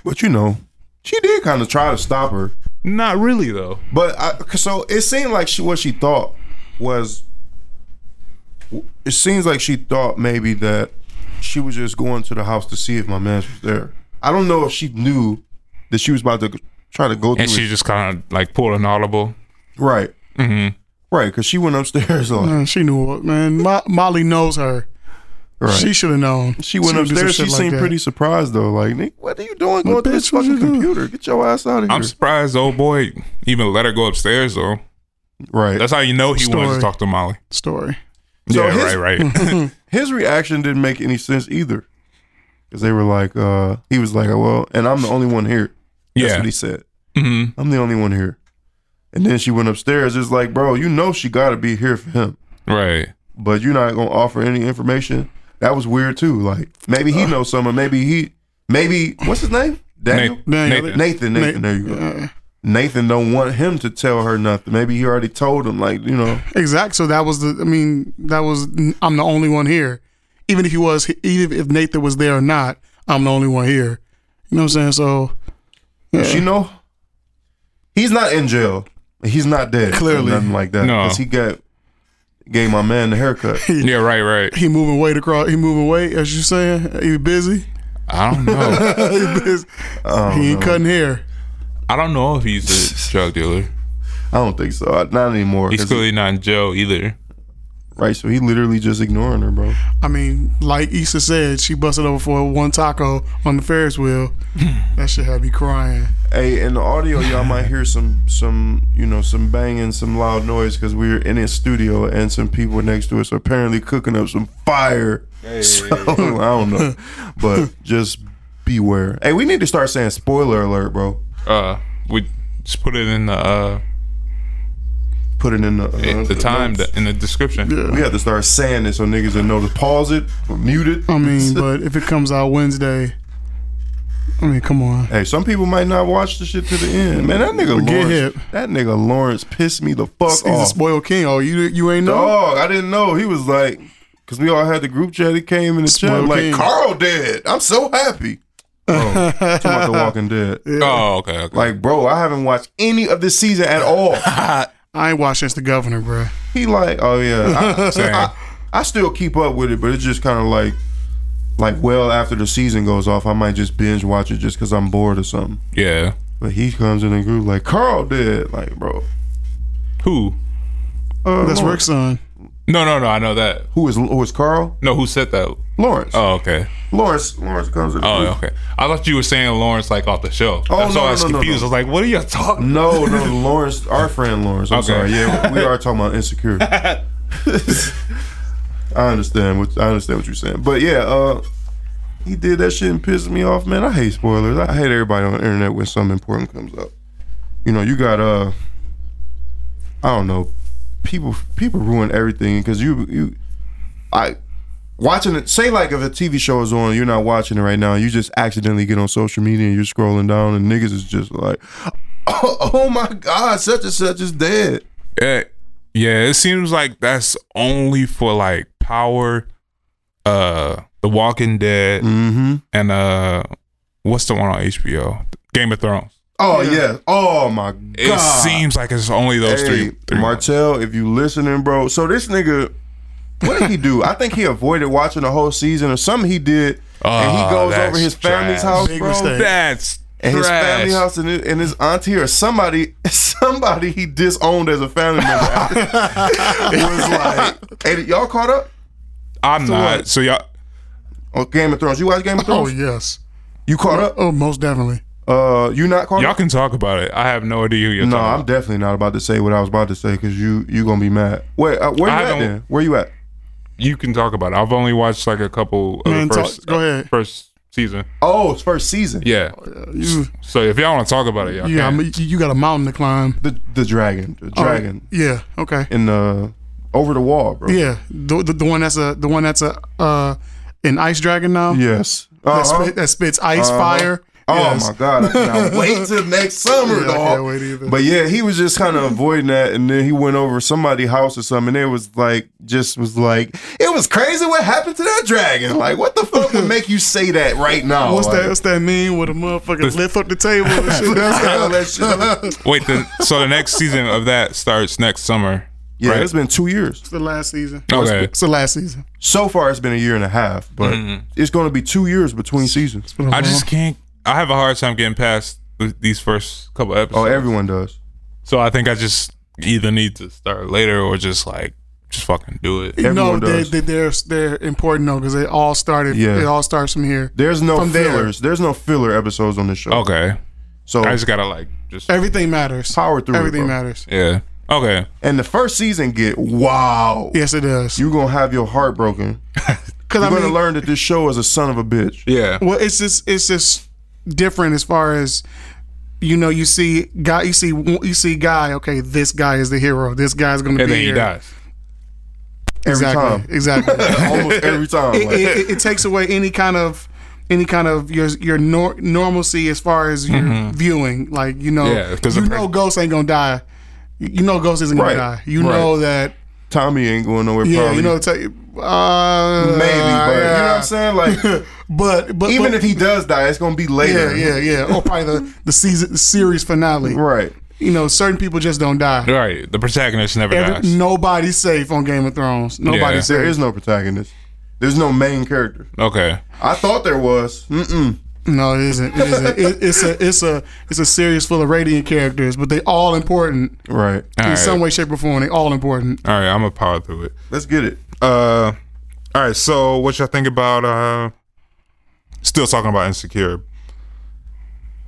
Speaker 1: but you know, she did kind of try to stop her,
Speaker 2: Not really though.
Speaker 1: but I, 'cause so it seemed like she what she thought was, it seems like she thought maybe that she was just going to the house to see if my man was there. I don't know if she knew that she was about to try to go through
Speaker 2: And
Speaker 1: his
Speaker 2: she just kind of like pulled an audible.
Speaker 1: Right. Mm-hmm. Right, because she went upstairs. Like,
Speaker 3: Man, she knew what man. Mo- Molly knows her.
Speaker 1: right.
Speaker 3: She
Speaker 1: She,
Speaker 3: should have known.
Speaker 1: went
Speaker 3: would do some
Speaker 1: upstairs. She
Speaker 3: shit like
Speaker 1: seemed
Speaker 3: that.
Speaker 1: pretty surprised though. Like, Nick, what are you doing going through this
Speaker 3: bitch, what
Speaker 1: fucking
Speaker 3: you doing?
Speaker 1: computer? Get your ass out of here.
Speaker 2: I'm surprised the old boy even let her go upstairs though.
Speaker 1: right.
Speaker 2: That's how you know he wanted to
Speaker 3: Story.
Speaker 2: talk to Molly.
Speaker 3: story.
Speaker 1: So
Speaker 2: yeah,
Speaker 1: his-
Speaker 2: right, right.
Speaker 1: His reaction didn't make any sense either. Because they were like, uh, he was like, well, and I'm the only one here. That's
Speaker 2: yeah.
Speaker 1: what he said.
Speaker 2: hmm
Speaker 1: I'm the only one here. And then she went upstairs. It's like, bro, you know she got to be here for him,
Speaker 2: Right.
Speaker 1: but you're not gonna offer any information. That was weird too. Like maybe
Speaker 2: Uh.
Speaker 1: he knows someone. Maybe he. Maybe what's his name? Daniel.
Speaker 2: Nathan.
Speaker 3: Daniel.
Speaker 2: Nathan.
Speaker 1: Nathan, Nathan,
Speaker 3: Nate-
Speaker 1: there you go.
Speaker 3: Yeah.
Speaker 1: Nathan don't want him to tell her nothing. Maybe he already told him, like you know,
Speaker 3: Exact. So that was the. I mean, that was. I'm the only one here. Even if he was, even if Nathan was there or not, I'm the only one here. You know what I'm saying? So
Speaker 1: does she know he's not in jail. He's not dead.
Speaker 3: Clearly.
Speaker 1: nothing like that.
Speaker 2: No.
Speaker 1: because he got gave my man the haircut.
Speaker 2: Yeah, right, right.
Speaker 3: he moving weight across. He moving weight, as you saying. He busy.
Speaker 2: I don't know.
Speaker 3: This- he ain't cutting hair.
Speaker 2: I don't know if he's a drug dealer.
Speaker 1: I don't think so. I- Not anymore.
Speaker 2: He's
Speaker 1: 'cause-
Speaker 2: clearly not in jail either.
Speaker 1: right, so he literally just ignoring her, bro.
Speaker 3: I mean, like Issa said, she busted over for one taco on the Ferris wheel. that shit had me crying.
Speaker 1: Hey, in the audio, y'all might hear some, some, you know, some banging, some loud noise because we're in his studio and some people next to us are apparently cooking up some fire. So I don't know, but just beware. Hey, we need to start saying spoiler alert, bro.
Speaker 2: Uh, we just put it in the uh,
Speaker 1: Put it in the, uh,
Speaker 2: the time
Speaker 1: notes.
Speaker 2: that, in the description.
Speaker 1: we have to start saying it so niggas will know to pause it, or mute it.
Speaker 3: I mean, but if it comes out Wednesday, I mean, come on.
Speaker 1: Hey, some people might not watch the shit to the end. Man, that nigga
Speaker 3: Get
Speaker 1: Lawrence,
Speaker 3: hip.
Speaker 1: that nigga Lawrence pissed me the fuck
Speaker 3: He's a
Speaker 1: off.
Speaker 3: spoiled king. Oh, you you ain't know?
Speaker 1: Dog, I didn't know. He was like, because we all had the group chat. He came in the chat
Speaker 3: Smoke
Speaker 1: like,
Speaker 3: King.
Speaker 1: Carl dead. I'm so happy. Bro, talking about The Walking Dead.
Speaker 2: Oh, okay. okay.
Speaker 1: Like, bro, I haven't watched any of this season at all.
Speaker 3: I ain't watched since the governor, bruh.
Speaker 1: He like, oh yeah,
Speaker 2: Same.
Speaker 1: I, I still keep up with it, but it's just kind of like, like well after the season goes off, I might just binge watch it just because I'm bored or something.
Speaker 2: yeah.
Speaker 1: But he comes in the group like Carl dead, like bro.
Speaker 2: Who?
Speaker 1: Uh,
Speaker 3: That's
Speaker 1: Lawrence.
Speaker 3: work, son.
Speaker 2: No, no, no. I know that.
Speaker 1: Who is who is Carl?
Speaker 2: No, who said that?
Speaker 1: Lawrence.
Speaker 2: Oh, okay.
Speaker 1: Lawrence. Lawrence comes in. The
Speaker 2: Oh,
Speaker 1: group.
Speaker 2: okay. I thought you were saying Lawrence like off the show.
Speaker 1: Oh,
Speaker 2: That's
Speaker 1: no,
Speaker 2: why
Speaker 1: no,
Speaker 2: I was
Speaker 1: no, no,
Speaker 2: confused.
Speaker 1: no.
Speaker 2: I was like, what are y'all talking?
Speaker 1: No, no, Lawrence, our friend Lawrence. I'm
Speaker 2: Okay.
Speaker 1: sorry. Yeah, we are talking about insecure. I understand what I understand what you're saying, but yeah, uh, he did that shit and pissed me off, man. I hate spoilers. I hate everybody on the internet when something important comes up. You know, you got uh, I don't know, people people ruin everything because you you, I. Watching it, say like if a TV show is on, you're not watching it right now. You just accidentally get on social media and you're scrolling down, and niggas is just like, oh, oh my god, such and such is dead.
Speaker 2: Yeah, yeah. It seems like that's only for like power, uh, The Walking Dead,
Speaker 1: Mm-hmm.
Speaker 2: and uh, what's the one on HBO? Game of Thrones.
Speaker 1: Oh yeah. Oh my god.
Speaker 2: It seems like it's only those
Speaker 1: hey,
Speaker 2: three. three
Speaker 1: Martell, if you listening, bro. So this nigga, what did he do? I think he avoided watching the whole season or something he did. and he
Speaker 2: Oh,
Speaker 1: goes
Speaker 2: that's
Speaker 1: over his family's
Speaker 2: trash.
Speaker 1: house,
Speaker 3: Big
Speaker 1: bro.
Speaker 3: mistake.
Speaker 2: That's
Speaker 1: And his family
Speaker 2: trash.
Speaker 1: house and his, and his auntie or somebody, somebody he disowned as a family member was like, "Hey, y'all caught up
Speaker 2: I'm not. So y'all.
Speaker 1: on Game of Thrones? You watch Game of
Speaker 3: Oh,
Speaker 1: Thrones?
Speaker 3: yes.
Speaker 1: You caught up?
Speaker 3: Oh, most definitely.
Speaker 1: Uh, you not caught up?
Speaker 2: Y'all can talk about it. I have no idea who you're
Speaker 1: No, I'm
Speaker 2: talking
Speaker 1: definitely not about to say what I was about to say because you you gonna be mad. Wait, uh, where you
Speaker 2: I
Speaker 1: at
Speaker 2: don't-
Speaker 1: then? Where you at?
Speaker 2: about. You can talk about it. I've only watched like a couple of
Speaker 3: Man,
Speaker 2: the
Speaker 3: talk-
Speaker 2: first, uh,
Speaker 3: go ahead.
Speaker 2: first season.
Speaker 1: Oh, it's first season.
Speaker 2: Yeah.
Speaker 3: You,
Speaker 2: So if y'all want to talk about it, y'all
Speaker 3: yeah, I
Speaker 2: can.
Speaker 3: mean, you- you got a mountain to climb.
Speaker 1: The the dragon, the dragon
Speaker 3: Oh, yeah. Okay.
Speaker 1: in the over the wall, bro.
Speaker 3: Yeah. The, the, the one that's a the one that's a uh an ice dragon now.
Speaker 1: Yes.
Speaker 3: That,
Speaker 1: Uh-huh.
Speaker 3: spit, that spits ice fire.
Speaker 1: Oh
Speaker 3: Yes.
Speaker 1: my god! I cannot wait till next summer,
Speaker 3: Yeah, I
Speaker 1: dog.
Speaker 3: can't wait either.
Speaker 1: But yeah, he was just kind of avoiding that, and then he went over somebody's house or something. And it was like, just was like, it was crazy what happened to that dragon. Like, what the fuck would make you say that right now?
Speaker 3: What's
Speaker 1: Like,
Speaker 3: that? What's that mean? With a motherfucker lift up the table and shit. That's
Speaker 1: all that shit.
Speaker 2: Wait, the, so the next season of that starts next summer.
Speaker 1: Yeah,
Speaker 2: Right.
Speaker 1: it's been two years.
Speaker 3: It's the last season.
Speaker 2: Okay.
Speaker 3: It's the last season.
Speaker 1: so far it's been a year and a half, but it's going to be two years between seasons.
Speaker 3: Uh-huh.
Speaker 2: I just can't. I have a hard time getting past th- these first couple
Speaker 1: Oh,
Speaker 2: episodes.
Speaker 1: everyone does.
Speaker 2: so I think I just either need to start later or just like just fucking do it.
Speaker 1: Everyone
Speaker 3: no, they,
Speaker 1: does.
Speaker 3: they, they're they're important though because they all started.
Speaker 1: Yeah.
Speaker 3: It all starts from here.
Speaker 1: There's no
Speaker 3: From there.
Speaker 1: fillers. There's no filler episodes on this show.
Speaker 2: Okay,
Speaker 1: So
Speaker 2: I just gotta like just
Speaker 3: Everything matters.
Speaker 1: power through.
Speaker 3: Everything
Speaker 1: it, bro.
Speaker 3: matters.
Speaker 2: yeah. Okay,
Speaker 1: And the first season get wow.
Speaker 3: Yes, it does.
Speaker 1: You're gonna have your heart broken.
Speaker 3: Because I
Speaker 1: You're
Speaker 3: mean,
Speaker 1: gonna learn that this show is a son of a bitch.
Speaker 2: yeah.
Speaker 3: well, it's just it's just different as far as you know. You see guy, you see you see guy. Okay, this guy is the hero. This guy's going to
Speaker 2: And
Speaker 3: be
Speaker 2: then he
Speaker 3: here.
Speaker 2: dies.
Speaker 1: Every
Speaker 3: Exactly.
Speaker 1: time.
Speaker 3: Exactly.
Speaker 1: Almost every time.
Speaker 3: it,
Speaker 1: like-
Speaker 3: it, it, it takes away any kind of any kind of your your nor- normalcy as far as your
Speaker 1: Mm-hmm.
Speaker 3: viewing. Like you know,
Speaker 2: Yeah, 'cause
Speaker 3: you
Speaker 2: the
Speaker 3: know,
Speaker 2: pers-
Speaker 3: Ghost ain't gonna die. You you know, Ghost isn't
Speaker 1: Right,
Speaker 3: gonna die. You
Speaker 1: right.
Speaker 3: know that.
Speaker 1: Tommy ain't going nowhere.
Speaker 3: Yeah,
Speaker 1: probably.
Speaker 3: you know, it's like, uh,
Speaker 1: maybe, but you know what
Speaker 3: yeah.
Speaker 1: I'm saying. Like,
Speaker 3: But but
Speaker 1: even
Speaker 3: but-
Speaker 1: if he does die, it's gonna be later.
Speaker 3: yeah yeah yeah, or probably the the season the series finale.
Speaker 1: Right.
Speaker 3: You know, certain people just don't die.
Speaker 2: Right, the protagonist never
Speaker 3: Every,
Speaker 2: dies.
Speaker 3: nobody's safe on Game of Thrones. Nobody's
Speaker 2: Yeah.
Speaker 1: There
Speaker 3: safe.
Speaker 1: is no protagonist. There's no main character.
Speaker 2: Okay.
Speaker 1: I thought there was. Mm-mm.
Speaker 3: No, it isn't. It isn't. It, it's a it's a it's a series full of radiant characters, but they all important
Speaker 1: Right.
Speaker 2: All
Speaker 3: in
Speaker 2: right.
Speaker 3: some way, shape, or form. They all important.
Speaker 2: All right. I'm gonna power through it.
Speaker 1: Let's get it.
Speaker 2: Uh, all right. So, what y'all think about? Uh, still talking about insecure.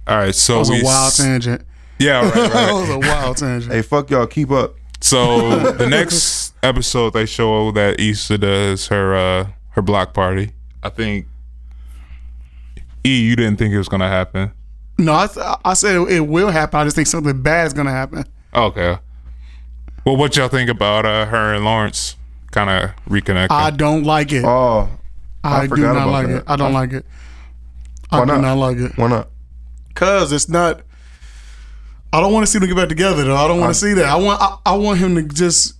Speaker 2: All right. So
Speaker 3: That was
Speaker 2: we
Speaker 3: a wild
Speaker 2: s-
Speaker 3: tangent.
Speaker 2: Yeah. Right.
Speaker 3: That
Speaker 2: Right.
Speaker 3: was a wild tangent.
Speaker 1: Hey, fuck y'all. Keep up.
Speaker 2: so the next episode they show that Issa does her uh her block party. I think. E, you didn't think it was gonna happen.
Speaker 3: No, I, th- I said it, it will happen. I just think something bad is gonna happen.
Speaker 2: Oh, Okay. Well, what y'all think about uh, her and Lawrence kind of reconnecting?
Speaker 3: I don't like it.
Speaker 1: Oh,
Speaker 3: I, do
Speaker 1: forgot
Speaker 3: not
Speaker 1: about
Speaker 3: like
Speaker 1: that.
Speaker 3: it. I don't like it. I
Speaker 1: Why
Speaker 3: do
Speaker 1: not?
Speaker 3: not? like it
Speaker 1: why not?
Speaker 3: because it's not. I don't want to see them get back together though. I don't want to see that. I want I, I want him to just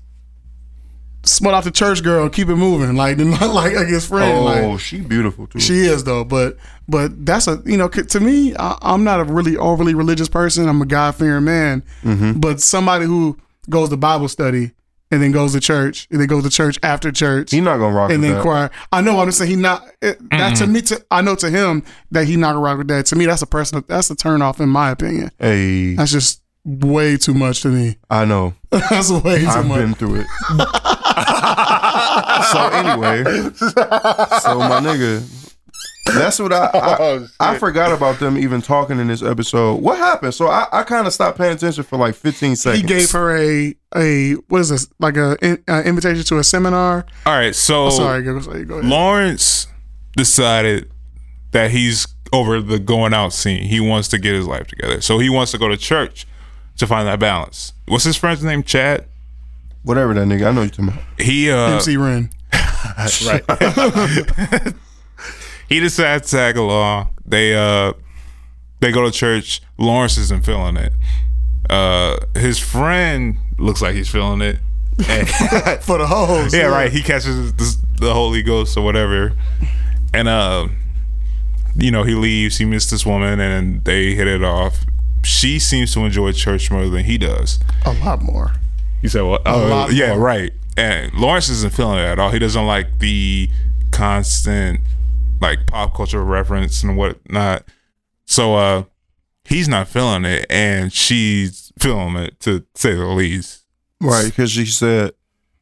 Speaker 3: smut out the church girl, and keep it moving, like not like like his friend. like,
Speaker 1: Oh, she beautiful too.
Speaker 3: She is though, but but that's a you know c- to me I, I'm not a really overly religious person. I'm a God fearing man, but somebody who goes to Bible study and then goes to church and then goes to church after church
Speaker 1: He not gonna rock
Speaker 3: and
Speaker 1: with
Speaker 3: then
Speaker 1: that.
Speaker 3: choir. I know I'm just saying he not it, that to me. To, I know to him that he not gonna rock with that. To me, that's a personal that's a turn off in my opinion.
Speaker 1: hey,
Speaker 3: That's just way too much to me.
Speaker 1: I know.
Speaker 3: that's way too
Speaker 1: I've
Speaker 3: much.
Speaker 1: been through it. so anyway, so my nigga, that's what I I,
Speaker 3: Oh,
Speaker 1: I forgot about them even talking in this episode. What happened? So I, I kind of stopped paying attention for like 15 seconds.
Speaker 3: he gave her a a what is this like a, in- a invitation to a seminar?
Speaker 2: All right. So
Speaker 3: Sorry, go, go ahead.
Speaker 2: Lawrence decided that he's over the going out scene. He wants to get his life together. So he wants to go to church to find that balance. What's his friend's name? Chad?
Speaker 1: Whatever that nigga, I know you talking about.
Speaker 2: He uh
Speaker 3: MC Ren.
Speaker 2: he decides to tag along. They uh they go to church. Lawrence isn't feeling it. Uh his friend looks like he's feeling it. And-
Speaker 3: for the hoes.
Speaker 2: Yeah, right. He catches the, the Holy Ghost or whatever, and uh, you know, he leaves. He meets this woman, and they hit it off. She seems to enjoy church more than he does.
Speaker 3: A lot more.
Speaker 2: You said what? Oh,
Speaker 3: lot
Speaker 2: yeah,
Speaker 3: more.
Speaker 2: right. And Lawrence isn't feeling it at all. He doesn't like the constant like pop culture reference and whatnot. So uh he's not feeling it, and she's feeling it to say the least.
Speaker 1: Right, because she said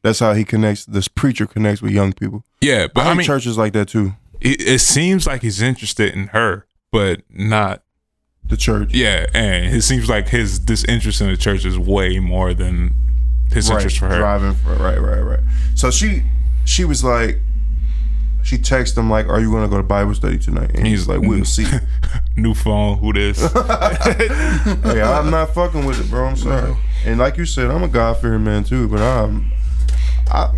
Speaker 1: that's how he connects. This preacher connects with young people.
Speaker 2: Yeah, but
Speaker 1: I,
Speaker 2: I
Speaker 1: think
Speaker 2: mean,
Speaker 1: churches like that too.
Speaker 2: it, it seems like he's interested in her, but not.
Speaker 1: The church.
Speaker 2: Yeah, and it seems like his disinterest in the church is way more than his
Speaker 1: right,
Speaker 2: interest for her.
Speaker 1: Driving for right, right, right. So she she was like, she texted him like, "Are you gonna go to Bible study tonight?" And he's
Speaker 2: He's-
Speaker 1: like, "We'll see." hey,
Speaker 2: New phone, who this?
Speaker 1: I'm not fucking with it, bro. I'm sorry. And like you said, I'm a God fearing man too, but I'm I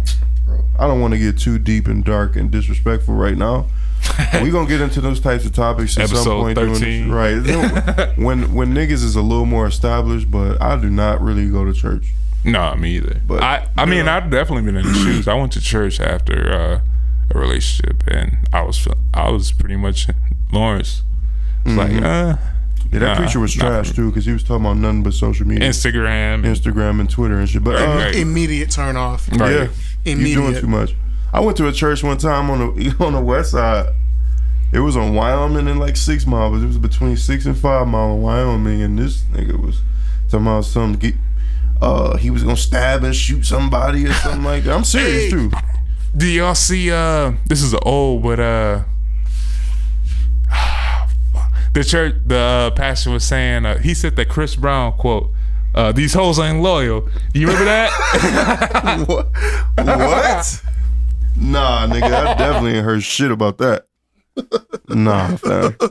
Speaker 1: bro, I don't want to get too deep and dark and disrespectful right now. We're gonna get into those types of topics at some
Speaker 2: Episode
Speaker 1: point. during this-
Speaker 2: 13.
Speaker 1: right. when when niggas is a little more established, but I do not really go to church.
Speaker 2: nah, me either.
Speaker 1: But,
Speaker 2: But I, I mean, I've definitely been in the shoes. I went to church after uh, a relationship, and I was, feel- I was pretty much Lawrence. It's Like, uh,
Speaker 1: Mm-hmm. Yeah, that
Speaker 2: Nah,
Speaker 1: preacher was
Speaker 2: not
Speaker 1: trash
Speaker 2: for me.
Speaker 1: too, because he was talking about nothing but social media.
Speaker 2: Instagram, and,
Speaker 1: Instagram and Twitter and shit. But uh,
Speaker 2: Right.
Speaker 3: Immediate turn off.
Speaker 2: right.
Speaker 1: yeah, you doing
Speaker 3: Immediate.
Speaker 1: too much. I went to a church one time on the on the west side. It was on Wyoming and like six mile, but it was between six and five mile in Wyoming. And this nigga was talking about some get. Uh, he was gonna stab and shoot somebody or something like that. I'm serious
Speaker 3: Hey.
Speaker 1: too.
Speaker 2: Do y'all see uh this is old but uh the church the uh, pastor was saying uh, he said that Chris Brown quote uh, these hoes ain't loyal. You remember that?
Speaker 1: what? What? nah, nigga, I definitely ain't heard shit about that. Nah, fam.
Speaker 2: Uh,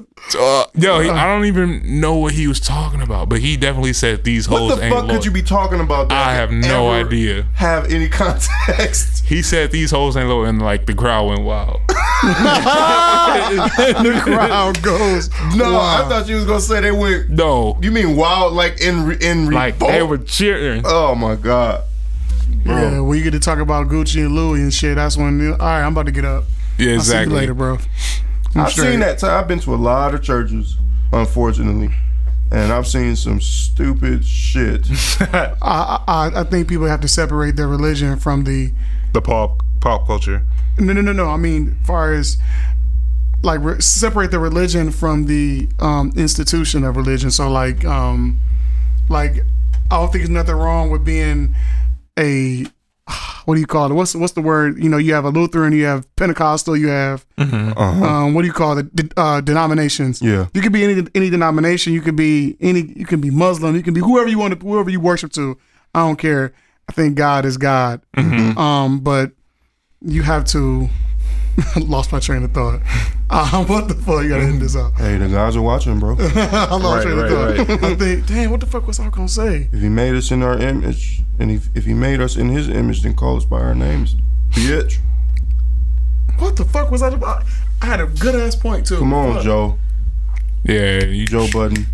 Speaker 2: Yo, he, I don't even know what he was talking about, but he definitely said these hoes
Speaker 1: What the
Speaker 2: ain't
Speaker 1: fuck
Speaker 2: loyal.
Speaker 1: could you be talking about? That
Speaker 2: I have
Speaker 1: could
Speaker 2: no
Speaker 1: ever
Speaker 2: idea.
Speaker 1: Have any context?
Speaker 2: He said these hoes ain't loyal, and like the crowd went wild.
Speaker 3: the crowd goes.
Speaker 1: No, I
Speaker 3: wild.
Speaker 1: thought you was gonna say they went.
Speaker 2: No,
Speaker 1: You mean wild? Like in re- in
Speaker 2: like
Speaker 1: revolt?
Speaker 2: they were cheering.
Speaker 1: Oh my god,
Speaker 3: yeah, when you get to talk about Gucci and Louis and shit, that's when. you- All right, I'm about to get up.
Speaker 2: yeah,
Speaker 3: I'll see you
Speaker 2: exactly.
Speaker 3: later, bro. I'm
Speaker 1: I've
Speaker 3: straight.
Speaker 1: seen that. T- I've been to a lot of churches, unfortunately, and I've seen some stupid shit.
Speaker 3: I, I I think people have to separate their religion from the
Speaker 2: The pop pop culture.
Speaker 3: No, no, no, no. I mean, far as like re- separate the religion from the um, institution of religion. So like, um, like I don't think there's nothing wrong with being a what do you call it? What's what's the word? You know, you have a Lutheran, you have Pentecostal, you have um, what do you call it? The, uh, denominations.
Speaker 1: Yeah.
Speaker 3: you could be any any denomination. You could be any. You can be Muslim. You can be whoever you want to, whoever you worship to. I don't care. I think God is God. Um, but you have to. lost my train of thought. Um, what the fuck? You gotta end this out.
Speaker 1: Hey, the guys are watching, bro. If
Speaker 3: I lost
Speaker 5: Right,
Speaker 3: train of
Speaker 5: right,
Speaker 3: thought. I think, damn, what the fuck was I gonna say?
Speaker 1: he made us in our image, and if, if he made us in his image, then call us by our names. Bitch.
Speaker 3: What the fuck was I about? I had a good ass point too.
Speaker 1: Come on,
Speaker 3: Fuck.
Speaker 1: Joe.
Speaker 2: Yeah, you
Speaker 1: Joe Budden.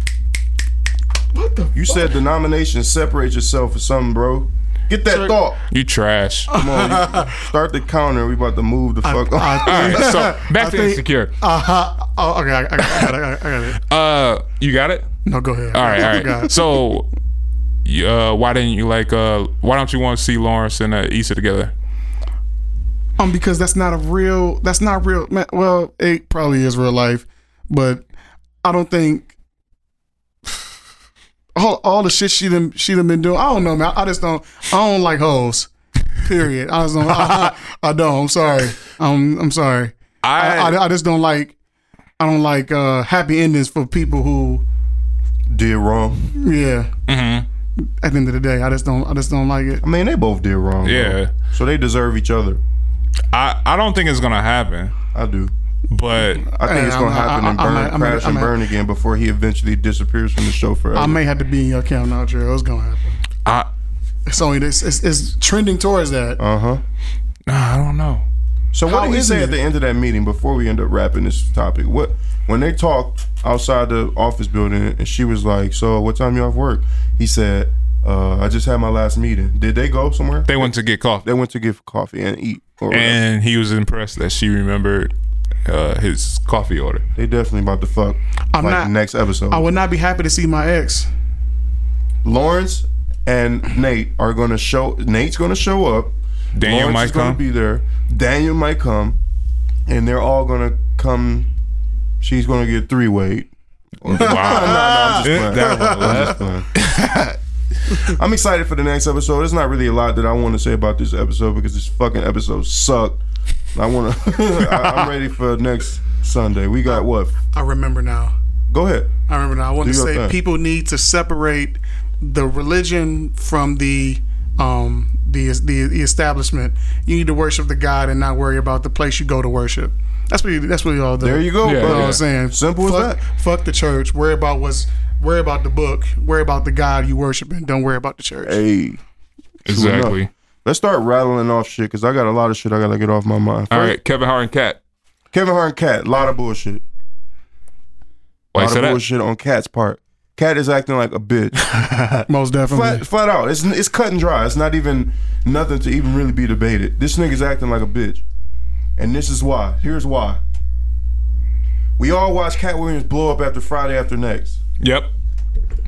Speaker 3: What the?
Speaker 1: You said denomination separate yourself or something, bro. Get that thought.
Speaker 2: you trash. All
Speaker 1: Come on, you- start the counter. We about to move the fuck on.
Speaker 2: right, so back to
Speaker 3: think-
Speaker 2: insecure.
Speaker 3: Uh-huh. Oh, okay, I, I, I got it. I, I got it.
Speaker 2: Uh, you got it.
Speaker 3: No, go ahead.
Speaker 2: All right, all right.
Speaker 3: God.
Speaker 2: So, y- uh, why didn't you like? Uh, why don't you want to see Lawrence and uh, Issa together?
Speaker 3: Um, because that's not a real. That's not real. Man, well, it probably is real life, but I don't think all all the shit she done she done been doing. I don't know, man. I, just don't. I don't like hoes. Period. I just don't. I, I don't. I'm sorry. Um, I'm sorry. I, I, I just don't like. I don't like uh, happy endings for people who.
Speaker 1: Did wrong.
Speaker 3: Yeah. At the end of the day, I just don't. I just don't like it.
Speaker 1: I mean, they both did wrong. bro.
Speaker 2: yeah,
Speaker 1: So they deserve each other.
Speaker 2: I, I don't think it's gonna happen,
Speaker 1: I do.
Speaker 2: but
Speaker 1: I think
Speaker 3: Hey,
Speaker 1: it's gonna
Speaker 3: I'm-
Speaker 1: happen
Speaker 3: I-
Speaker 1: and
Speaker 3: I- I
Speaker 1: burn,
Speaker 3: might- I might-
Speaker 1: crash
Speaker 3: I
Speaker 1: and
Speaker 3: might-
Speaker 1: burn again before he eventually disappears from the show forever.
Speaker 3: I may have to be in your camp now, Drew. It's gonna happen.
Speaker 2: I
Speaker 3: It's only this. It's, it's trending towards that.
Speaker 1: uh huh.
Speaker 2: nah, I don't know.
Speaker 1: So what
Speaker 3: How
Speaker 1: did he
Speaker 3: is
Speaker 1: say
Speaker 3: it?
Speaker 1: at the end of that meeting before we end up wrapping this topic? What when they talked outside the office building and she was like, "So what time you off work?" He said, uh, "I just had my last meeting." Did they go somewhere?
Speaker 2: They went to get coffee,
Speaker 1: They went to get coffee and eat. Or whatever.
Speaker 2: and he was impressed that she remembered uh, his coffee order.
Speaker 1: they definitely about to fuck.
Speaker 3: I'm
Speaker 1: like
Speaker 3: not-
Speaker 1: next episode.
Speaker 3: I would not be happy to see my ex.
Speaker 1: Lawrence and Nate are gonna show. Nate's gonna show up.
Speaker 2: Daniel
Speaker 1: Lawrence
Speaker 2: might
Speaker 1: is gonna
Speaker 2: come.
Speaker 1: be there. Daniel might come, and they're all gonna come. She's gonna get three weight.
Speaker 2: Wow, That one left.
Speaker 1: I'm excited for the next episode. There's not really a lot that I want to say about this episode because this fucking episode sucked. I want to. I'm ready for next Sunday. We got what?
Speaker 3: I remember now.
Speaker 1: Go ahead.
Speaker 3: I remember now. I want to
Speaker 1: Do your
Speaker 3: say
Speaker 1: thing.
Speaker 3: people need to separate the religion from the um the, the the establishment. You need to worship the God and not worry about the place you go to worship. That's what you, that's what you all do.
Speaker 1: There you go, bro.
Speaker 2: Yeah, yeah.
Speaker 3: You know what I'm saying?
Speaker 1: Simple as
Speaker 3: fuck,
Speaker 1: that.
Speaker 3: Fuck the church. Worry about what's worry about the book. Worry about the God you worshiping. Don't worry about the church.
Speaker 1: Hey,
Speaker 2: exactly.
Speaker 1: enough. let's start rattling off shit because I got a lot of shit I gotta get off my mind.
Speaker 2: All right, Kevin Hart and Cat.
Speaker 1: Kevin Hart and Cat, lot of bullshit.
Speaker 2: Why you
Speaker 1: lot
Speaker 2: say
Speaker 1: of
Speaker 2: that?
Speaker 1: bullshit on Cat's part. Cat is acting like a bitch.
Speaker 3: Most definitely.
Speaker 1: flat, flat out. It's it's cut and dry. It's not even nothing to even really be debated. This nigga's acting like a bitch, and this is why. Here's why. We all watched Cat Williams blow up after Friday after next.
Speaker 2: Yep.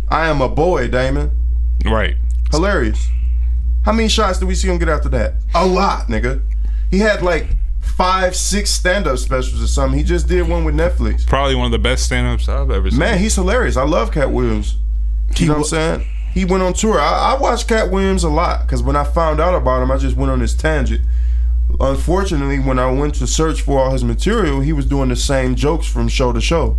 Speaker 1: I am a boy, Damon.
Speaker 2: Right.
Speaker 1: Hilarious. How many shots did we see him get after that? A lot, nigga. He had like five, six stand-up specials or something. He just did one with Netflix.
Speaker 2: Probably one of the best stand-ups I've ever seen.
Speaker 1: Man, he's hilarious. I love Cat Williams. You know what I'm saying? He went on tour. I, I watched Cat Williams a lot because when I found out about him, I just went on this tangent. Unfortunately, when I went to search for all his material, he was doing the same jokes from show to show.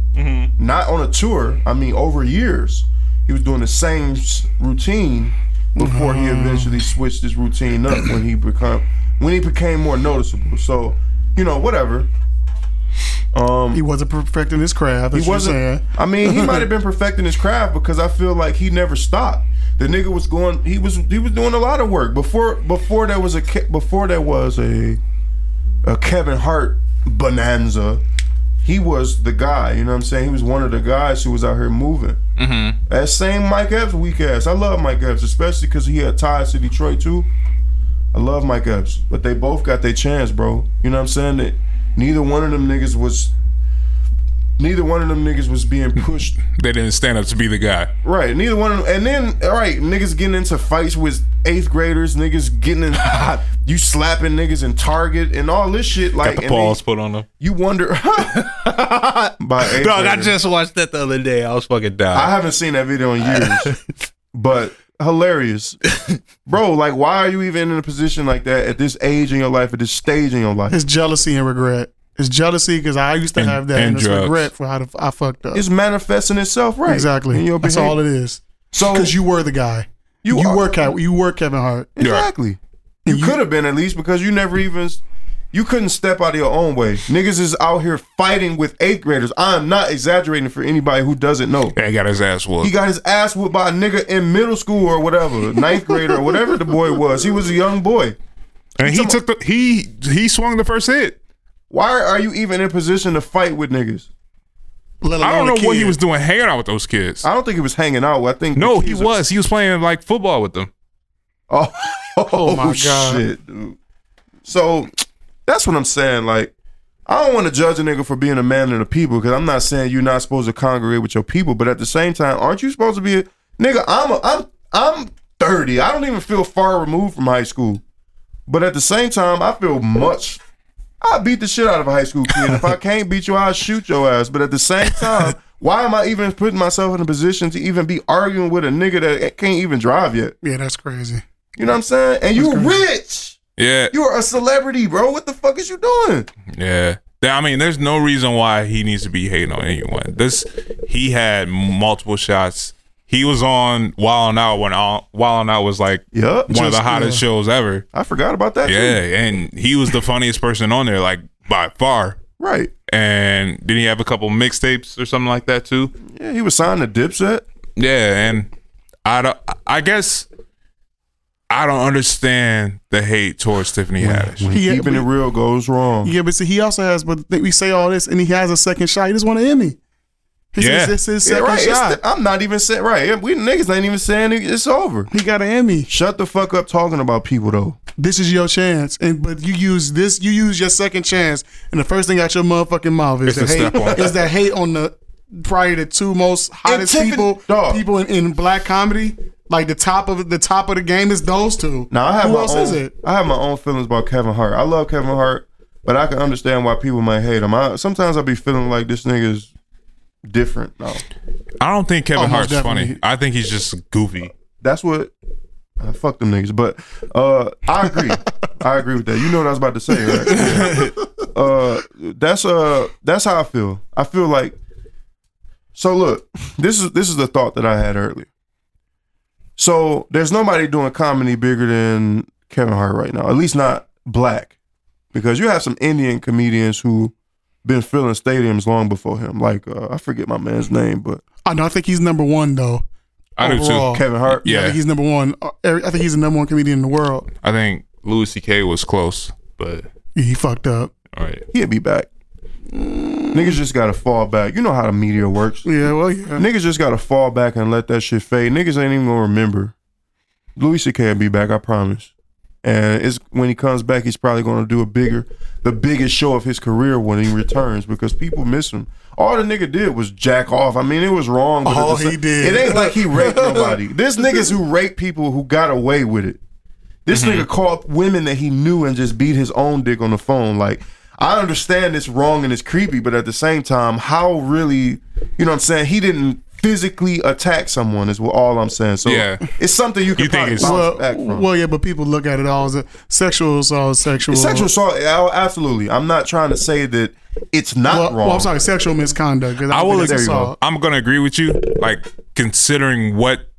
Speaker 1: Not on a tour. I mean, over years, he was doing the same s- routine before he eventually switched his routine up when he become when he became more noticeable. So, you know, whatever. Um,
Speaker 3: he wasn't perfecting his craft. He
Speaker 1: he
Speaker 3: wasn't.
Speaker 1: wasn't. I mean, he might have been perfecting his craft because I feel like he never stopped. The nigga was going. He was he was doing a lot of work before before there was a Ke- before there was a a Kevin Hart bonanza. He was the guy. You know what I'm saying? He was one of the guys who was out here moving. That same Mike Epps weak ass. I love Mike Epps, especially because he had ties to Detroit too. I love Mike Epps, but they both got their chance, bro. You know what I'm saying? That neither one of them niggas was Neither one of them niggas was being pushed.
Speaker 2: They didn't stand up to be the guy.
Speaker 1: Right, neither one of them. And then, all right, niggas getting into fights with eighth graders, niggas getting in, you slapping niggas in Target and all this shit. Like,
Speaker 2: Got the
Speaker 1: and then
Speaker 2: paws put on them.
Speaker 1: you wonder. by eighth
Speaker 2: Dog, I
Speaker 1: graders.
Speaker 2: just watched that the other day. I was fucking
Speaker 1: I
Speaker 2: dying.
Speaker 1: haven't seen that video in years, but hilarious, bro. Like, why are you even in a position like that at this age in your life, at this stage in your life?
Speaker 3: It's jealousy and regret. It's jealousy because I used to
Speaker 2: And-
Speaker 3: have that, and,
Speaker 2: and
Speaker 3: it's
Speaker 2: drugs.
Speaker 3: regret for how the, I fucked up.
Speaker 1: It's manifesting itself, right?
Speaker 3: exactly.
Speaker 1: In your
Speaker 3: That's
Speaker 1: behavior.
Speaker 3: all it is.
Speaker 1: So
Speaker 3: Because you were the guy.
Speaker 1: You
Speaker 3: You,
Speaker 1: are-
Speaker 3: were Kev- you were Kevin Hart.
Speaker 1: exactly. You could have been at least because you never even. You couldn't step out of your own way. Niggas is out here fighting with eighth graders. I am not exaggerating for anybody who doesn't know.
Speaker 2: Yeah, he got his ass
Speaker 1: He
Speaker 2: whooped.
Speaker 1: got his ass whooped by a nigga in middle school or whatever, ninth grader or whatever the boy was. He was a young boy.
Speaker 2: and he took the he he swung the first hit.
Speaker 1: Why are you even in position to fight with niggas?
Speaker 3: Let alone
Speaker 2: I don't know
Speaker 3: a
Speaker 2: what he
Speaker 3: kid.
Speaker 2: was doing hanging out with those kids.
Speaker 1: I don't think he was hanging out. I think
Speaker 2: no,
Speaker 1: the
Speaker 2: he
Speaker 1: kids-
Speaker 2: was. He was playing like football with them.
Speaker 1: Oh, oh
Speaker 3: my God.
Speaker 1: shit, dude. So that's what I'm saying. Like, I don't want to judge a nigga for being a man of the people because I'm not saying you're not supposed to congregate with your people, but at the same time, aren't you supposed to be a nigga? I'm a, I'm I'm 30. I don't even feel far removed from high school, but at the same time, I feel much. I beat the shit out of a high school kid. If I can't beat you, I'll shoot your ass. But at the same time, why am I even putting myself in a position to even be arguing with a nigga that can't even drive yet?
Speaker 3: Yeah, that's crazy.
Speaker 1: You know what I'm saying? And you rich.
Speaker 2: Yeah,
Speaker 1: You are a celebrity, bro. What the fuck is you doing?
Speaker 2: yeah. Yeah, I mean, there's no reason why he needs to be hating on anyone. This he had multiple shots. He was on Wild and Out when All- Wild and Out was like
Speaker 1: Yup.
Speaker 2: one of the hottest shows ever.
Speaker 1: I forgot about that.
Speaker 2: Yeah,
Speaker 1: Too.
Speaker 2: and he was the funniest person on there, like by far.
Speaker 1: Right.
Speaker 2: And did he have a couple mixtapes or something like that too?
Speaker 1: Yeah, he was signed to Dipset.
Speaker 2: Yeah, and I don't. I guess I don't understand the hate towards Tiffany Haddish.
Speaker 3: He-
Speaker 1: Keeping it real goes wrong.
Speaker 3: Yeah, but see, he also has, but th- we say all this, and he has a second shot. He just won an Emmy. This
Speaker 2: Yeah.
Speaker 3: is this is his
Speaker 1: Yeah,
Speaker 3: second
Speaker 1: right. It's
Speaker 3: shot.
Speaker 1: the- I'm not even saying right. Yeah, We niggas ain't even saying it- it's over.
Speaker 3: he got an Emmy.
Speaker 1: Shut the fuck up talking about people though.
Speaker 3: This is your chance, and but you use this, you use your second chance, and the first thing out your motherfucking mouth
Speaker 2: It's
Speaker 3: is that
Speaker 2: a step
Speaker 3: hate.
Speaker 2: on.
Speaker 3: Is that hate on the probably the two most hottest
Speaker 1: Tiffany-
Speaker 3: people
Speaker 1: Dog.
Speaker 3: people in, in black comedy? Like the top of the top of the game is those two.
Speaker 1: Now I have
Speaker 3: who
Speaker 1: my
Speaker 3: else
Speaker 1: own,
Speaker 3: is it?
Speaker 1: I have my own feelings about Kevin Hart. I love Kevin Hart, but I can understand why people might hate him. I, sometimes I be feeling like this nigga's different. No,
Speaker 2: I don't think Kevin
Speaker 3: Oh, most
Speaker 2: Hart's funny.
Speaker 3: definitely.
Speaker 2: I think he's just goofy.
Speaker 1: that's what. Uh, fuck them niggas, but uh, I agree. I agree with that. You know what I was about to say, right? uh, that's uh, that's how I feel. I feel like. So look, this is this is the thought that I had earlier. So there's nobody doing comedy bigger than Kevin Hart right now, at least not black, because you have some Indian comedians who been filling stadiums long before him. Like uh, I forget my man's name, but
Speaker 3: I know. I think he's number one though.
Speaker 2: I
Speaker 3: Overall.
Speaker 2: do too.
Speaker 1: Kevin Hart.
Speaker 3: I
Speaker 2: Oh, Yeah,
Speaker 3: think he's number one. Uh, every- I think he's the number one comedian in the world.
Speaker 2: I think Louis C.K. was close, but
Speaker 3: He fucked up.
Speaker 2: all right.
Speaker 1: He'll be back. Niggas just gotta fall back. You know how the media works.
Speaker 3: Yeah, well, yeah.
Speaker 1: Niggas just gotta fall back and let that shit fade. Niggas ain't even gonna remember. Louis C.K. will be back, I promise. And it's when he comes back, he's probably gonna do a bigger, the biggest show of his career when he returns because people miss him. All the nigga did was jack off. I mean, it was wrong. But at
Speaker 3: All
Speaker 1: the sa-
Speaker 3: he did.
Speaker 1: It ain't like he raped nobody. There's niggas who rape people who got away with it. This
Speaker 2: Mm-hmm.
Speaker 1: nigga called women that he knew and just beat his own dick on the phone. Like, I understand it's wrong and it's creepy, but at the same time, how really, you know what I'm saying? He didn't physically attack someone, is what all I'm saying. So
Speaker 2: Yeah.
Speaker 1: it's something you can
Speaker 2: You think
Speaker 1: probably
Speaker 2: it's-
Speaker 1: bounce
Speaker 3: Well,
Speaker 1: back from.
Speaker 3: well, yeah, but people look at it all as a sexual assault, is sexual,
Speaker 1: It's sexual assault, yeah, absolutely. I'm not trying to say that it's not
Speaker 3: Well,
Speaker 1: wrong.
Speaker 3: well, I'm sorry, sexual misconduct. 'cause I,
Speaker 2: I will
Speaker 3: will
Speaker 1: agree.
Speaker 3: assault.
Speaker 2: I'm gonna agree with you. Like considering what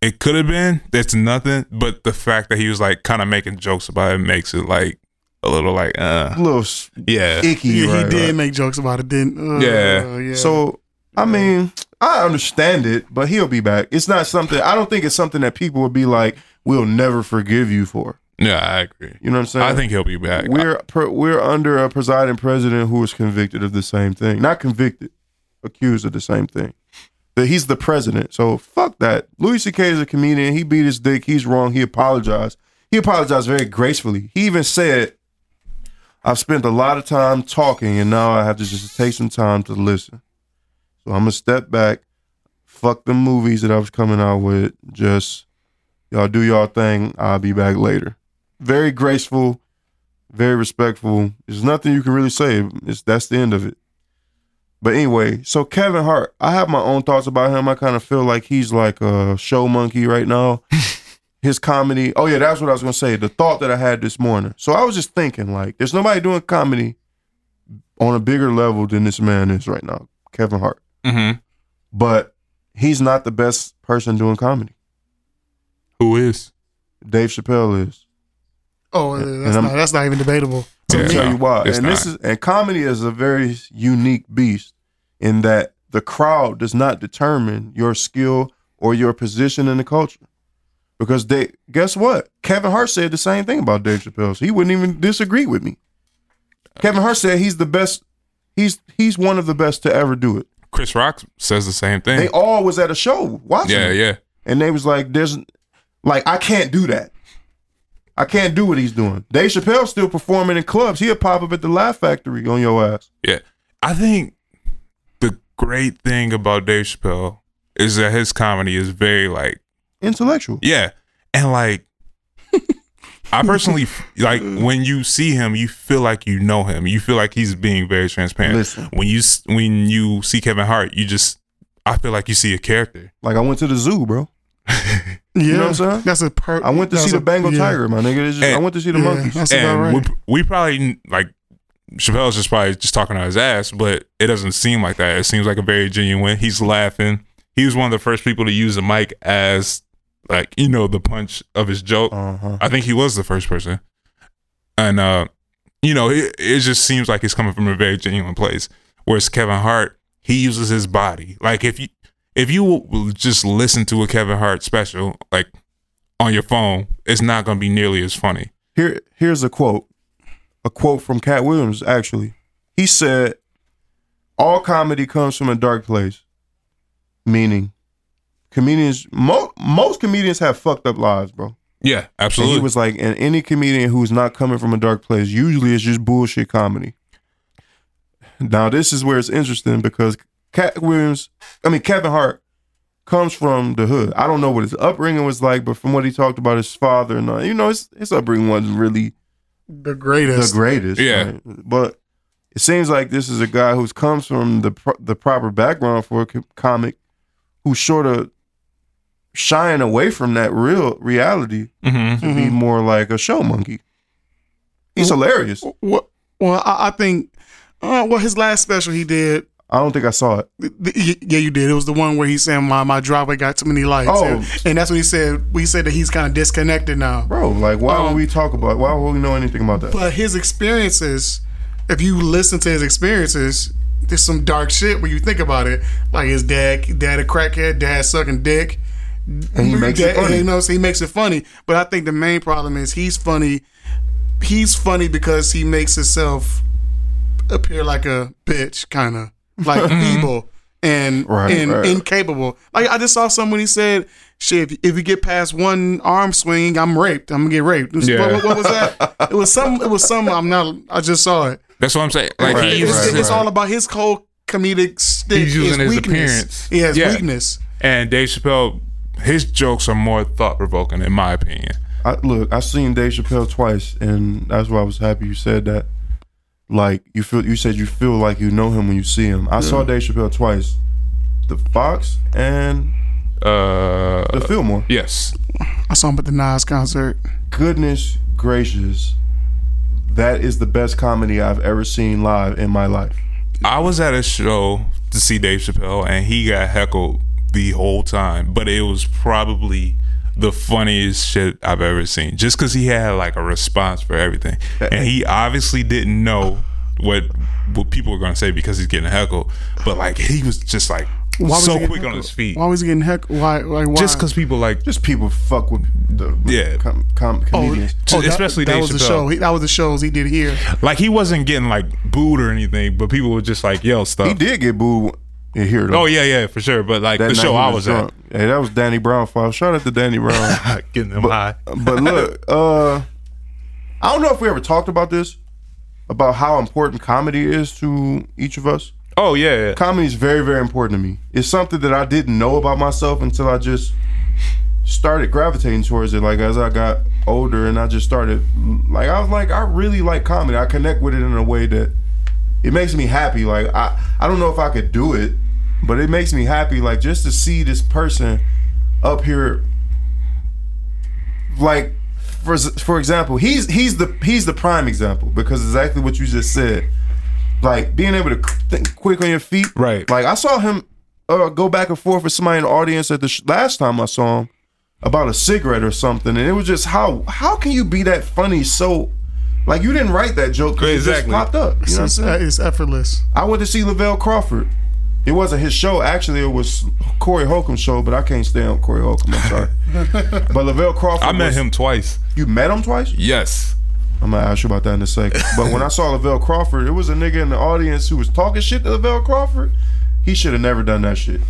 Speaker 2: it could have been, that's nothing. But the fact that he was like kind of making jokes about it makes it like a little like uh
Speaker 1: A little s-
Speaker 2: yeah
Speaker 1: icky.
Speaker 3: Yeah, he
Speaker 1: E, right,
Speaker 3: did
Speaker 1: right.
Speaker 3: make jokes about it. Didn't? Uh,
Speaker 2: Yeah.
Speaker 1: So I mean, I understand it, but he'll be back. It's not something. I don't think it's something that people would be like, "We'll never forgive you for."
Speaker 2: yeah. I agree.
Speaker 1: You know what I'm saying?
Speaker 2: I think he'll be back.
Speaker 1: we're per, we're under a presiding president who was convicted of the same thing. Not convicted, accused of the same thing. That he's the president. So fuck that. Louis C.K. is a comedian. He beat his dick. He's wrong. He apologized. He apologized very gracefully. He even said, I've spent a lot of time talking, and now I have to just take some time to listen. So I'm gonna step back, fuck the movies that I was coming out with. Just y'all do y'all thing. I'll be back later. Very graceful, very respectful. There's nothing you can really say. It's that's the end of it. But anyway, so Kevin Hart, I have my own thoughts about him. I kind of feel like he's like a show monkey right now. His comedy. Oh yeah, that's what I was gonna say. The thought that I had this morning. So I was just thinking, like, there's nobody doing comedy on a bigger level than this man is right now, Kevin Hart.
Speaker 2: Mm-hmm.
Speaker 1: But he's not the best person doing comedy.
Speaker 2: Who is?
Speaker 1: Dave Chappelle is.
Speaker 3: Oh,
Speaker 1: And
Speaker 3: that's
Speaker 1: I'm-
Speaker 3: not that's not even debatable.
Speaker 1: to
Speaker 2: Yeah,
Speaker 1: tell
Speaker 2: no,
Speaker 1: you why.
Speaker 2: it's
Speaker 1: And this is and comedy is a very unique beast in that the crowd does not determine your skill or your position in the culture. Because they guess what? Kevin Hart said the same thing about Dave Chappelle. So he wouldn't even disagree with me. Kevin Hart said he's the best he's he's one of the best to ever do it.
Speaker 2: Chris Rock says the same
Speaker 1: They
Speaker 2: thing.
Speaker 1: all was at a show watching.
Speaker 2: Yeah,
Speaker 1: it.
Speaker 2: yeah.
Speaker 1: And they was like, there's like I can't do that. I can't do what he's doing. Dave Chappelle's still performing in clubs. He'll pop up at the Laugh Factory on your ass.
Speaker 2: Yeah. I think the great thing about Dave Chappelle is that his comedy is very like
Speaker 1: Intellectual.
Speaker 2: Yeah. And like I personally f- like
Speaker 3: Mm.
Speaker 2: when you see him, you feel like you know him. You feel like he's being very transparent.
Speaker 1: Listen.
Speaker 2: When you s- when you see Kevin Hart, you just I feel like you see a character.
Speaker 1: Like I went to the zoo, bro.
Speaker 3: Yeah,
Speaker 1: know what I'm saying?
Speaker 3: that's a per-
Speaker 1: I went to
Speaker 3: that's
Speaker 1: see
Speaker 3: a-
Speaker 1: the Bengal
Speaker 3: yeah.
Speaker 1: tiger, my nigga. It's just-
Speaker 2: Hey.
Speaker 1: I went to see the
Speaker 3: Yeah,
Speaker 1: monkeys.
Speaker 3: that's about
Speaker 2: and
Speaker 3: right.
Speaker 2: we, p- we probably like Chappelle's just probably just talking out his ass, but it doesn't seem like that. It seems like a very genuine. He's laughing. He was one of the first people to use the mic as like you know the punch of his joke.
Speaker 1: Uh huh.
Speaker 2: I think he was the first person. And uh, you know, it, it just seems like he's coming from a very genuine place. Whereas Kevin Hart, he uses his body. Like if you if you will just listen to a Kevin Hart special, like on your phone, it's not gonna be nearly as funny.
Speaker 1: Here, here's a quote. A quote from Cat Williams. Actually, he said, "All comedy comes from a dark place." Meaning, comedians. Mo- most comedians have fucked up lives, bro.
Speaker 2: Yeah,
Speaker 1: And
Speaker 2: absolutely.
Speaker 1: he was like, and any comedian who's not coming from a dark place, usually it's just bullshit comedy. Now this is where it's interesting because Cat Williams, I mean Kevin Hart, comes from the hood. I don't know what his upbringing was like, but from what he talked about his father and all, you know, his, his upbringing wasn't really
Speaker 3: The greatest.
Speaker 1: the greatest.
Speaker 2: Yeah.
Speaker 1: right? But it seems like this is a guy who comes from the pro- the proper background for a co- comic, who's sort of shying away from that real reality
Speaker 2: Mhm.
Speaker 1: to be more like a show monkey. He's hilarious.
Speaker 3: What? Well, I, I think. Uh, well, his last special he did.
Speaker 1: I don't think I saw it.
Speaker 3: th- th- y- Yeah, you did. It was the one where he said my my driveway got too many lights.
Speaker 1: Oh.
Speaker 3: and, and that's what he said. We said that he's kind of disconnected now.
Speaker 1: Bro, like why
Speaker 3: Um,
Speaker 1: would we talk about why would we know anything about that?
Speaker 3: But his experiences, if you listen to his experiences, there's some dark shit when you think about it. Like his dad, dad a crackhead, dad sucking dick.
Speaker 1: And he makes it
Speaker 3: Dad-
Speaker 1: funny.
Speaker 3: You know, so he makes it funny. But I think the main problem is he's funny. He's funny because he makes himself appear like a bitch, kind of like feeble and
Speaker 1: Mm-hmm. Right,
Speaker 3: and
Speaker 1: right.
Speaker 3: incapable. Like I just saw someone he said, "Shit, if, if you get past one arm swing, I'm raped. I'm gonna get raped." What-
Speaker 2: Yeah.
Speaker 3: what, what was that? It was some. It was some. I'm not. I just saw it.
Speaker 2: That's what I'm saying. Like
Speaker 1: Right,
Speaker 2: he
Speaker 3: it's,
Speaker 2: uses
Speaker 1: right,
Speaker 2: his-
Speaker 3: it's all about his whole comedic stick.
Speaker 2: He's using his
Speaker 3: weakness.
Speaker 2: appearance.
Speaker 3: Yeah, his
Speaker 2: Yeah.
Speaker 3: weakness.
Speaker 2: and Dave Chappelle, his jokes are more thought provoking in my opinion.
Speaker 1: I, look, I've seen Dave Chappelle twice, and that's why I was happy you said that. Like you feel, you said you feel like you know him when you see him. I saw Dave Chappelle twice, the Fox and
Speaker 2: Uh
Speaker 1: the Fillmore.
Speaker 2: yes.
Speaker 3: I saw him at the Nas concert.
Speaker 1: Goodness gracious, that is the best comedy I've ever seen live in my life.
Speaker 2: I was at a show to see Dave Chappelle, and he got heckled the whole time. But it was probably the funniest shit I've ever seen, just because he had like a response for everything, and he obviously didn't know what what people were gonna say because he's getting heckled. But like he was just like
Speaker 3: was he
Speaker 2: so
Speaker 3: getting
Speaker 2: quick on
Speaker 3: heckled?
Speaker 2: his feet,
Speaker 3: Why was he getting heck? Why? Like, why?
Speaker 2: just because people like
Speaker 1: Just people fuck with the
Speaker 2: Yeah.
Speaker 1: com, com, comedians.
Speaker 2: especially
Speaker 3: Oh, that
Speaker 2: Dave
Speaker 3: was the
Speaker 2: Chappelle.
Speaker 3: show. He, that was the shows he did here.
Speaker 2: like he wasn't getting like booed or anything, but people were just like yell stuff.
Speaker 1: He did get booed in here though.
Speaker 2: Oh yeah, yeah, for sure. But like
Speaker 1: That
Speaker 2: the
Speaker 1: night
Speaker 2: show
Speaker 1: he
Speaker 2: I was
Speaker 1: drunk. Hey, that was Danny Brown file. Shout out to Danny Brown.
Speaker 2: at, getting them high.
Speaker 1: but look, uh I don't know if we ever talked about this. about how important comedy is to each of us?
Speaker 2: Oh yeah,
Speaker 1: Comedy is very, very important to me. It's something that I didn't know about myself until I just started gravitating towards it. Like as I got older, and I just started like I was like I really like comedy. I connect with it in a way that it makes me happy. Like I, I don't know if I could do it, but it makes me happy. Like just to see this person up here like for for example, he's he's the he's the prime example because exactly what you just said, like being able to think quick on your feet.
Speaker 2: Right.
Speaker 1: Like I saw him uh, go back and forth with somebody in the audience at the sh- last time I saw him about a cigarette or something, and it was just how how can you be that funny so. Like you didn't write that joke 'cause it just
Speaker 2: Exactly.
Speaker 1: popped up. You know what I'm
Speaker 3: It's, uh,
Speaker 1: saying?
Speaker 3: it's effortless.
Speaker 1: I went to see Lavelle Crawford. It wasn't his show. Actually, it was Corey Holcomb's show, but I can't stand Corey Holcomb. I'm sorry. but Lavelle Crawford.
Speaker 2: I met
Speaker 1: was-
Speaker 2: him twice.
Speaker 1: You met him twice?
Speaker 2: Yes.
Speaker 1: I'm gonna ask you about that in a second. But when I saw Lavelle Crawford, it was a nigga in the audience who was talking shit to Lavelle Crawford. He should have never done that shit.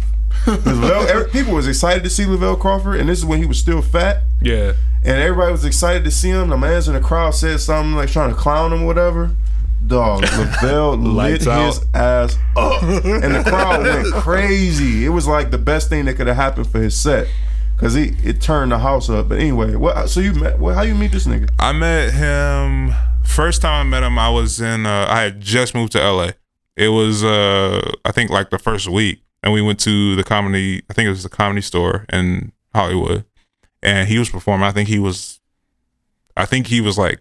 Speaker 1: 'Cause Lavelle, every- people was excited to see Lavelle Crawford, and this is when he was still fat,
Speaker 2: Yeah.
Speaker 1: and everybody was excited to see him. The man's in the crowd said something like trying to clown him, or whatever. Dog, Lavelle lit
Speaker 2: Lights out.
Speaker 1: his ass up, and the crowd went crazy. It was like the best thing that could have happened for his set, cause he it turned the house up. But anyway, what? So you met? Well, how you meet this nigga?
Speaker 2: I met him first time I met him. I was in. Uh, I had just moved to LA. It was uh, I think like the first week, and we went to the comedy. I think it was the comedy store in Hollywood, and he was performing. I think he was, I think he was like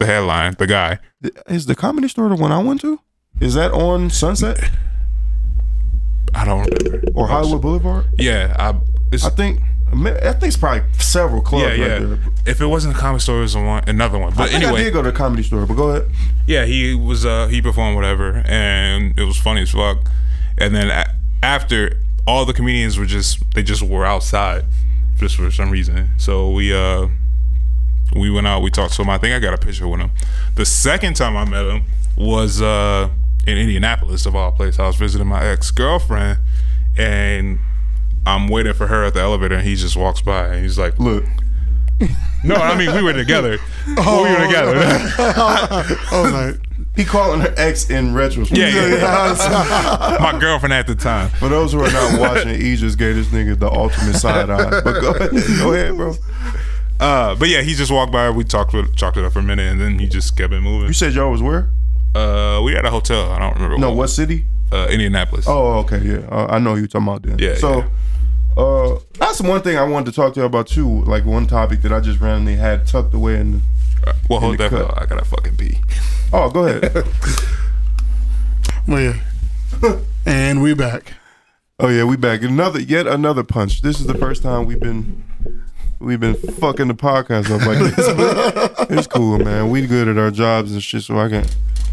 Speaker 2: the headline, the guy.
Speaker 1: Is the comedy store the one I went to? Is that on Sunset
Speaker 2: I don't remember.
Speaker 1: or Hollywood Boulevard?
Speaker 2: Yeah, I. It's,
Speaker 1: I think I think it's probably several clubs
Speaker 2: yeah, yeah.
Speaker 1: right there.
Speaker 2: if it wasn't the comedy store, it was the one, another one.
Speaker 1: I
Speaker 2: But
Speaker 1: think I
Speaker 2: anyway,
Speaker 1: did go to the comedy store, but go ahead.
Speaker 2: yeah, he was uh he performed whatever, and it was funny as fuck. And then a- after all the comedians were just they just were outside, just for some reason. So we uh we went out, we talked to him. I think I got a picture with him. The second time I met him was uh in Indianapolis of all places. I was visiting my ex girlfriend, and I'm waiting for her at the elevator, and he just walks by, and he's like,
Speaker 1: Look,
Speaker 2: "No, I mean we were together. we were together."
Speaker 3: Oh, like,
Speaker 1: he calling her ex in retrospect.
Speaker 2: Yeah, yeah, my girlfriend at the time.
Speaker 1: For those who are not watching, E just gave this nigga the ultimate side eye. But go ahead, go ahead, bro.
Speaker 2: Uh, but yeah, he just walked by. We talked with, talked it up for a minute, and then he just kept it moving.
Speaker 1: You said y'all was where?
Speaker 2: Uh, we had a hotel. I don't remember.
Speaker 1: No, what city?
Speaker 2: Uh, Indianapolis.
Speaker 1: Oh, okay, yeah. Uh, I know who you're talking about then.
Speaker 2: Yeah,
Speaker 1: So Uh, that's one thing I wanted to talk to you about too. Like one topic that I just randomly had tucked away in. The,
Speaker 2: Uh, well, hold
Speaker 1: the
Speaker 2: that.
Speaker 1: cut.
Speaker 2: thought. I gotta fucking pee.
Speaker 1: oh, go ahead.
Speaker 3: well, yeah. and we back.
Speaker 1: Oh yeah, we back. Another yet another punch. This is the first time we've been we've been fucking the podcast up like this. but it's cool, man. We good at our jobs and shit, so I can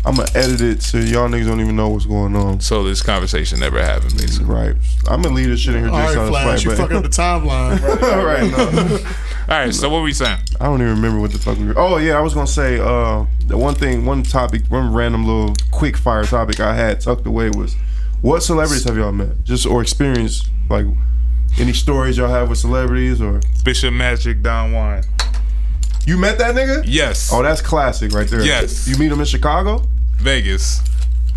Speaker 1: I'ma edit it so y'all niggas don't even know what's going on.
Speaker 2: So this conversation never happened. Basically.
Speaker 1: Right. I'm gonna leave this shit in here
Speaker 3: All
Speaker 1: just
Speaker 3: right,
Speaker 1: on
Speaker 3: Flash, you
Speaker 1: the
Speaker 3: fucking up the timeline.
Speaker 1: All right, no.
Speaker 2: All right. So what were we saying?
Speaker 1: I don't even remember what the fuck we were. Oh yeah, I was gonna say uh the one thing, one topic, one random little quick fire topic I had tucked away was what celebrities have y'all met? Just or experienced like any stories y'all have with celebrities or
Speaker 2: Bishop Magic Don Juan.
Speaker 1: You met that nigga?
Speaker 2: Yes.
Speaker 1: Oh, that's classic right there.
Speaker 2: Yes.
Speaker 1: You meet him in Chicago?
Speaker 2: Vegas.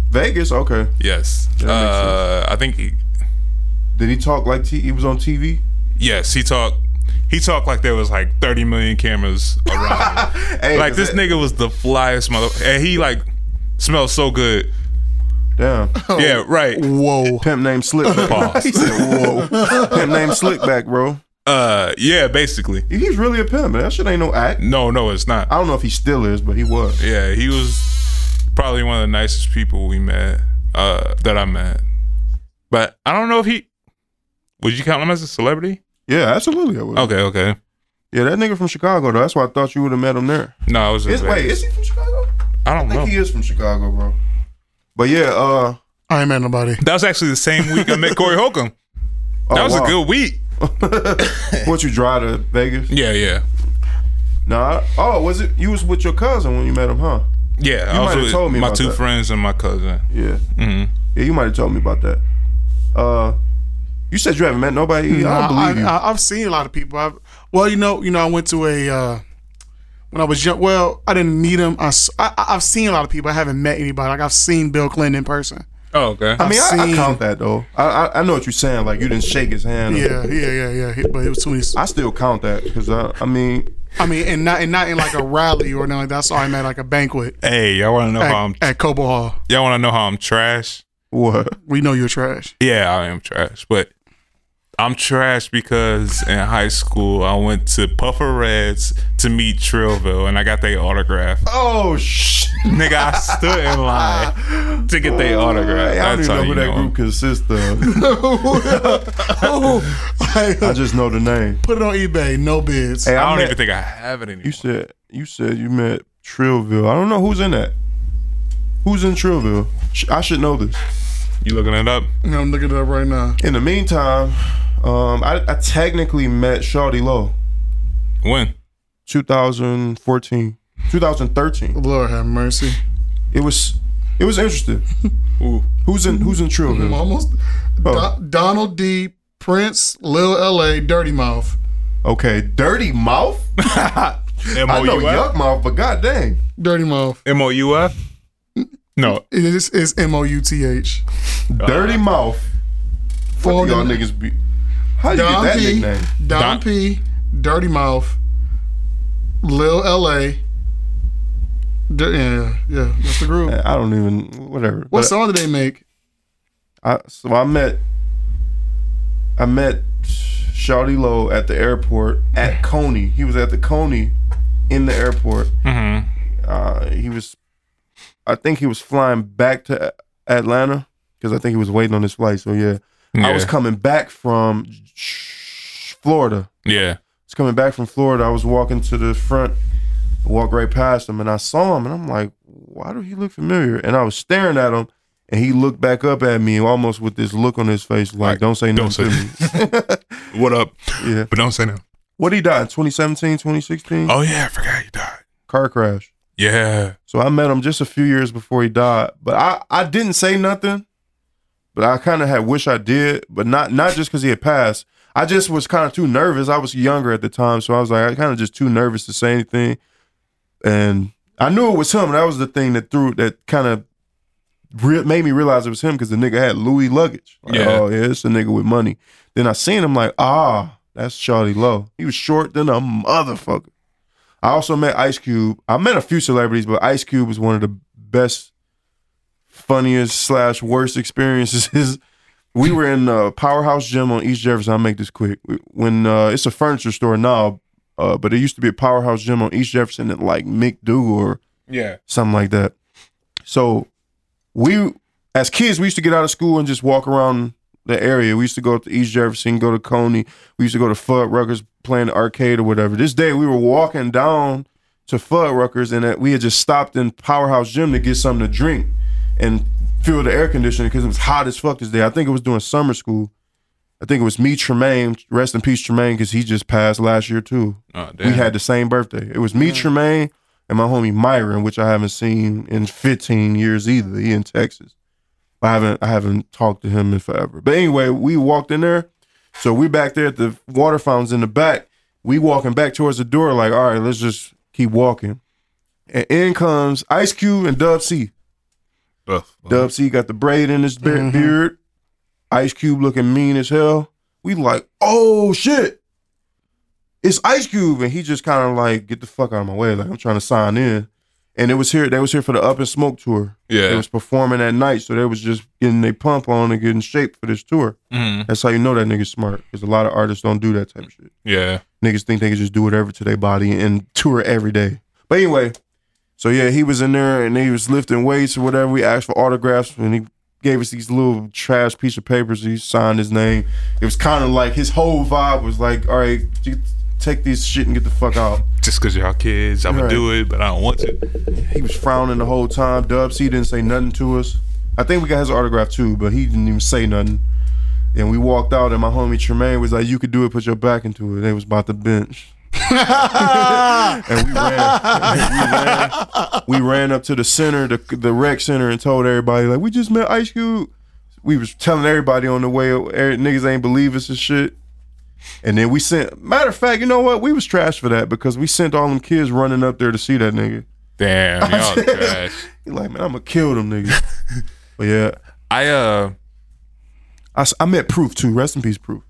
Speaker 1: Vegas? Okay.
Speaker 2: Yes.
Speaker 1: that makes
Speaker 2: Uh, I think. He,
Speaker 1: Did he talk like t- he was on TV?
Speaker 2: yes, he talked. He talked like there was like 30 million cameras around. him.
Speaker 1: Hey,
Speaker 2: like
Speaker 1: is
Speaker 2: this
Speaker 1: that-
Speaker 2: nigga was the flyest mother, and he like smelled so good.
Speaker 1: Damn.
Speaker 2: Yeah. Right.
Speaker 3: Whoa.
Speaker 1: Pimp named Slickback.
Speaker 2: Pause.
Speaker 1: he said, whoa. pimp named Slickback, bro.
Speaker 2: Uh, yeah, basically.
Speaker 1: He's really a pimp, man. That shit ain't no act.
Speaker 2: No, no, it's not.
Speaker 1: I don't know if he still is, but he was.
Speaker 2: Yeah, he was probably one of the nicest people we met, uh, that I met. But I don't know if he would you count him as a celebrity?
Speaker 1: Yeah, absolutely. I was.
Speaker 2: Okay, okay.
Speaker 1: Yeah, that nigga from Chicago, though. That's why I thought you would have met him there.
Speaker 2: No, I was
Speaker 1: Is,
Speaker 2: just
Speaker 1: wait, is he from Chicago?
Speaker 2: I don't
Speaker 1: I think
Speaker 2: know.
Speaker 1: he is from Chicago, bro. But yeah, uh.
Speaker 3: I ain't met nobody.
Speaker 2: That was actually the same week I met Corey Holcomb.
Speaker 1: oh,
Speaker 2: That was
Speaker 1: wow.
Speaker 2: a good week.
Speaker 1: What you drive to Vegas?
Speaker 2: Yeah, yeah.
Speaker 1: Nah. Oh, was it? You was with your cousin when you met him, huh?
Speaker 2: Yeah,
Speaker 1: You
Speaker 2: I
Speaker 1: might
Speaker 2: was
Speaker 1: have
Speaker 2: with
Speaker 1: told me
Speaker 2: my
Speaker 1: about
Speaker 2: two
Speaker 1: that.
Speaker 2: friends and my cousin.
Speaker 1: Yeah.
Speaker 2: Mhm.
Speaker 1: Yeah, you might have told me about that. Uh, you said you haven't met nobody. I don't believe you.
Speaker 3: I, I, have seen a lot of people. I've, well, you know, you know, I went to a uh, when I was young. Well, I didn't meet him. I, s- I have seen a lot of people. I haven't met anybody. Like I've seen Bill Clinton in person.
Speaker 2: Oh, okay.
Speaker 1: I mean, I, I
Speaker 3: seen-
Speaker 1: count that though. I, I I know what you're saying. Like you didn't shake his hand.
Speaker 3: Yeah, yeah, yeah, yeah. He- But it was too many.
Speaker 1: I still count that because I I mean
Speaker 3: I mean, and not and not in like a rally or nothing. That's all I met like a banquet
Speaker 2: Hey, y'all want to know
Speaker 3: at,
Speaker 2: how I'm?
Speaker 3: at Cobo Hall.
Speaker 2: Y'all want to know how I'm trash?
Speaker 1: what?
Speaker 3: We know you're trash.
Speaker 2: Yeah, I am trash, but I'm trash because in high school I went to Puffer Reds to meet Trillville, and I got their autograph.
Speaker 1: Oh shit!
Speaker 2: Nigga, I stood in line to get their autograph.
Speaker 1: I don't
Speaker 2: That's
Speaker 1: even
Speaker 2: how
Speaker 1: know
Speaker 2: you
Speaker 1: who that
Speaker 2: know.
Speaker 1: group consists of.
Speaker 3: Like,
Speaker 1: I just know the name.
Speaker 3: put it on eBay. No bids.
Speaker 1: Hey,
Speaker 2: I don't
Speaker 1: met-
Speaker 2: even think I have it anymore.
Speaker 1: You said you said you met Trillville. I don't know who's in that. Who's in Trillville? Sh- I should know this.
Speaker 2: You looking it up?
Speaker 3: I'm looking it up right now.
Speaker 1: In the meantime, um, I, I technically met Shawty Low,
Speaker 2: When?
Speaker 1: 2014, 2013.
Speaker 3: Lord have mercy.
Speaker 1: It was it was interesting.
Speaker 2: Ooh.
Speaker 1: Who's in Who's in
Speaker 3: I'm
Speaker 1: Trillville?
Speaker 3: almost
Speaker 1: Oh.
Speaker 3: Do- Donald D. Prince, Lil L.A., Dirty Mouth.
Speaker 1: Okay, Dirty Mouth. I know Yuck
Speaker 2: M-O-U-F?
Speaker 1: Mouth, but god dang,
Speaker 3: Dirty Mouth.
Speaker 2: M-O-U-F? No.
Speaker 3: It is is M O U T H.
Speaker 1: Dirty Mouth. Fuck
Speaker 3: Foreign-
Speaker 1: y'all niggas. Be- How you get
Speaker 3: Don
Speaker 1: that
Speaker 3: P.
Speaker 1: nickname?
Speaker 3: Don,
Speaker 2: Don-
Speaker 3: P. Dirty Mouth. Lil L.A. Dir- yeah, yeah, that's the group.
Speaker 1: I don't even. Whatever.
Speaker 3: What
Speaker 1: But-
Speaker 3: song did they make?
Speaker 1: I so I met I met Shawty Low at the airport at Coney. He was at the Coney in the airport.
Speaker 2: Mm-hmm.
Speaker 1: Uh, he was, I think he was flying back to A- Atlanta because I think he was waiting on his flight. So yeah,
Speaker 2: Yeah.
Speaker 1: I was coming back from sh- Florida.
Speaker 2: yeah.
Speaker 1: I was coming back from Florida. I was walking to the front, walked right past him, and I saw him, and I'm like, why do he look familiar? And I was staring at him, and he looked back up at me, almost with this look on his face, like, don't say
Speaker 2: don't
Speaker 1: nothing to
Speaker 2: What up?
Speaker 1: me. yeah.
Speaker 2: But don't say no.
Speaker 1: What he died? 2017, 2016?
Speaker 2: Oh, yeah. I forgot you died.
Speaker 1: Car crash.
Speaker 2: Yeah.
Speaker 1: So I met him just a few years before he died, but I I didn't say nothing, but I kind of had wish I did, but not not just because he had passed. I just was kind of too nervous. I was younger at the time, so I was like I kind of just too nervous to say anything, and I knew it was him. That was the thing that threw that kind of re- made me realize it was him because the nigga had Louis luggage. Like,
Speaker 2: Yeah.
Speaker 1: Oh yeah, it's a nigga with money. Then I seen him like ah, that's Charlie Lowe. He was short than a motherfucker. I also met Ice Cube. I met a few celebrities, but Ice Cube was one of the best, funniest slash worst experiences. we were in uh, Powerhouse Gym on East Jefferson. I'll make this quick. When uh, it's a furniture store now, uh, but it used to be a Powerhouse Gym on East Jefferson at like McDougal or
Speaker 2: Yeah.
Speaker 1: something like that. So we, as kids, we used to get out of school and just walk around the area. We used to go up to East Jefferson, go to Coney. We used to go to Fuddruckers, playing the arcade or whatever. This day, we were walking down to Fuddruckers, and that we had just stopped in Powerhouse Gym to get something to drink and feel the air conditioning because it was hot as fuck this day. I think it was during summer school. I think it was me, Tremaine. Rest in peace, Tremaine, because he just passed last year too.
Speaker 2: Oh,
Speaker 1: We
Speaker 2: damn.
Speaker 1: had the same birthday. It was me, Tremaine, and my homie Myron, which I haven't seen in 15 years either. He in Texas. I haven't I haven't talked to him in forever. But anyway, we walked in there. So we back there at the water fountains in the back. We walking back towards the door, like, all right, let's just keep walking. And in comes Ice Cube and Dub C.
Speaker 2: Ugh.
Speaker 1: Dub C got the braid in his be- beard. Ice Cube looking mean as hell. We like, oh shit. It's Ice Cube. And he just kind of like, get the fuck out of my way. Like, I'm trying to sign in. And it was here, they was here for the Up and Smoke tour. They
Speaker 2: Yeah.
Speaker 1: was performing that night. So they was just getting their pump on and getting in shape for this tour.
Speaker 2: Mhm.
Speaker 1: That's how you know that nigga's smart. Because a lot of artists don't do that type of shit
Speaker 2: Yeah.
Speaker 1: niggas think they can just do whatever to their body and tour every day. But anyway, so yeah, he was in there and he was lifting weights or whatever. We asked for autographs and he gave us these little trash piece of papers. He signed his name. It was kind of like his whole vibe was like, all right, you take this shit and get the fuck out.
Speaker 2: Just because y'all kids, I'm going
Speaker 1: Right.
Speaker 2: to do it, but I don't want to.
Speaker 1: He was frowning the whole time. Dubs, he didn't say nothing to us. I think we got his autograph too, but he didn't even say nothing. And we walked out, and my homie Tremaine was like, "You could do it. Put your back into it." They was about to bench, and we ran. we ran. We ran up to the center, the the rec center, and told everybody like, "We just met Ice Cube." We was telling everybody on the way. er- Niggas ain't believe us and shit. And then we sent. Matter of fact, you know what? We was trash for that because we sent all them kids running up there to see that nigga.
Speaker 2: Damn, y'all trash.
Speaker 1: He like, man, I'm gonna kill them niggas. but yeah,
Speaker 2: I uh
Speaker 1: I, s- I met Proof too. Rest in peace, Proof.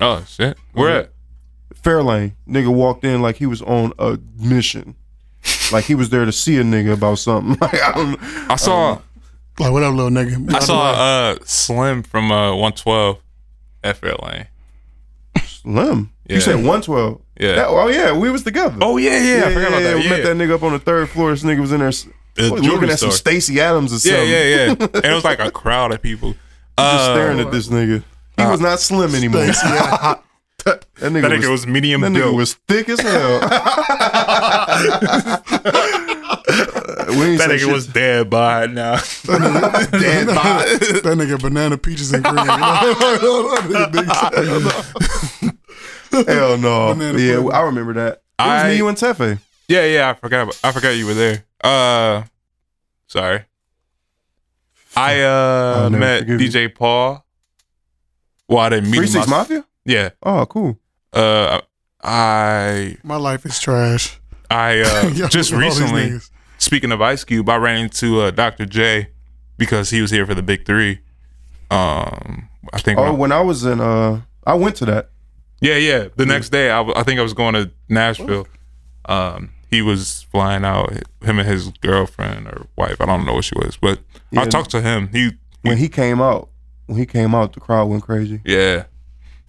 Speaker 2: oh shit. Where at?
Speaker 1: Fairlane nigga walked in like he was on a mission, like he was there to see a nigga about something. Like I don't.
Speaker 2: I saw
Speaker 3: Like, what up, little nigga?
Speaker 2: I saw uh Slim from uh 112 at Fairlane.
Speaker 1: Slim.
Speaker 2: Yeah.
Speaker 1: You said 112.
Speaker 2: Yeah.
Speaker 1: That- oh yeah, we was together.
Speaker 2: yeah, yeah. I forgot about that.
Speaker 1: We
Speaker 2: Yeah.
Speaker 1: met that nigga up on the third floor. This nigga was in there s-
Speaker 2: The
Speaker 1: what,
Speaker 2: jewelry
Speaker 1: looking at
Speaker 2: store.
Speaker 1: some Stacy Adams or
Speaker 2: yeah,
Speaker 1: something.
Speaker 2: yeah, yeah. And it was like a crowd of people.
Speaker 1: Just
Speaker 2: Uh,
Speaker 1: staring at this nigga. He was not slim anymore. that nigga,
Speaker 2: that nigga was medium
Speaker 1: that nigga
Speaker 2: built.
Speaker 1: was thick as hell. Uh, we ain't
Speaker 2: that
Speaker 1: say
Speaker 2: nigga
Speaker 1: shit.
Speaker 2: was dead by it now.
Speaker 1: dead body.
Speaker 3: that nigga banana peaches and cream.
Speaker 1: Hell no.
Speaker 3: Banana
Speaker 1: Yeah,
Speaker 3: pudding.
Speaker 1: I remember that. It was
Speaker 2: I-
Speaker 1: me, you, and Tefe.
Speaker 2: yeah, yeah. I forgot. About, I forgot you were there. Uh, sorry. I uh
Speaker 1: I'll never
Speaker 2: met
Speaker 1: forgive you.
Speaker 2: DJ Paul. Well, I didn't meet
Speaker 1: Three
Speaker 2: him.
Speaker 1: Six
Speaker 2: I-
Speaker 1: Mafia.
Speaker 2: Yeah.
Speaker 1: Oh, cool.
Speaker 2: Uh, I
Speaker 3: My life is trash.
Speaker 2: I
Speaker 3: Yo,
Speaker 2: uh, just
Speaker 3: all these
Speaker 2: recently.
Speaker 3: niggas.
Speaker 2: speaking of Ice Cube, I ran into uh, Dr. J because he was here for the Big Three. Um, I think.
Speaker 1: Oh, when I was in, uh, I went to that.
Speaker 2: yeah, yeah. The next day, I, w- I think I was going to Nashville. Um, he was flying out. Him and his girlfriend or wife. I don't know what she was, but
Speaker 1: Yeah.
Speaker 2: I talked to him. He,
Speaker 1: When he came out, when he came out, the crowd went crazy.
Speaker 2: yeah.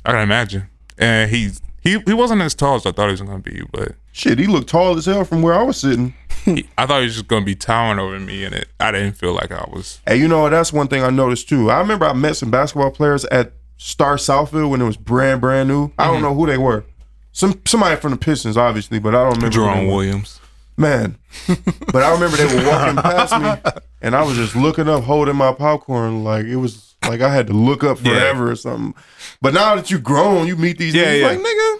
Speaker 2: I can imagine. And he he he wasn't as tall as I thought he was gonna be, but
Speaker 1: Shit, he looked tall as hell from where I was sitting.
Speaker 2: he, I thought he was just gonna be towering over me, and it, I didn't feel like I was.
Speaker 1: And you know what? That's one thing I noticed too. I remember I met some basketball players at Star Southfield when it was brand brand new. I
Speaker 2: Mm-hmm.
Speaker 1: don't know who they were. Some somebody from the Pistons, obviously, but I don't remember. who they
Speaker 2: Jerome
Speaker 1: were.
Speaker 2: Williams.
Speaker 1: man. but I remember they were walking past me, and I was just looking up, holding my popcorn, like it was like I had to look up
Speaker 2: Yeah.
Speaker 1: forever or something. But now that you grown, you meet these
Speaker 2: Yeah,
Speaker 1: niggas,
Speaker 2: yeah.
Speaker 1: like nigga,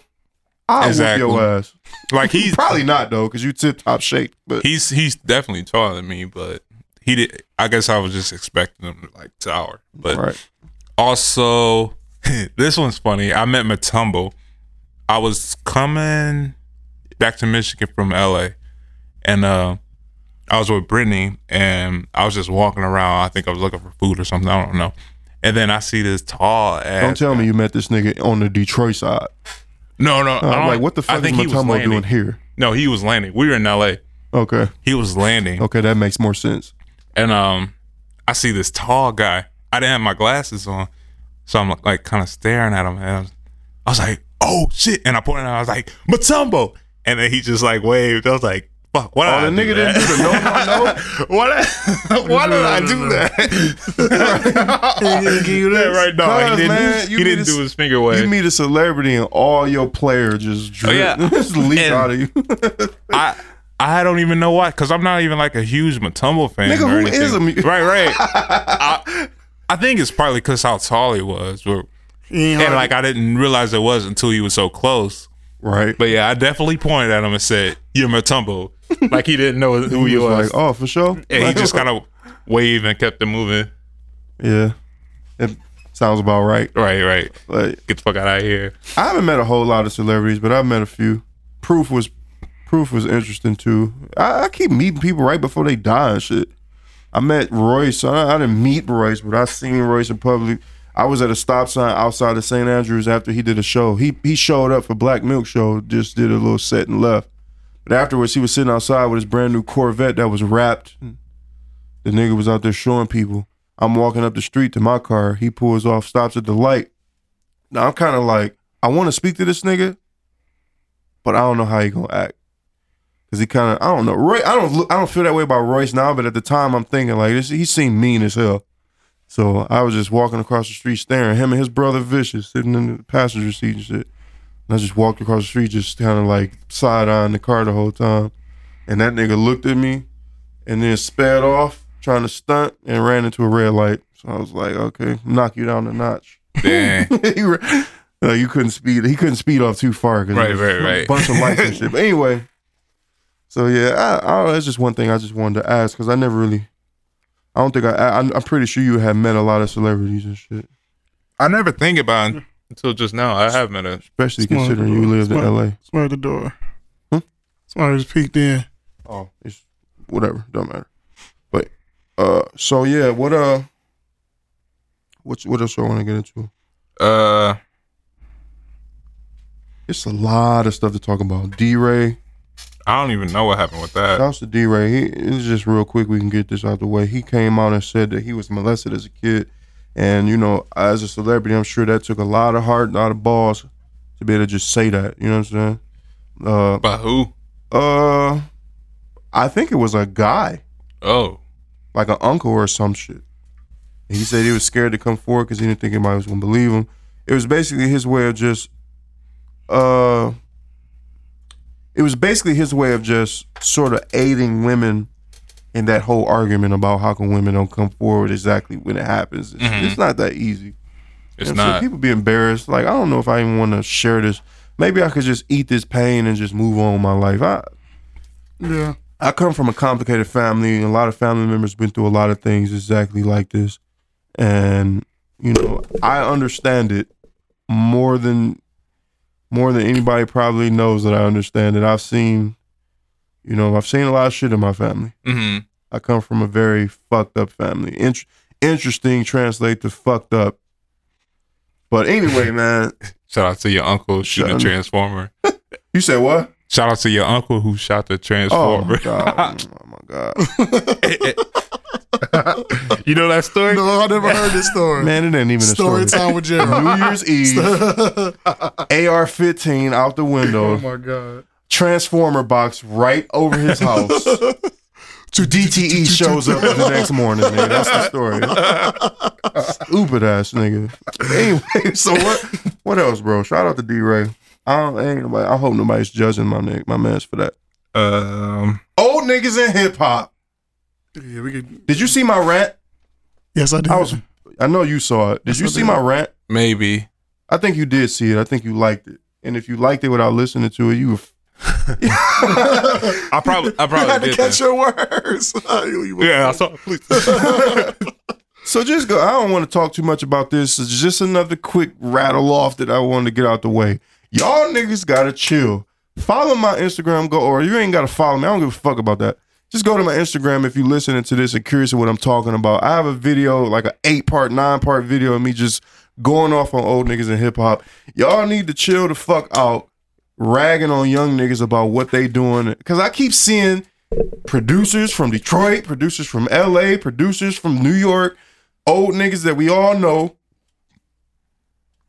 Speaker 1: I'll
Speaker 2: Exactly.
Speaker 1: whoop your ass.
Speaker 2: Like he's
Speaker 1: Probably not though, because you tip top shape. But
Speaker 2: he's he's definitely taller than me, but he did. I guess I was just expecting him to like tower. But
Speaker 1: right,
Speaker 2: also, this one's funny. I met Matumbo. I was coming back to Michigan from LA, and uh, I was with Brittany, and I was just walking around. I think I was looking for food or something. I don't know. And then I see this tall ass.
Speaker 1: don't tell me you met this nigga on the Detroit side.
Speaker 2: No, no. I
Speaker 1: I'm
Speaker 2: don't,
Speaker 1: Uh, like, what the fuck
Speaker 2: I
Speaker 1: is
Speaker 2: think he was
Speaker 1: Matumbo
Speaker 2: landing.
Speaker 1: doing here?
Speaker 2: No, he was landing. We were in LA.
Speaker 1: Okay,
Speaker 2: He was landing.
Speaker 1: okay, that makes more sense.
Speaker 2: and um, I see this tall guy. I didn't have my glasses on, so I'm like kind of staring at him, and I was, I was like, "Oh shit!" And I pointed out, I was like, "Matumbo," and then he just like waved. I was like, "Fuck, why
Speaker 1: Oh, the
Speaker 2: did
Speaker 1: nigga
Speaker 2: I do
Speaker 1: didn't do
Speaker 2: that?
Speaker 1: the no no no.
Speaker 2: why, did, why did I do that?"
Speaker 3: Give you
Speaker 2: Yeah, right now, he
Speaker 1: Cuz,
Speaker 2: didn't.
Speaker 1: man, you
Speaker 2: he
Speaker 1: need
Speaker 2: didn't
Speaker 1: to
Speaker 2: do
Speaker 1: s-
Speaker 2: his finger wave.
Speaker 1: You meet a celebrity and all your player just drip,
Speaker 2: Oh, yeah.
Speaker 1: just leak
Speaker 2: And-
Speaker 1: out of you.
Speaker 2: I I don't even know why, because I'm not even like a huge Matumbo fan.
Speaker 1: Nigga,
Speaker 2: or
Speaker 1: who
Speaker 2: anything.
Speaker 1: is a mu-
Speaker 2: right, right. I, I think it's probably because how tall he was, but, and like I didn't realize it was until he was so close.
Speaker 1: right.
Speaker 2: But yeah, I definitely pointed at him and said, "You're Matumbo," like he didn't know who he
Speaker 1: He was
Speaker 2: was,
Speaker 1: like, oh, for sure.
Speaker 2: and he just kind of waved and kept it moving.
Speaker 1: yeah, it sounds about right.
Speaker 2: Right, right.
Speaker 1: Like,
Speaker 2: Get the fuck out of here.
Speaker 1: I haven't met a whole lot of celebrities, but I've met a few. Proof was, proof was interesting too. I, I keep meeting people right before they die and shit. I met Royce. I, I didn't meet Royce, but I seen Royce in public. I was at a stop sign outside of St. Andrews after he did a show. He he showed up for Black Milk show, just did a little set and left. But afterwards, he was sitting outside with his brand new Corvette that was wrapped. The nigga was out there showing people. I'm walking up the street to my car. He pulls off, stops at the light. Now I'm kind of like, I want to speak to this nigga, but I don't know how he gonna act. Cause he kind of, I don't know. Roy, I don't, look, I don't feel that way about Royce now, but at the time, I'm thinking like this. He seemed mean as hell. So I was just walking across the street, staring. Him and his brother Vicious sitting in the passenger seat and shit. And I just walked across the street, just kind of like side eyeing the car the whole time. And that nigga looked at me, and then sped off trying to stunt and ran into a red light. So I was like, okay, knock you down a notch.
Speaker 2: Dang.
Speaker 1: He ra- no, uh, you couldn't speed. He couldn't speed off too far because
Speaker 2: Right, right, right.
Speaker 1: a bunch of lights and shit. But anyway, so yeah, I, I don't know, that's just one thing I just wanted to ask because I never really. I don't think I, I. I'm- I'm pretty sure you had met a lot of celebrities and shit.
Speaker 2: I never think about until just now. I have met a
Speaker 1: Especially
Speaker 3: Smart.
Speaker 1: considering you lived in
Speaker 3: Smart.
Speaker 1: LA.
Speaker 3: Swear the door.
Speaker 1: Hmm?
Speaker 3: Somebody just peeked in.
Speaker 1: Oh, it's whatever. Don't matter. But uh, so yeah, what uh, what what else I want to get into?
Speaker 2: uh
Speaker 1: It's a lot of stuff to talk about. D Ray,
Speaker 2: I don't even know what happened with that.
Speaker 1: shouts to D Ray. He it's just real quick. We can get this out the way. He came out and said that he was molested as a kid, and you know, as a celebrity, I'm sure that took a lot of heart, a lot of balls to be able to just say that. You know what I'm saying? Uh,
Speaker 2: By who?
Speaker 1: uh, I think it was a guy.
Speaker 2: Oh.
Speaker 1: like an uncle or some shit. He said he was scared to come forward because he didn't think anybody was gonna believe him. It was basically his way of just, uh, it was basically his way of just sort of aiding women in that whole argument about how come women don't come forward exactly when it happens. It's, it's not that easy.
Speaker 2: Mm-hmm. It's
Speaker 1: And so
Speaker 2: not.
Speaker 1: people be embarrassed. Like I don't know if I even want to share this. Maybe I could just eat this pain and just move on with my life. I
Speaker 3: Yeah.
Speaker 1: I come from a complicated family, and a lot of family members been through a lot of things exactly like this, and you know I understand it more than more than anybody probably knows that I understand it. I've seen, you know, I've seen a lot of shit in my family.
Speaker 2: hmm
Speaker 1: I come from a very fucked up family. Int- interesting translate to fucked up, but anyway, man,
Speaker 2: Shout out to your uncle shooting
Speaker 1: Shut up.
Speaker 2: a transformer.
Speaker 1: you said what?
Speaker 2: Shout out to your uncle who shot the
Speaker 1: Oh my
Speaker 2: transformer.
Speaker 1: god! Oh my god!
Speaker 2: you know that story?
Speaker 3: No, I never heard this story.
Speaker 1: Man, it ain't even a
Speaker 3: story
Speaker 1: story.
Speaker 3: time with
Speaker 1: New
Speaker 3: Gerald.
Speaker 1: Year's Eve. AR-15 out the window,
Speaker 3: Oh my god.
Speaker 1: transformer box right over his house. DTE shows up the next morning. Nigga. That's the story. Stupid ass nigga. Anyway, so what? What else, bro? Shout out to D-Ray. I don't ain't nobody. I hope nobody's judging my nigga, my man's for that.
Speaker 2: Um,
Speaker 1: Old niggas in hip hop.
Speaker 3: Yeah, we could.
Speaker 1: Did you see my rant?
Speaker 3: Yes, I did.
Speaker 1: I was. I know you saw it. Did you see my rant?
Speaker 2: maybe.
Speaker 1: I think you did see it. I think you liked it. And if you liked it without listening to it, you. were-
Speaker 2: I probably I
Speaker 3: you had
Speaker 2: probably did
Speaker 3: to
Speaker 2: that.
Speaker 3: catch your words. You- you-
Speaker 2: Yeah, I saw please.
Speaker 1: So just go. I don't want to talk too much about this. It's just another quick rattle off that I wanted to get out the way. Y'all niggas gotta chill. Follow my Instagram, go or you ain't gotta follow me. I don't give a fuck about that. Just go to my Instagram if you're listening to this and curious of what I'm talking about. I have a video, like an eight part, nine part video of me just going off on old niggas and hip hop. Y'all need to chill the fuck out, ragging on young niggas about what they doing. Cause I keep seeing producers from Detroit, producers from LA, producers from New York, old niggas that we all know,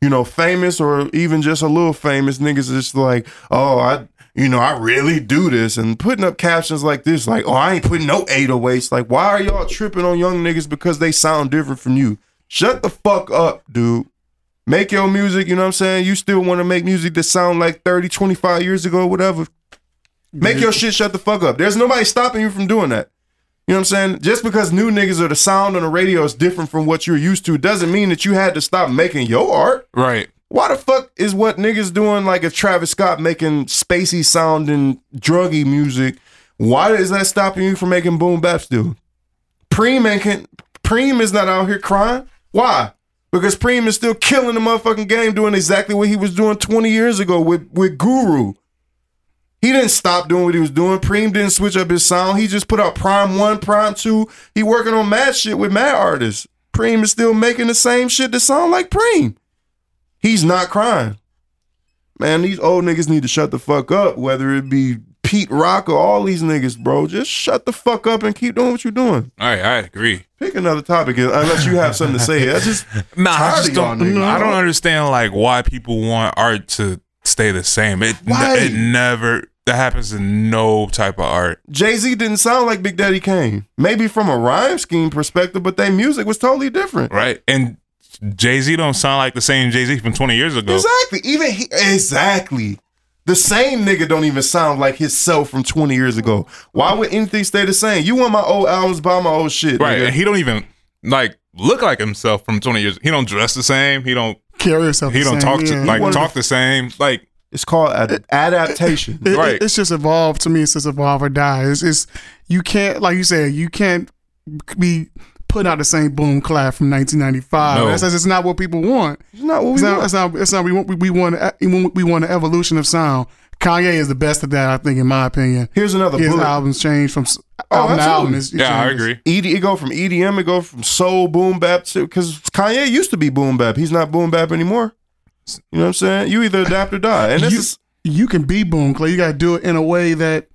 Speaker 1: you know, famous or even just a little famous niggas just like, oh, I you know, I really do this and putting up captions like this, like, oh, I ain't putting no 808s. Like, why are y'all tripping on young niggas because they sound different from you? Shut the fuck up, dude. Make your music, you know what I'm saying? You still want to make music that sound like 30, 25 years ago, whatever. Make your shit shut the fuck up. There's nobody stopping you from doing that. You know what I'm saying? Just because new niggas or the sound on the radio is different from what you're used to doesn't mean that you had to stop making your art.
Speaker 2: Right.
Speaker 1: Why the fuck is what niggas doing like if Travis Scott making spacey sounding druggy music? Why is that stopping you from making boom baps do? Preem ain't can, Preem is not out here crying. Why? Because Preem is still killing the motherfucking game, doing exactly what he was doing 20 years ago with, with Guru. He didn't stop doing what he was doing. Preem didn't switch up his sound. He just put out Prime 1, Prime 2. He working on mad shit with mad artists. Preem is still making the same shit that sound like Preem. He's not crying. Man, these old niggas need to shut the fuck up, whether it be Pete Rock or all these niggas, bro. Just shut the fuck up and keep doing what you're doing.
Speaker 2: All right, I agree.
Speaker 1: Pick another topic unless you have something to say. That's just
Speaker 2: Nah, I
Speaker 1: Tired
Speaker 2: just
Speaker 1: of y'all
Speaker 2: don't.
Speaker 1: niggas.
Speaker 2: I don't understand like why people want art to stay the same. It
Speaker 1: Why?
Speaker 2: it never that happens in no type of art.
Speaker 1: Jay Z didn't sound like Big Daddy Kane. Maybe from a rhyme scheme perspective, but their music was totally different.
Speaker 2: Right. And Jay Z don't sound like the same Jay Z from twenty years ago.
Speaker 1: Exactly. Even he, exactly. The same nigga don't even sound like himself from 20 years ago. Why would anything stay the same? You want my old albums, buy my old shit.
Speaker 2: Right.
Speaker 1: nigga.
Speaker 2: And he don't even like look like himself from twenty years. He don't dress the same. He don't.
Speaker 3: Carry yourself.
Speaker 2: He
Speaker 3: the
Speaker 2: don't
Speaker 3: same,
Speaker 2: talk
Speaker 3: yeah.
Speaker 2: to like
Speaker 1: One of
Speaker 2: talk the same. Like
Speaker 1: It's called ad- adaptation.
Speaker 3: It- it-
Speaker 2: Right.
Speaker 3: it's just evolved to me. It's just evolve or die. It's, it's you can't, like you said, you can't be putting out the same boom clap from 1995.
Speaker 2: No.
Speaker 3: That's, that's not what people want.
Speaker 1: It's not what we
Speaker 3: It's not,
Speaker 1: want.
Speaker 3: that's not, that's not we want. We, we want we want an evolution of sound. Kanye is the best at that, I think, in my opinion.
Speaker 1: Here's another
Speaker 3: His
Speaker 1: bullet. Oh,
Speaker 3: albums change from s- album to
Speaker 1: absolutely.
Speaker 3: album. It's- it
Speaker 2: Yeah, I
Speaker 3: changes.
Speaker 2: agree.
Speaker 1: ED, E it go from EDM, it go from soul boom bap to because Kanye used to be boom bap. He's not boom bap anymore. You know what I'm saying? You either adapt or die, and this
Speaker 3: you,
Speaker 1: is
Speaker 3: you can be boom clay. You got to do it in a way that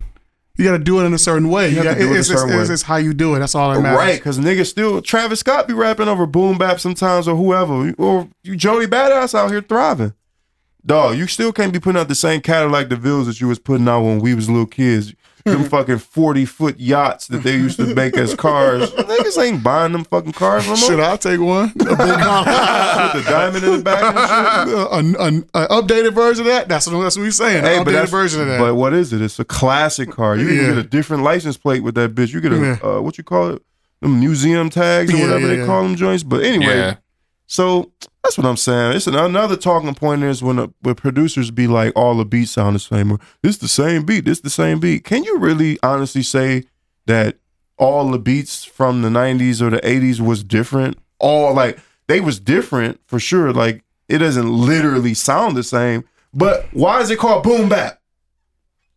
Speaker 3: you got to do it in a certain way. You
Speaker 1: have to
Speaker 3: gotta-
Speaker 1: do it
Speaker 3: it's,
Speaker 1: a
Speaker 3: it's-
Speaker 1: certain
Speaker 3: it's-
Speaker 1: way. Oh,
Speaker 3: it's how you do it. That's all that matters.
Speaker 1: right because niggas still Travis Scott be rapping over boom bap sometimes or whoever or you Jody Badass out here thriving. Dog, you still can't be putting out the same Cadillac DeVilles that you was putting out when we was little kids. Them fucking forty foot yachts that they used to make as cars. Niggas ain't buying them fucking cars no more.
Speaker 3: Should I take one? A, boom clap.
Speaker 1: With the diamond in the back and shit.
Speaker 3: An- an- an updated version of that. That's what that's what we're saying.
Speaker 1: Hey,
Speaker 3: an
Speaker 1: but
Speaker 3: updated
Speaker 1: that's-
Speaker 3: version of that.
Speaker 1: But what is it? It's a classic car. You
Speaker 3: Yeah.
Speaker 1: can get a different license plate with that bitch. You get a uh, what you call it? Them museum tags or
Speaker 3: Yeah,
Speaker 1: whatever
Speaker 3: yeah,
Speaker 1: they
Speaker 3: yeah.
Speaker 1: call them joints. But anyway,
Speaker 2: Yeah.
Speaker 1: so that's what I'm saying. It's an, another talking point is when uh when producers be like, all the beats sound the same, or this the same beat, this the same beat. Can you really honestly say that all the beats from the '90s or the '80s was different? All like they was different for sure. Like it doesn't literally sound the same. But why is it called boom bap?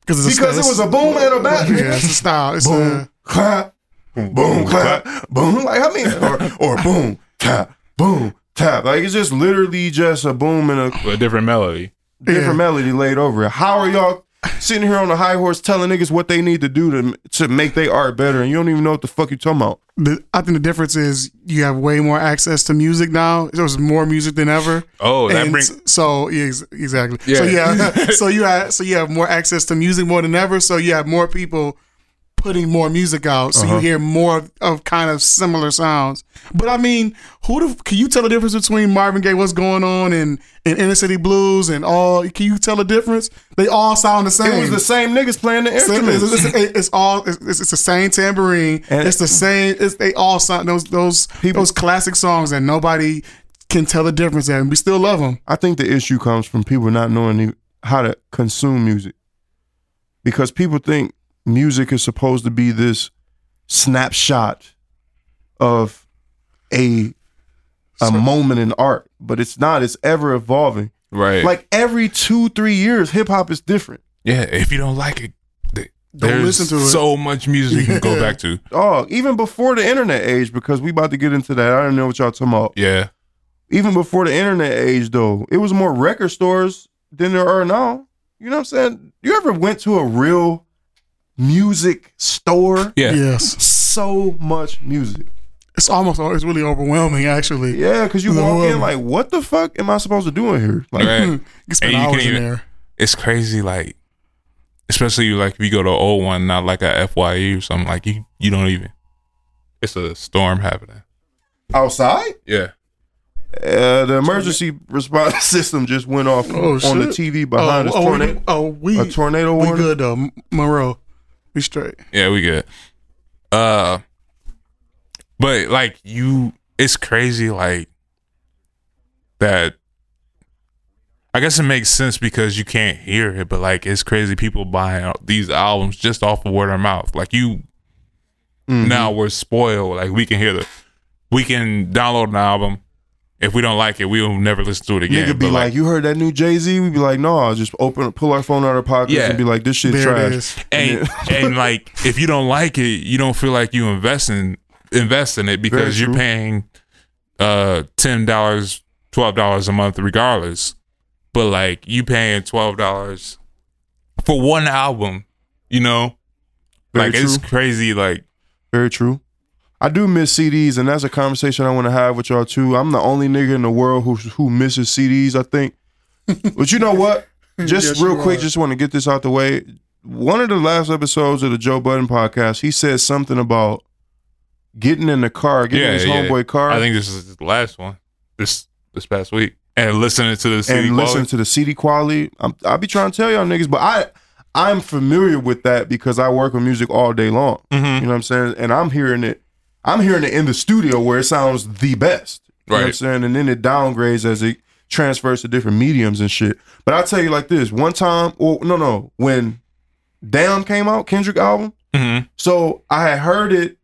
Speaker 3: Cause it's
Speaker 1: Because it was a boom and a bat.
Speaker 3: Yeah, it's a style. It's
Speaker 1: boom,
Speaker 3: a,
Speaker 1: clap, boom, boom, clap, boom. Like I mean, or or boom, tap, boom, tap. Like it's just literally just a boom and a
Speaker 2: With a different melody.
Speaker 1: different
Speaker 3: Yeah.
Speaker 1: melody laid over it. How are y'all sitting here on a high horse telling niggas what they need to do to to make their art better, and you don't even know what the fuck you talking about?
Speaker 3: the, I think the difference is you have way more access to music now. There's more music than ever.
Speaker 2: Oh, that
Speaker 3: And
Speaker 2: brings.
Speaker 3: s- so yeah, ex- exactly. So
Speaker 2: Yeah.
Speaker 3: yeah, so you have so you have more access to music more than ever. So you have more people putting more music out. So
Speaker 2: Uh-huh.
Speaker 3: you hear more of, of kind of similar sounds. But I mean, who the, f- can you tell the difference between Marvin Gaye, what's going on, and and Inner City Blues, and all? Can you tell the difference? They all sound the same.
Speaker 1: It was the same niggas playing the
Speaker 3: Same- It's,
Speaker 1: instruments.
Speaker 3: it's- it's- it's all it's, it's it's the same tambourine.
Speaker 1: And-
Speaker 3: it's the same. It's, they all sound those those those classic songs that nobody can tell the difference at, and we still love them.
Speaker 1: I think the issue comes from people not knowing e- how to consume music. Because people think music is supposed to be this snapshot of a a moment in art, but it's not. It's ever evolving.
Speaker 2: Right.
Speaker 1: Like every two, three years, hip hop is different.
Speaker 2: yeah, if you don't like it, th-
Speaker 3: Don't
Speaker 2: there's
Speaker 3: listen to it.
Speaker 2: so much music you can go back to.
Speaker 1: Oh, even before the internet age, because we about to get into that. I don't know what y'all talking about.
Speaker 2: Yeah.
Speaker 1: even before the internet age though, it was more record stores than there are now. You know what I'm saying? You ever went to a real music store?
Speaker 2: Yeah.
Speaker 3: Yes,
Speaker 1: So much music.
Speaker 3: it's almost it's really overwhelming actually.
Speaker 1: Yeah, because you
Speaker 3: The
Speaker 1: walk
Speaker 3: world.
Speaker 1: in like, what the fuck am I supposed to do in here? Like,
Speaker 2: Right.
Speaker 3: You can spend
Speaker 2: And you
Speaker 3: hours
Speaker 2: can't
Speaker 3: in
Speaker 2: even-
Speaker 3: there.
Speaker 2: it's crazy like especially like if you go to an old one not like a fye or something like you you don't even it's a storm happening
Speaker 1: outside?
Speaker 2: yeah
Speaker 1: Uh, the emergency response system just went off
Speaker 3: Oh,
Speaker 1: on
Speaker 3: shit.
Speaker 1: the TV behind us.
Speaker 3: oh,
Speaker 1: tornado,
Speaker 3: we, oh,
Speaker 1: a tornado
Speaker 3: we, we
Speaker 1: warning.
Speaker 3: good though, M- Monroe. We straight.
Speaker 2: yeah we good uh but like you it's crazy like that i guess it makes sense because you can't hear it but like it's crazy people buying out these albums just off of word of mouth like you
Speaker 1: Mm-hmm.
Speaker 2: now we're spoiled. Like we can hear the, we can download an album. If we don't like it, we'll never listen to it again.
Speaker 1: Nigga be
Speaker 2: But,
Speaker 1: like, you heard that new Jay Z? We'd be like, no, I'll just open, pull our phone out of our pockets
Speaker 2: Yeah.
Speaker 1: and be like, this shit
Speaker 3: There
Speaker 1: trash.
Speaker 3: it is.
Speaker 2: and, and like, if you don't like it, you don't feel like you invest in invest in it
Speaker 1: Very
Speaker 2: because you're
Speaker 1: true.
Speaker 2: paying uh ten dollars, twelve dollars a month regardless. But like, you paying twelve dollars for one album, you know,
Speaker 1: Very
Speaker 2: like it's
Speaker 1: true.
Speaker 2: crazy. Like,
Speaker 1: Very true. I do miss CDs, and that's a conversation I want to have with y'all too. I'm the only nigga in the world who who misses CDs. I think, but you know what? Just
Speaker 3: Yes,
Speaker 1: real
Speaker 3: you
Speaker 1: quick,
Speaker 3: are.
Speaker 1: just want to get this out the way. One of the last episodes of the Joe Budden podcast, he said something about getting in the car, getting in
Speaker 2: yeah,
Speaker 1: his
Speaker 2: yeah.
Speaker 1: homeboy car,
Speaker 2: I think this is the last one this this past week, and listening to the CD
Speaker 1: and
Speaker 2: quality.
Speaker 1: listen to the CD quality. I'm, I be trying to tell y'all niggas, but I I'm familiar with that because I work with music all day long.
Speaker 2: Mm-hmm.
Speaker 1: You know what I'm saying? And I'm hearing it. I'm hearing it in the studio where it sounds the best. You know what I'm
Speaker 2: Right.
Speaker 1: saying? And then it downgrades as it transfers to different mediums and shit. But I'll tell you like this. One time, or no, no, when Damn came out, Kendrick album.
Speaker 2: Mhm.
Speaker 1: So I had heard it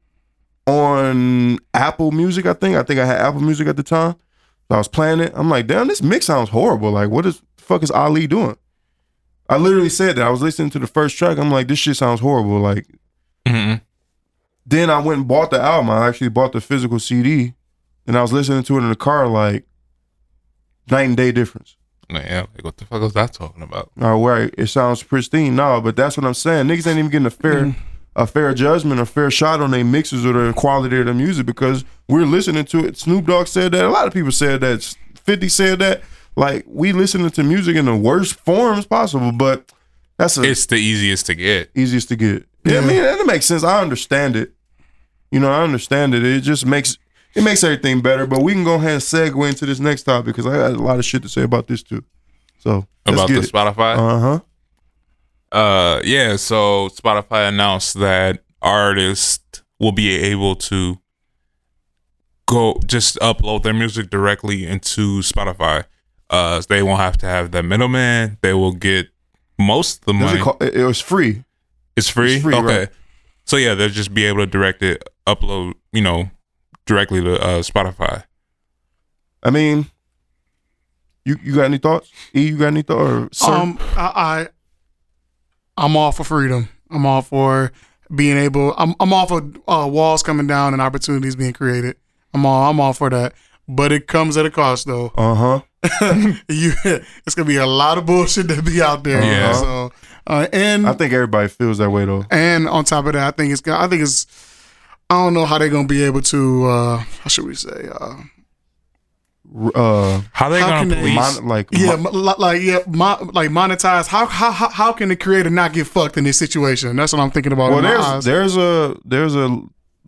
Speaker 1: on Apple Music, I think. I think I had Apple Music at the time. So I was playing it. I'm like, damn, this mix sounds horrible. Like, what is the fuck is Ali doing? I literally said that. I was listening to the first track. I'm like, this shit sounds horrible. Like,
Speaker 2: Mhm.
Speaker 1: then I went and bought the album. I actually bought the physical CD, and I was listening to it in the car. Like, night and day difference.
Speaker 2: Like, yeah, like, what the fuck was I talking about?
Speaker 1: All right, it sounds pristine. No, but that's what I'm saying. Niggas ain't even getting a fair, a fair judgment, a fair shot on their mixes or the quality of their music because we're listening to it. Snoop Dogg said that. A lot of people said that. Fifty said that. Like we listening to music in the worst forms possible, but that's the
Speaker 2: It's the easiest to get.
Speaker 1: easiest to get. Yeah, I mean and it makes sense. I understand it. You know, I understand it. It just makes it makes everything better. But we can go ahead and segue into this next topic because I got a lot of shit to say about this too. So let's
Speaker 2: about
Speaker 1: get
Speaker 2: the
Speaker 1: it.
Speaker 2: Spotify.
Speaker 1: Uh huh.
Speaker 2: Uh, yeah. So Spotify announced that artists will be able to go just upload their music directly into Spotify. Uh, they won't have to have the middleman. They will get most of the
Speaker 1: Does
Speaker 2: money.
Speaker 1: it, call, it, it was free.
Speaker 2: It's free.
Speaker 1: It's free,
Speaker 2: okay.
Speaker 1: right.
Speaker 2: So yeah, they'll just be able to direct it, upload, you know, directly to uh, Spotify.
Speaker 1: I mean, you you got any thoughts? E, you got any thoughts? Or sir?
Speaker 3: Um, I, I, I'm all for freedom. I'm all for being able. I'm, I'm all for uh, walls coming down and opportunities being created. I'm all, I'm all for that. But it comes at a cost, though.
Speaker 1: uh huh.
Speaker 3: You, it's gonna be a lot of bullshit that be out there.
Speaker 2: Yeah.
Speaker 3: So, uh, and
Speaker 1: I think everybody feels that way though.
Speaker 3: and on top of that, I think it's. I think it's. I don't know how they're gonna be able to. Uh, how should we say? Uh,
Speaker 1: R- Uh,
Speaker 2: How they
Speaker 3: How
Speaker 2: gonna
Speaker 3: can they-
Speaker 2: police?
Speaker 1: mon- like
Speaker 3: yeah,
Speaker 1: mon-
Speaker 3: mo- li- like yeah, mo- like monetize. How how how how can the creator not get fucked in this situation? That's what I'm thinking about.
Speaker 1: well,
Speaker 3: in my
Speaker 1: there's
Speaker 3: eyes.
Speaker 1: there's a there's a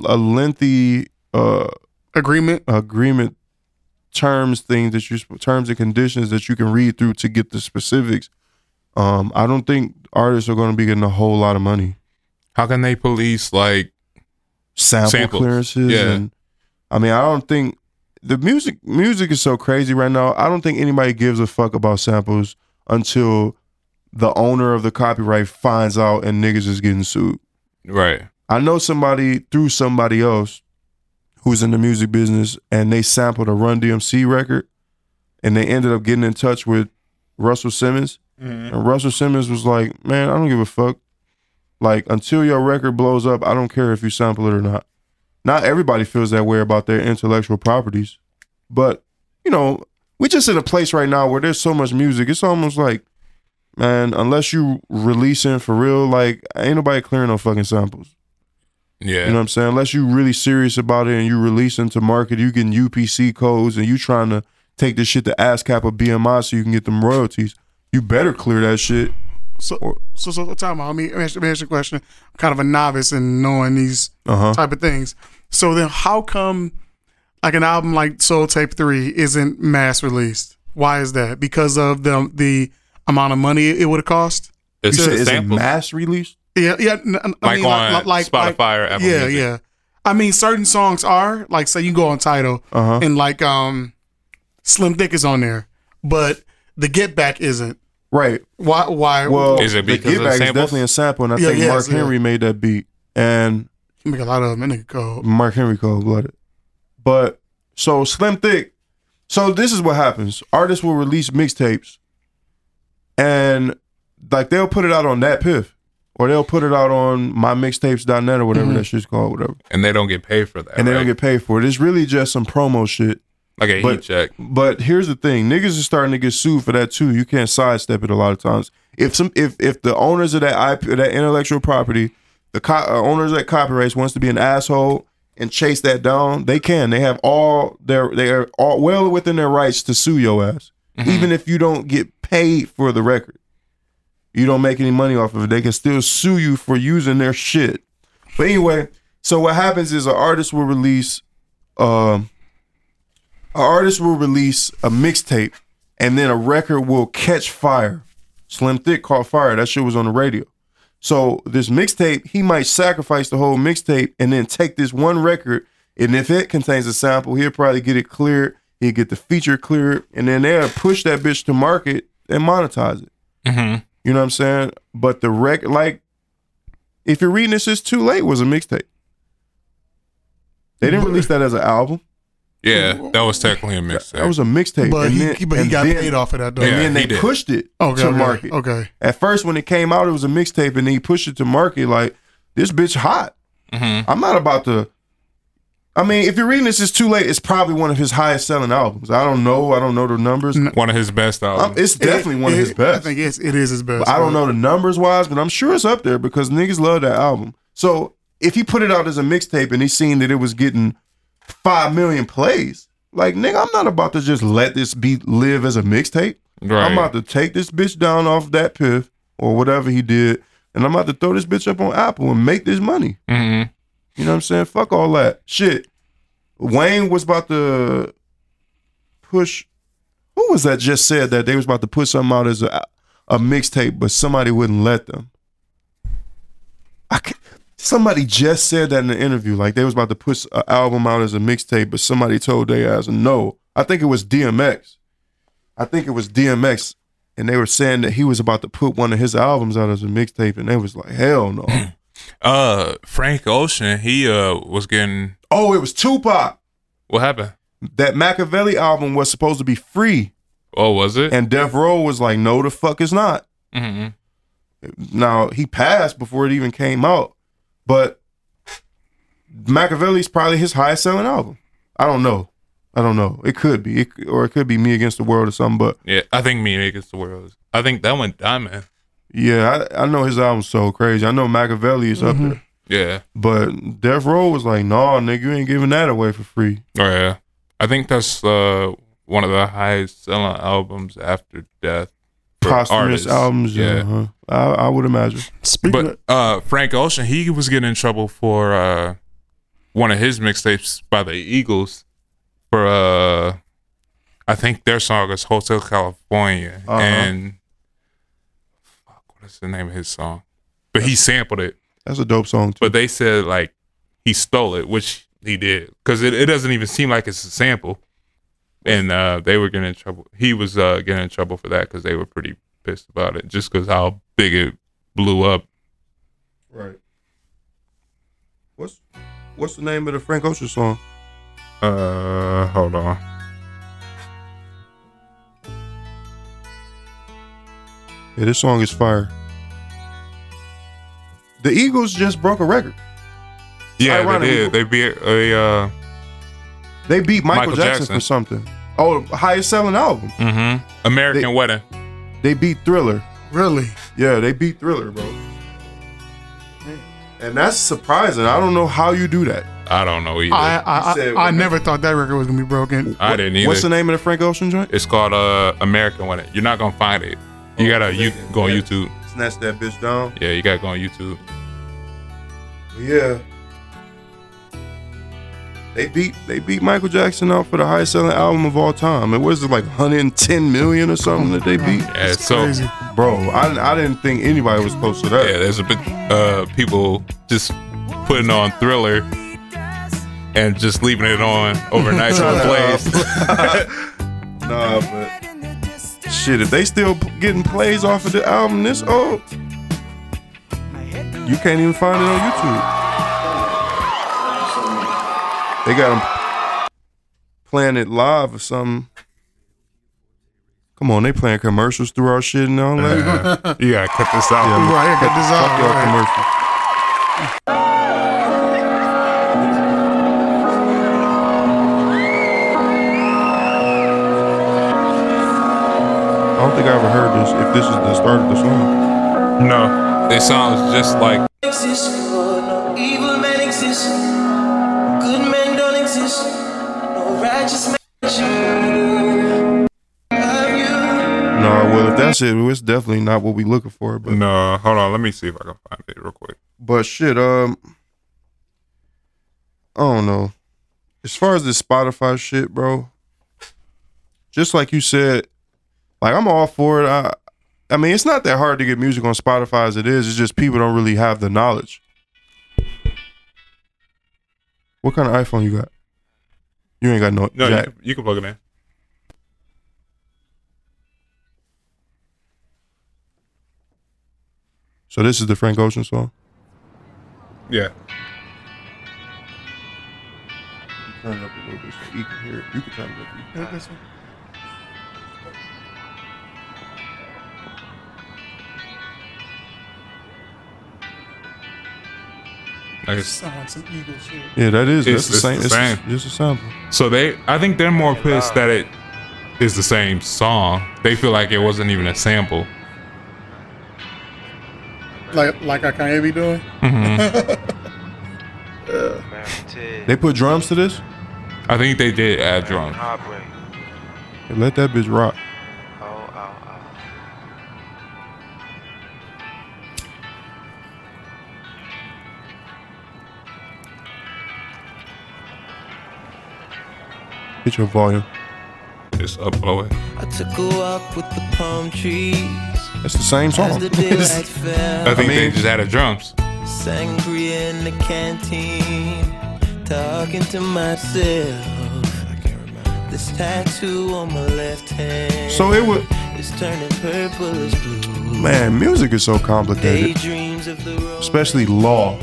Speaker 1: a lengthy uh
Speaker 3: agreement.
Speaker 1: agreement terms things that you terms and conditions that you can read through to get the specifics. Um, I don't think artists are going to be getting a whole lot of money.
Speaker 2: How can they police? Like,
Speaker 1: sample
Speaker 2: Samples.
Speaker 1: clearances
Speaker 2: Yeah.
Speaker 1: and I mean I don't think the music music is so crazy right now. I don't think anybody gives a fuck about samples until the owner of the copyright finds out and niggas is getting sued.
Speaker 2: right?
Speaker 1: I know somebody through somebody else who's in the music business and they sampled a Run DMC record and they ended up getting in touch with Russell Simmons. And Russell Simmons was like, Man, I don't give a fuck. Like, until your record blows up, I don't care if you sample it or not. Not everybody feels that way about their intellectual properties. But, you know, we just in a place right now where there's so much music, it's almost like, man, unless you releasing for real, like ain't nobody clearing no fucking samples.
Speaker 2: Yeah.
Speaker 1: You know what I'm saying? Unless you're really serious about it and you releasing to market, you getting UPC codes and you trying to take this shit to ASCAP or BMI so you can get them royalties, you better clear that shit.
Speaker 3: So so so time out. Let me answer, answer the question. I'm kind of a novice in knowing these
Speaker 2: Uh-huh.
Speaker 1: Uh huh.
Speaker 3: type of things. So then, how come like an album like Soul Tape Three isn't mass released? Why is that? Because of the the amount of money it would have cost.
Speaker 1: You
Speaker 2: It's
Speaker 1: said
Speaker 2: a
Speaker 1: it's a
Speaker 2: sample.
Speaker 1: mass release?
Speaker 3: Yeah, yeah. n- n- I
Speaker 2: Like
Speaker 3: mean,
Speaker 2: on Spotify or Apple
Speaker 3: Yeah,
Speaker 2: Music.
Speaker 3: yeah. I mean, certain songs are like, say, you go on title
Speaker 2: Uh-huh.
Speaker 1: Uh huh.
Speaker 3: and like um, Slim Dick is on there, but the Get Back isn't.
Speaker 1: Right.
Speaker 3: Why? Why?
Speaker 1: Well,
Speaker 2: Is it
Speaker 1: the
Speaker 2: because
Speaker 1: Get
Speaker 2: of
Speaker 1: Back is
Speaker 2: samples?
Speaker 1: definitely a sample, and I
Speaker 3: Yeah,
Speaker 1: think
Speaker 3: yeah,
Speaker 1: Mark
Speaker 3: yeah.
Speaker 1: Henry made that beat. And
Speaker 3: you make a lot of them. That nigga cold.
Speaker 1: Mark Henry cold blooded. But so Slim Thick. So this is what happens. Artists will release mixtapes and like they'll put it out on that piff. Or they'll put it out on mymixtapes.net or whatever that shit's called, whatever.
Speaker 2: and they don't get paid for that.
Speaker 1: And they
Speaker 2: right?
Speaker 1: don't get paid for it. It's really just some promo shit.
Speaker 2: like a
Speaker 1: but-
Speaker 2: heat check.
Speaker 1: But here's the thing: niggas is starting to get sued for that too. You can't sidestep it a lot of times. If some, if if the owners of that IP, that intellectual property, the co- uh, owners of that copyrights wants to be an asshole and chase that down, they can. They have all their they are all well within their rights to sue your ass, even if you don't get paid for the record. You don't make any money off of it. They can still sue you for using their shit. But anyway, so what happens is an artist will release um an artist will release a mixtape and then a record will catch fire. Slim Thick caught fire. That shit was on the radio. So this mixtape, he might sacrifice the whole mixtape and then take this one record. And if it contains a sample, he'll probably get it cleared. He'll get the feature cleared. And then they'll push that bitch to market and monetize it.
Speaker 2: Mhm.
Speaker 1: You know what I'm saying? But the record, like, if you're reading this, it's too late was a mixtape. They didn't release that as an album.
Speaker 2: Yeah, that was technically a mixtape.
Speaker 1: That was a mixtape.
Speaker 3: But
Speaker 1: and
Speaker 3: he,
Speaker 1: then-
Speaker 3: but he
Speaker 1: and
Speaker 3: got
Speaker 1: then-
Speaker 3: paid off of that though.
Speaker 1: And
Speaker 2: Yeah,
Speaker 1: then
Speaker 2: he
Speaker 1: they
Speaker 2: did.
Speaker 1: pushed it
Speaker 3: Okay,
Speaker 1: to
Speaker 3: okay,
Speaker 1: market.
Speaker 3: okay.
Speaker 1: At first, when it came out, it was a mixtape, and he pushed it to market. Like this bitch hot.
Speaker 2: Mhm.
Speaker 1: I'm not about to. I mean, if you're reading this, it's too late. It's probably one of his highest selling albums. I don't know. I don't know the numbers.
Speaker 2: one of his best
Speaker 1: Um,
Speaker 2: albums.
Speaker 1: it's definitely
Speaker 3: It-
Speaker 1: one of
Speaker 3: it-
Speaker 1: his best.
Speaker 3: I think it's, it is his best.
Speaker 1: But I don't
Speaker 3: bro.
Speaker 1: know the numbers wise, but I'm sure it's up there because niggas love that album. So if he put it out as a mixtape and he seen that it was getting five million plays, like nigga, I'm not about to just let this beat live as a mixtape.
Speaker 2: right.
Speaker 1: I'm about to take this bitch down off that piff or whatever he did, and I'm about to throw this bitch up on Apple and make this money.
Speaker 2: Mhm.
Speaker 1: You know what I'm saying? Fuck all that shit. Wayne was about to push. Who was that just said that they was about to put something out as a, a mixtape, but somebody wouldn't let them. I ca- somebody just said that in the interview, like they was about to put an album out as a mixtape, but somebody told they ass no. I think it was DMX. I think it was DMX, and they were saying that he was about to put one of his albums out as a mixtape, and they was like, hell no.
Speaker 2: Uh, Frank Ocean, he uh was getting
Speaker 1: oh, it was Tupac.
Speaker 2: what happened?
Speaker 1: that Machiavelli album was supposed to be free,
Speaker 2: Oh, was it?
Speaker 1: and Death Row was like, "No, the fuck it's not."
Speaker 2: Mhm.
Speaker 1: Now he passed before it even came out, but Machiavelli's probably his highest selling album. I don't know. I don't know. It could be, it, or it could be Me Against the World or something. But
Speaker 2: Yeah, I think Me Against the World. I think that went diamond.
Speaker 1: yeah, I, I know his album's so crazy. I know Machiavelli is
Speaker 2: Mm-hmm.
Speaker 1: up there,
Speaker 2: Yeah.
Speaker 1: but Death Row was like, "Nah, nigga, you ain't giving that away for free."
Speaker 2: Oh yeah. I think that's uh one of the highest selling albums after death. for
Speaker 1: Posthumous
Speaker 2: artists.
Speaker 1: albums, yeah. huh? I, I would imagine.
Speaker 3: Speaking
Speaker 2: But uh Frank Ocean, he was getting in trouble for uh one of his mixtapes by the Eagles for uh I think their song is Hotel California
Speaker 1: Uh-huh.
Speaker 2: and fuck what is the name of his song? But he sampled it.
Speaker 1: That's a dope song too.
Speaker 2: But they said like he stole it, which he did. Because it, it doesn't even seem like it's a sample. And uh they were getting in trouble. He was uh getting in trouble for that because they were pretty pissed about it, just because how big it blew up.
Speaker 1: Right. What's what's the name of the Frank Ocean song?
Speaker 2: Uh, hold on.
Speaker 1: Yeah, this song is fire. The Eagles just broke a record.
Speaker 2: Yeah, they
Speaker 1: Ironic.
Speaker 2: did. They beat they uh.
Speaker 1: They beat Michael,
Speaker 2: Michael
Speaker 1: Jackson,
Speaker 2: Jackson.
Speaker 1: for something. Oh, highest selling album.
Speaker 2: hmm American
Speaker 1: They-
Speaker 2: Wedding.
Speaker 1: They beat Thriller.
Speaker 3: of, really,
Speaker 1: Yeah, they beat Thriller, bro. And that's surprising. I don't know how you do that.
Speaker 2: I don't know either. I,
Speaker 3: I
Speaker 1: You
Speaker 3: I,
Speaker 1: said
Speaker 3: I, I
Speaker 1: what?
Speaker 3: never thought that record was gonna be broken.
Speaker 2: didn't either.
Speaker 1: What's the name of the Frank Ocean joint?
Speaker 2: It's called uh American Wedding. You're not gonna find it. You gotta you go on
Speaker 1: Yeah.
Speaker 2: YouTube.
Speaker 1: Snatch that bitch down.
Speaker 2: Yeah, you gotta go on YouTube.
Speaker 1: Yeah. They beat they beat Michael Jackson out for the highest selling album of all time. It was like 110 million or something that they beat.
Speaker 2: Yeah, so
Speaker 3: Crazy.
Speaker 1: Bro, I, I didn't think anybody was close to
Speaker 2: Yeah,
Speaker 1: that.
Speaker 2: there's a bit uh people just putting on Thriller and just leaving it on overnight so it plays.
Speaker 1: Nah, but shit, if they still p- getting plays off of the album this old, you can't even find it on YouTube. They got them playing it live or something. Come on, they playing commercials through our shit and all that.
Speaker 2: you gotta cut this out.
Speaker 1: Yeah,
Speaker 3: Right here, cut this out.
Speaker 1: Fuck y'all
Speaker 3: Right.
Speaker 1: commercials. I don't think I ever heard this. If this is the start of the song,
Speaker 2: No, it sounds just like
Speaker 5: exist, for no evil man exists. Good men don't exist, no righteous man. should. Love you.
Speaker 1: no. Well, if that's it, it's definitely not what we looking for. But
Speaker 2: no. Hold on, let me see if I can find it real quick.
Speaker 1: but shit, um, I don't know. As far as this Spotify shit, bro, just like you said, like I'm all for it. I, I mean, it's not that hard to get music on Spotify as it is. It's just people don't really have the knowledge. What kind of iPhone you got? You ain't got no.
Speaker 2: No, you
Speaker 1: jack.
Speaker 2: can, you can plug it in.
Speaker 1: So this is the Frank Ocean song.
Speaker 2: Yeah.
Speaker 1: turn it up a little bit so you can hear it. You can turn it up.
Speaker 3: Yeah, this one.
Speaker 2: Like, it's-
Speaker 3: Sound like some eagle shit.
Speaker 1: Yeah, that is. that's
Speaker 2: It's-
Speaker 1: the same.
Speaker 2: it's the
Speaker 1: It's
Speaker 2: same.
Speaker 1: just a sample.
Speaker 2: so they, I think they're more pissed that it is the same song. They feel like it wasn't even a sample.
Speaker 3: Like like I can't be doing.
Speaker 1: They put drums to this.
Speaker 2: I think they did add drums.
Speaker 1: They let that bitch rock. Hit your volume.
Speaker 2: Just upload it.
Speaker 5: I took a walk with the palm trees
Speaker 1: That's the same
Speaker 5: as
Speaker 1: song.
Speaker 5: the daylight fell.
Speaker 2: I think they
Speaker 1: mean-
Speaker 2: just added drums.
Speaker 5: Sangria in the canteen, talking to myself. I can't remember. This tattoo on my left hand
Speaker 1: So it was.
Speaker 5: is turning purple as blue.
Speaker 1: Man, music is so complicated,
Speaker 5: Daydreams of the road.
Speaker 1: especially law,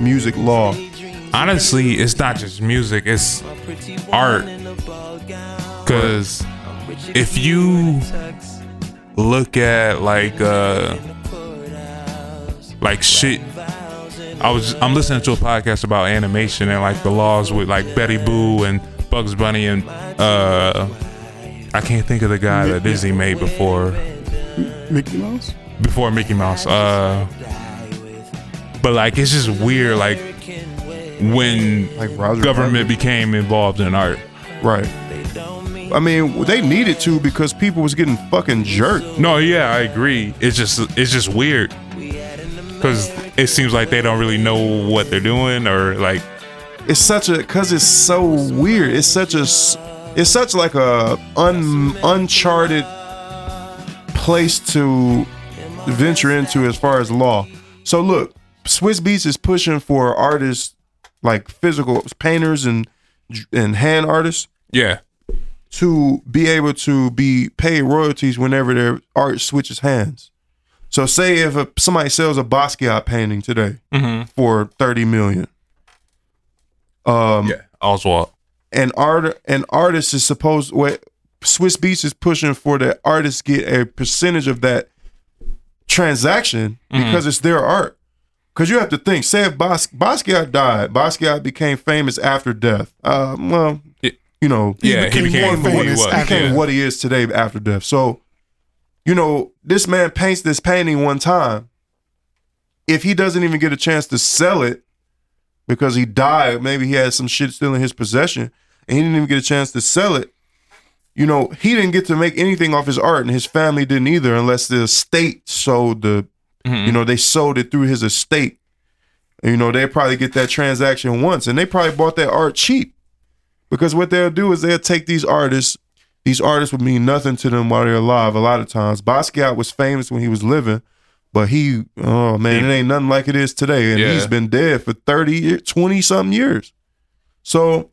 Speaker 1: music law.
Speaker 5: Daydreams
Speaker 2: Honestly, it's not just music. It's
Speaker 5: of a pretty woman
Speaker 2: art.
Speaker 5: in a ball gown.
Speaker 2: because
Speaker 5: Richard
Speaker 2: if
Speaker 5: Gere
Speaker 2: you-
Speaker 5: in a tux,
Speaker 2: look at like uh
Speaker 5: in the courthouse,
Speaker 2: like shit.
Speaker 5: vows in
Speaker 2: I was I'm listening to a podcast about animation and like the laws with like Betty Boo and Bugs Bunny and uh I can't think of the guy that Disney made before
Speaker 3: Mickey Mouse.
Speaker 2: before Mickey Mouse. Uh, but like it's just weird like when
Speaker 1: Like Roger
Speaker 2: government became involved in art.
Speaker 1: Right. I mean, they needed to because people was getting fucking jerked.
Speaker 2: No, yeah, I agree. It's just it's just weird because it seems like they don't really know what they're doing or like
Speaker 1: It's such a cuz it's so weird. It's such a s- it's such like a un, uncharted place to venture into as far as law. So look, Swiss Beats is pushing for artists like physical painters and and hand artists
Speaker 2: yeah.
Speaker 1: to be able to be paid royalties whenever their art switches hands. So say if a, somebody sells a Basquiat painting today for 30 million. Um
Speaker 2: Yeah, Oswald.
Speaker 1: an art an artist is supposed what Swiss Beats is pushing for that artists get a percentage of that transaction because it's their art. Because you have to think, say if Bas- Basquiat died, Basquiat became famous after death. Uh, well,
Speaker 2: It-
Speaker 1: you know,
Speaker 2: Yeah, he became
Speaker 1: more
Speaker 2: who he
Speaker 1: famous
Speaker 2: was,
Speaker 1: after-
Speaker 2: yeah.
Speaker 1: what he is today after death. So, you know, this man paints this painting one time. If he doesn't even get a chance to sell it because he died, maybe he had some shit still in his possession, and he didn't even get a chance to sell it. You know, he didn't get to make anything off his art, and his family didn't either, unless the estate sold the. You know, they sold it through his estate. And, you know, they probably get that transaction once, and they probably bought that art cheap. Because what they'll do is they'll take these artists. These artists would mean nothing to them while they're alive. A lot of times, Basquiat was famous when he was living, but he, oh man, it ain't nothing like it is today. And
Speaker 2: Yeah.
Speaker 1: he's been dead for 30 years, 20 something years. So,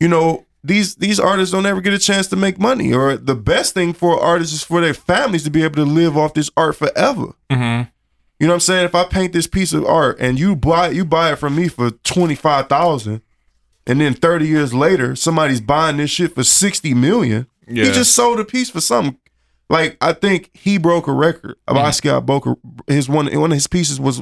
Speaker 1: you know, these these artists don't ever get a chance to make money. Or the best thing for artists is for their families to be able to live off this art forever. You know what I'm saying? If I paint this piece of art and you buy you buy it from me for twenty five thousand, and then thirty years later somebody's buying this shit for sixty million.
Speaker 2: Yeah.
Speaker 1: He just sold a piece for something. Like I think he broke a record.
Speaker 2: Mm-hmm.
Speaker 1: Basquiat broke a, his one one of his pieces was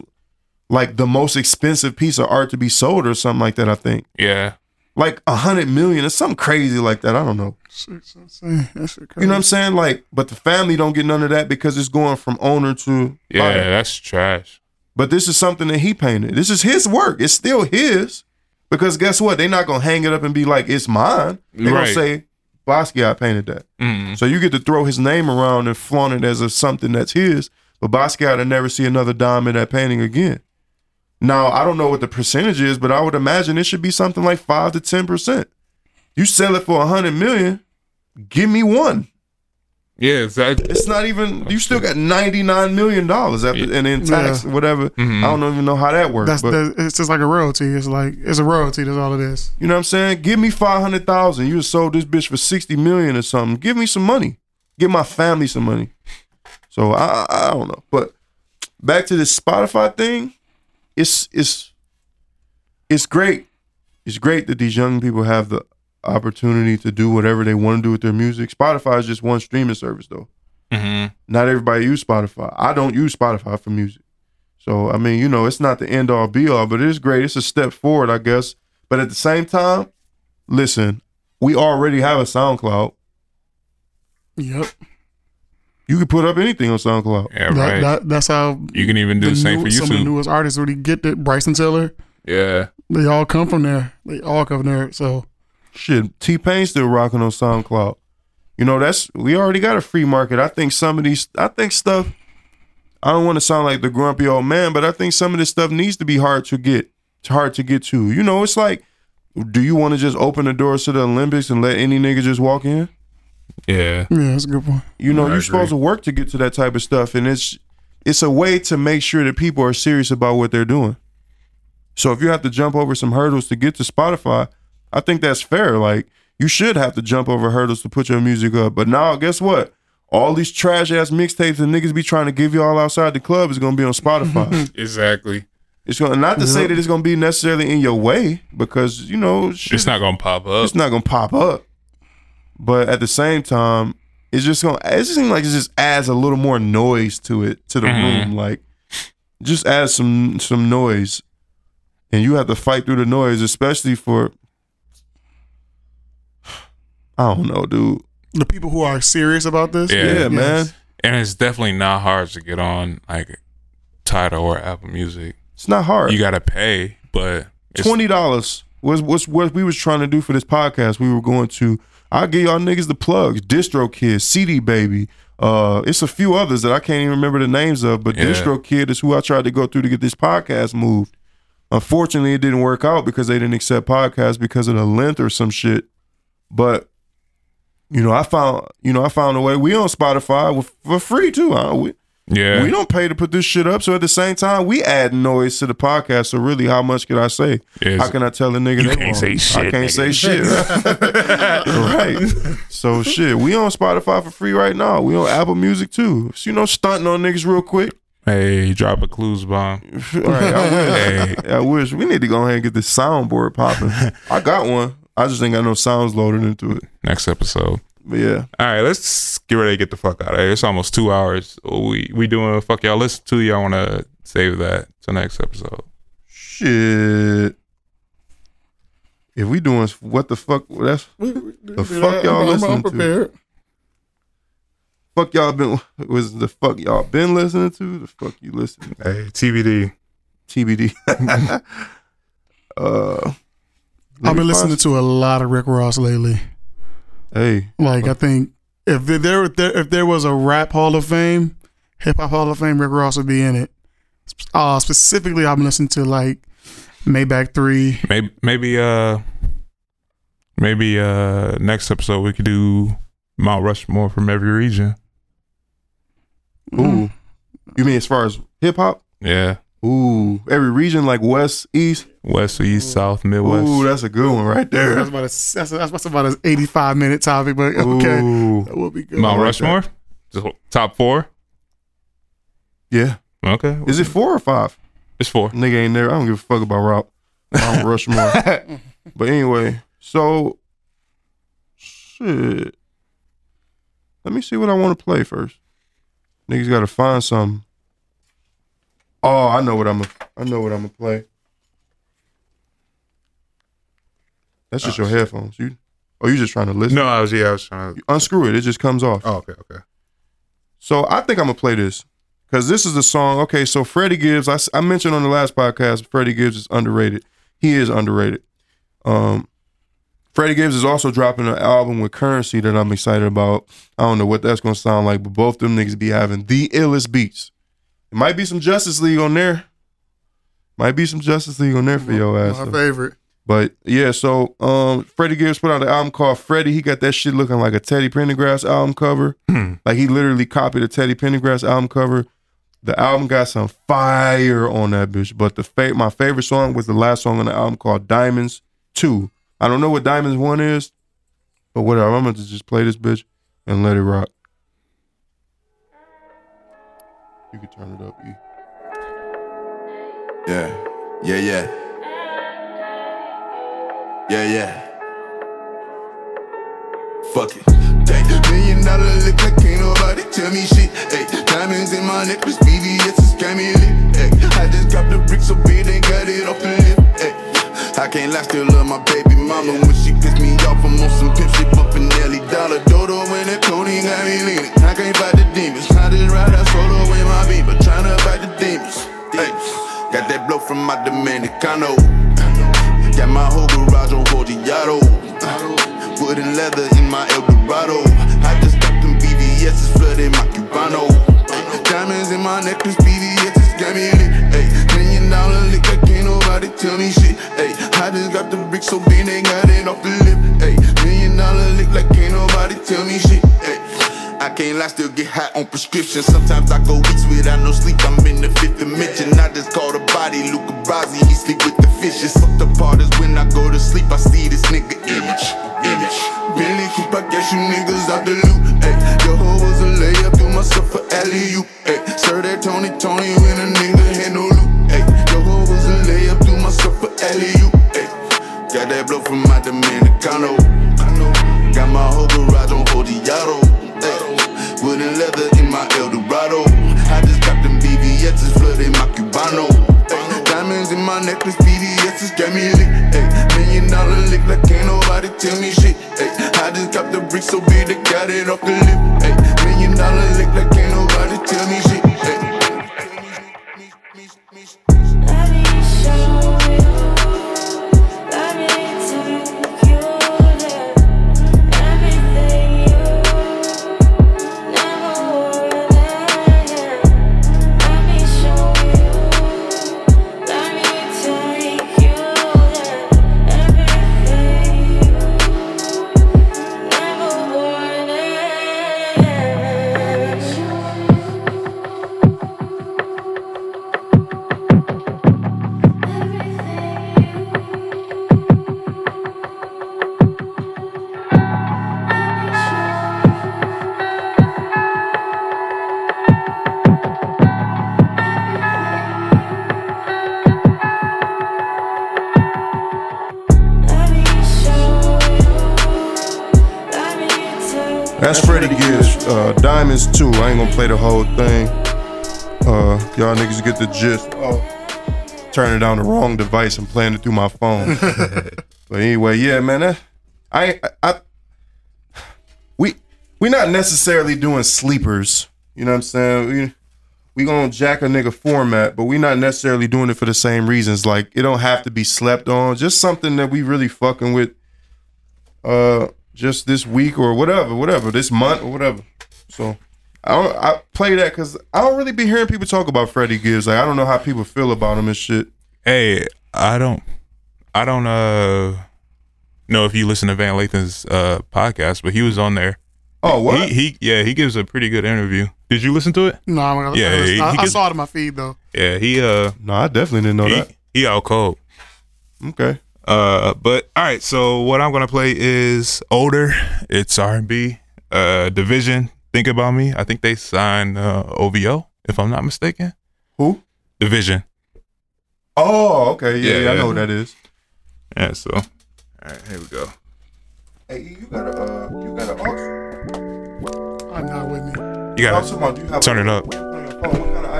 Speaker 1: like the most expensive piece of art to be sold or something like that. I think
Speaker 2: Yeah.
Speaker 1: like a hundred million or something crazy like that. I don't know.
Speaker 3: Six, I'm saying. That shit
Speaker 1: You
Speaker 3: crazy.
Speaker 1: know what I'm saying? Like, but the family don't get none of that because it's going from owner to
Speaker 2: Yeah,
Speaker 1: buyer.
Speaker 2: that's trash.
Speaker 1: But this is something that he painted. This is his work. It's still his. Because guess what? They're not gonna hang it up and be like, it's mine. They're
Speaker 2: Right.
Speaker 1: gonna say Basquiat painted that.
Speaker 2: Mm.
Speaker 1: So you get to throw his name around and flaunt it as a something that's his, but Basquiat will never see another dime in that painting again. Now, I don't know what the percentage is, but I would imagine it should be something like five to ten percent. You sell it for a hundred million, give me one.
Speaker 2: Yeah, exactly.
Speaker 1: It's not even. You still got ninety nine million dollars after and then tax whatever. I don't even know how that works.
Speaker 3: That's,
Speaker 1: but,
Speaker 3: that, it's just like a royalty. It's like it's a royalty. That's all it is.
Speaker 1: You know what I'm saying? Give me five hundred thousand. You sold this bitch for sixty million or something. Give me some money. Give my family some money. So I I, I don't know. But back to this Spotify thing, it's it's it's great it's great that these young people have the opportunity to do whatever they want to do with their music. Spotify is just one streaming service, though.
Speaker 2: Mm-hmm.
Speaker 1: Not everybody use Spotify. I don't use Spotify for music. So I mean, you know, it's not the end all be all, but it is great. It's a step forward, I guess. But at the same time, listen, we already have a SoundCloud.
Speaker 3: Yep.
Speaker 1: You can put up anything on SoundCloud.
Speaker 2: Yeah,
Speaker 3: That,
Speaker 2: right.
Speaker 3: that, that's how
Speaker 2: you can even do the, same
Speaker 3: new-
Speaker 2: for
Speaker 3: some of the
Speaker 2: YouTube.
Speaker 3: newest artists really get that. Bryson Tiller,
Speaker 2: Yeah.
Speaker 3: they all come from there. They all come from there. So
Speaker 1: Shit, T Pain still rocking on SoundCloud. You know, that's we already got a free market. I think some of these I think stuff I don't want to sound like the grumpy old man, but I think some of this stuff needs to be hard to get. It's hard to get to. You know, it's like do you want to just open the doors to the Olympics and let any nigga just walk in?
Speaker 2: Yeah.
Speaker 3: yeah, that's a good point.
Speaker 1: You know,
Speaker 2: I
Speaker 1: you're
Speaker 2: agree.
Speaker 1: supposed to work to get to that type of stuff, and it's it's a way to make sure that people are serious about what they're doing. So if you have to jump over some hurdles to get to Spotify, I think that's fair. Like you should have to jump over hurdles to put your music up. But now, guess what? All these trash ass mixtapes and niggas be trying to give y'all outside the club is gonna be on Spotify.
Speaker 2: Exactly.
Speaker 1: it's gonna not to say that it's gonna be necessarily in your way because you know shit
Speaker 2: It's not gonna pop up.
Speaker 1: it's not gonna pop up. But at the same time, it's just gonna. It just seems like it just adds a little more noise to it to the
Speaker 2: Mhm.
Speaker 1: room. Like, just add some some noise, and you have to fight through the noise, especially for. I don't know, dude.
Speaker 3: The people who are serious about this,
Speaker 2: Yeah.
Speaker 1: Yeah, man.
Speaker 2: and it's definitely not hard to get on like Tidal or Apple Music.
Speaker 1: It's not hard.
Speaker 2: You gotta pay, but it's,
Speaker 1: Twenty dollars was was what we was trying to do for this podcast. We were going to. I'll give y'all niggas the plugs. Distro Kid, CD Baby. Uh, it's a few others that I can't even remember the names of, but
Speaker 2: Yeah.
Speaker 1: Distro Kid is who I tried to go through to get this podcast moved. Unfortunately, it didn't work out because they didn't accept podcasts because of the length or some shit. But you know, I found you know I found a way. We on Spotify with- for free too. Huh? We,
Speaker 2: yeah,
Speaker 1: we don't pay to put this shit up. So at the same time, we add noise to the podcast. So really, how much could I say?
Speaker 2: Yes.
Speaker 1: How can I tell a nigga?
Speaker 2: You
Speaker 1: they
Speaker 2: can't
Speaker 1: wrong?
Speaker 2: say
Speaker 1: I
Speaker 2: shit,
Speaker 1: can't say shit. right. So shit, we on Spotify for free right now. We on Apple Music too. So, you know, stunting on niggas real quick.
Speaker 2: hey, drop a clues bomb.
Speaker 1: All right, I
Speaker 2: Hey,
Speaker 1: wish. I wish we need to go ahead and get this soundboard popping. I got one. I just ain't got no sounds loaded into it.
Speaker 2: next episode.
Speaker 1: But yeah,
Speaker 2: All right, let's get ready to get the fuck out of here. It's almost two hours. We we doing fuck y'all. Listen to y'all. Want to save that to next episode?
Speaker 1: shit. If we doing what the fuck? That's
Speaker 3: the
Speaker 1: fuck y'all listening to? fuck y'all been was the fuck y'all been listening to the fuck you listening
Speaker 2: Hey, TBD.
Speaker 1: TBD. uh,
Speaker 3: I've been listening to a lot of Rick Ross lately.
Speaker 1: Hey,
Speaker 3: Like I think if there if there, if there was a rap Hall of Fame, hip hop Hall of Fame, Rick Ross would be in it. Uh, specifically, I've been listening to like Maybach Three.
Speaker 2: Maybe maybe uh maybe uh next episode we could do Mount Rushmore from every region.
Speaker 3: Mm-hmm.
Speaker 1: ooh, you mean as far as hip hop?
Speaker 2: Yeah,
Speaker 1: Ooh, every region like West, East.
Speaker 2: west, east, south, midwest.
Speaker 1: Ooh, that's a good one right
Speaker 3: That's
Speaker 1: there.
Speaker 3: about a, that's, that's about an eighty-five minute topic, but okay,
Speaker 1: Ooh,
Speaker 3: that will be good.
Speaker 2: Mount
Speaker 1: like
Speaker 2: Rushmore, Just top four.
Speaker 1: yeah.
Speaker 2: Okay,
Speaker 1: Is it four or five?
Speaker 2: it's four.
Speaker 1: Nigga ain't there. I don't give a fuck about Rob. Mount Rushmore. but anyway, so shit. Let me see what I want to play first. Niggas gotta find something. Oh, I know what I'm. A, I know what I'm gonna play. That's just your headphones. You, oh, you just trying to listen?
Speaker 2: No, I was yeah, I was trying to.
Speaker 1: You unscrew it. It just comes off.
Speaker 2: Oh, okay, okay.
Speaker 1: So I think I'm gonna play this because this is the song. Okay, so Freddie Gibbs. I, s- I mentioned on the last podcast, Freddie Gibbs is underrated. He is underrated. Um, Freddie Gibbs is also dropping an album with Currency that I'm excited about. I don't know what that's gonna sound like, but both them niggas be having the illest beats. It might be some Justice League on there. Might be some Justice League on there for your ass.
Speaker 3: My
Speaker 1: though.
Speaker 3: favorite.
Speaker 1: But yeah, so um, Freddie Gibbs put out an album called Freddie. He got that shit looking like a Teddy Pendergrass album cover. Like he literally copied a Teddy Pendergrass album cover. The album got some fire on that bitch. But the fa- my favorite song was the last song on the album called Diamonds Two. I don't know what Diamonds One is, but whatever. I'm going to just play this bitch and let it rock. You can turn it up. E.
Speaker 6: Yeah, yeah, yeah. Yeah, yeah. Fuck it. That million dollar look like ain't nobody tell me shit. Hey, diamonds in my necklace, BVS is scamming lit. Hey, I just dropped the brick so big they got it off the lip. Hey, I can't lie, still love my baby mama when she piss me off. I'm on some pimp shit, bumping Nelly Dollar Dodo and that Tony got me leaning. I can't fight the demons. I just ride out solo in my beam, but tryna fight the demons. Hey, got that blow from my Dominicano. Got my whole garage on Fortiato. Wooden leather in my Eldorado. I just stopped them BVS's flooded my Cubano. Ay, Diamonds in my necklace, BVS's got me lit. Ay, million dollar liquor, can't nobody tell me shit. Ay, I just got the brick so big they got it off the lip. Ay, million dollar lick like can't nobody tell me shit. Ay, I can't lie, still get high on prescription. Sometimes I go weeks without no sleep. I'm in the fifth dimension. I just call the body Luca Brasi. He sleep with the fishes. Fuck the part is when I go to sleep. I see this nigga image, image. Billy Coop, I guess you niggas out the loot. Ay, your hoe was a layup, do myself a alley oop. Ay, sir that Tony Tony when a nigga had no loot. Ay, your hoe was a layup, do myself a alley oop. Ay, got that blow from my Dominicano. Got my whole garage on Odiado. Wooden leather in my Eldorado. I just got them BBS's flooded my Cubano. Ay, Diamonds in my necklace, BBS's got me lit. Ay, million dollar lick like ain't nobody tell me shit. Ay, I just got the brick so big they got it off the lip. Ay, million dollar lick like ain't nobody tell me shit. Ay.
Speaker 1: That's Freddie Gibbs. Uh, Diamonds too. I ain't gonna play the whole thing. Uh, y'all niggas get the gist. Oh, turning down the wrong device and playing it through my phone. but anyway, yeah, man. That, I, I, we, we not necessarily doing sleepers. You know what I'm saying? We, we gonna jack a nigga format, but we not necessarily doing it for the same reasons. Like it don't have to be slept on. Just something that we really fucking with uh just this week or whatever, whatever, this month or whatever. So I don't, I play that because I don't really be hearing people talk about Freddie Gibbs. Like I don't know how people feel about him and shit.
Speaker 2: Hey, I don't, I don't uh know if you listen to Van Lathan's uh podcast, but he was on there.
Speaker 1: Oh what?
Speaker 2: He, he, yeah, he gives a pretty good interview. Did you listen to it?
Speaker 3: No, I'm gonna,
Speaker 2: Yeah,
Speaker 3: I,
Speaker 2: he-
Speaker 3: I,
Speaker 2: he
Speaker 3: I
Speaker 2: can-
Speaker 3: saw it in my feed though.
Speaker 2: Yeah, he uh,
Speaker 1: no, I definitely didn't know
Speaker 2: he,
Speaker 1: that.
Speaker 2: he out cold.
Speaker 1: Okay.
Speaker 2: Uh, but all right. So what I'm gonna play is older. It's R&B. Uh, Division. Think about me. I think they signed uh, OVO, if I'm not mistaken.
Speaker 1: Who?
Speaker 2: Division.
Speaker 1: Oh, okay. Yeah,
Speaker 2: Yeah,
Speaker 1: yeah, I
Speaker 2: yeah.
Speaker 1: know what that is.
Speaker 2: Yeah. So, all right, here we go.
Speaker 1: Hey, you got a uh, you got a
Speaker 3: I'm not with me.
Speaker 2: You
Speaker 1: I'm
Speaker 2: got
Speaker 1: talking about do you have
Speaker 2: Turn
Speaker 1: a-
Speaker 2: it up.
Speaker 1: What kind of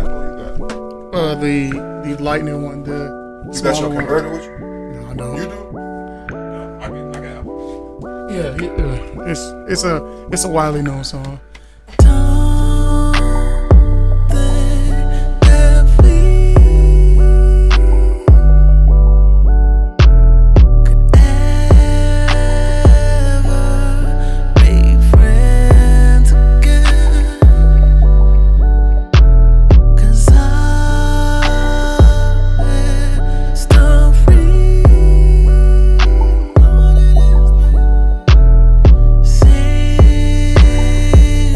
Speaker 1: iPhone you got?
Speaker 3: Uh, the the lightning one, the
Speaker 1: You got
Speaker 3: smaller
Speaker 1: your
Speaker 3: one.
Speaker 1: converter with you?
Speaker 3: No, I don't.
Speaker 1: You do?
Speaker 3: Yeah, it- uh, it's it's a it's a widely known song.
Speaker 7: Sing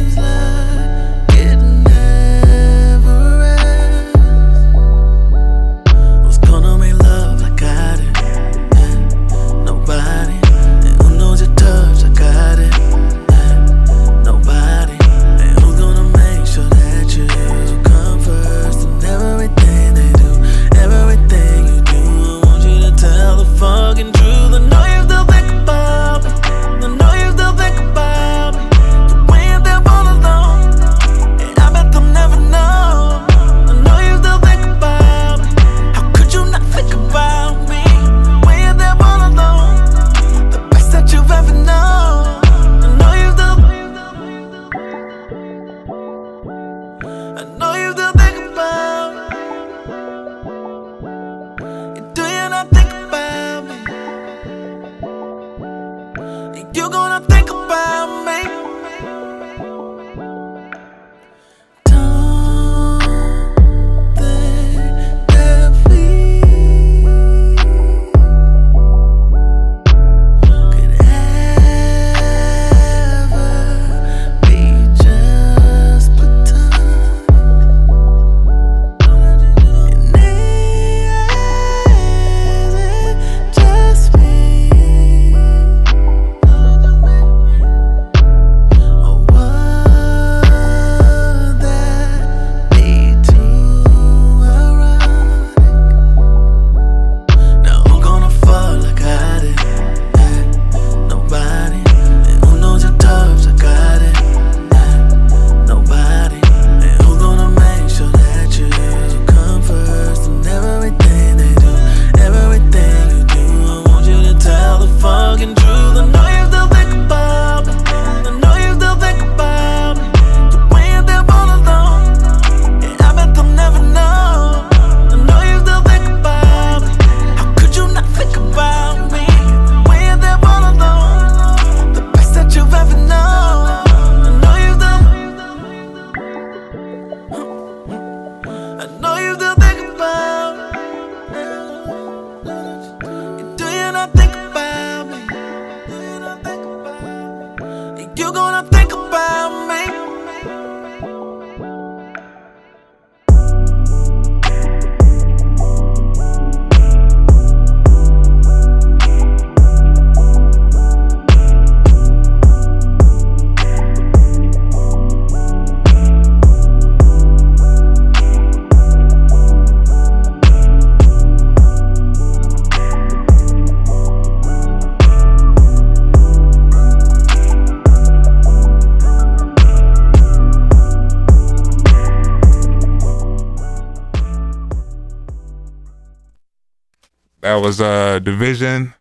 Speaker 2: That was uh division.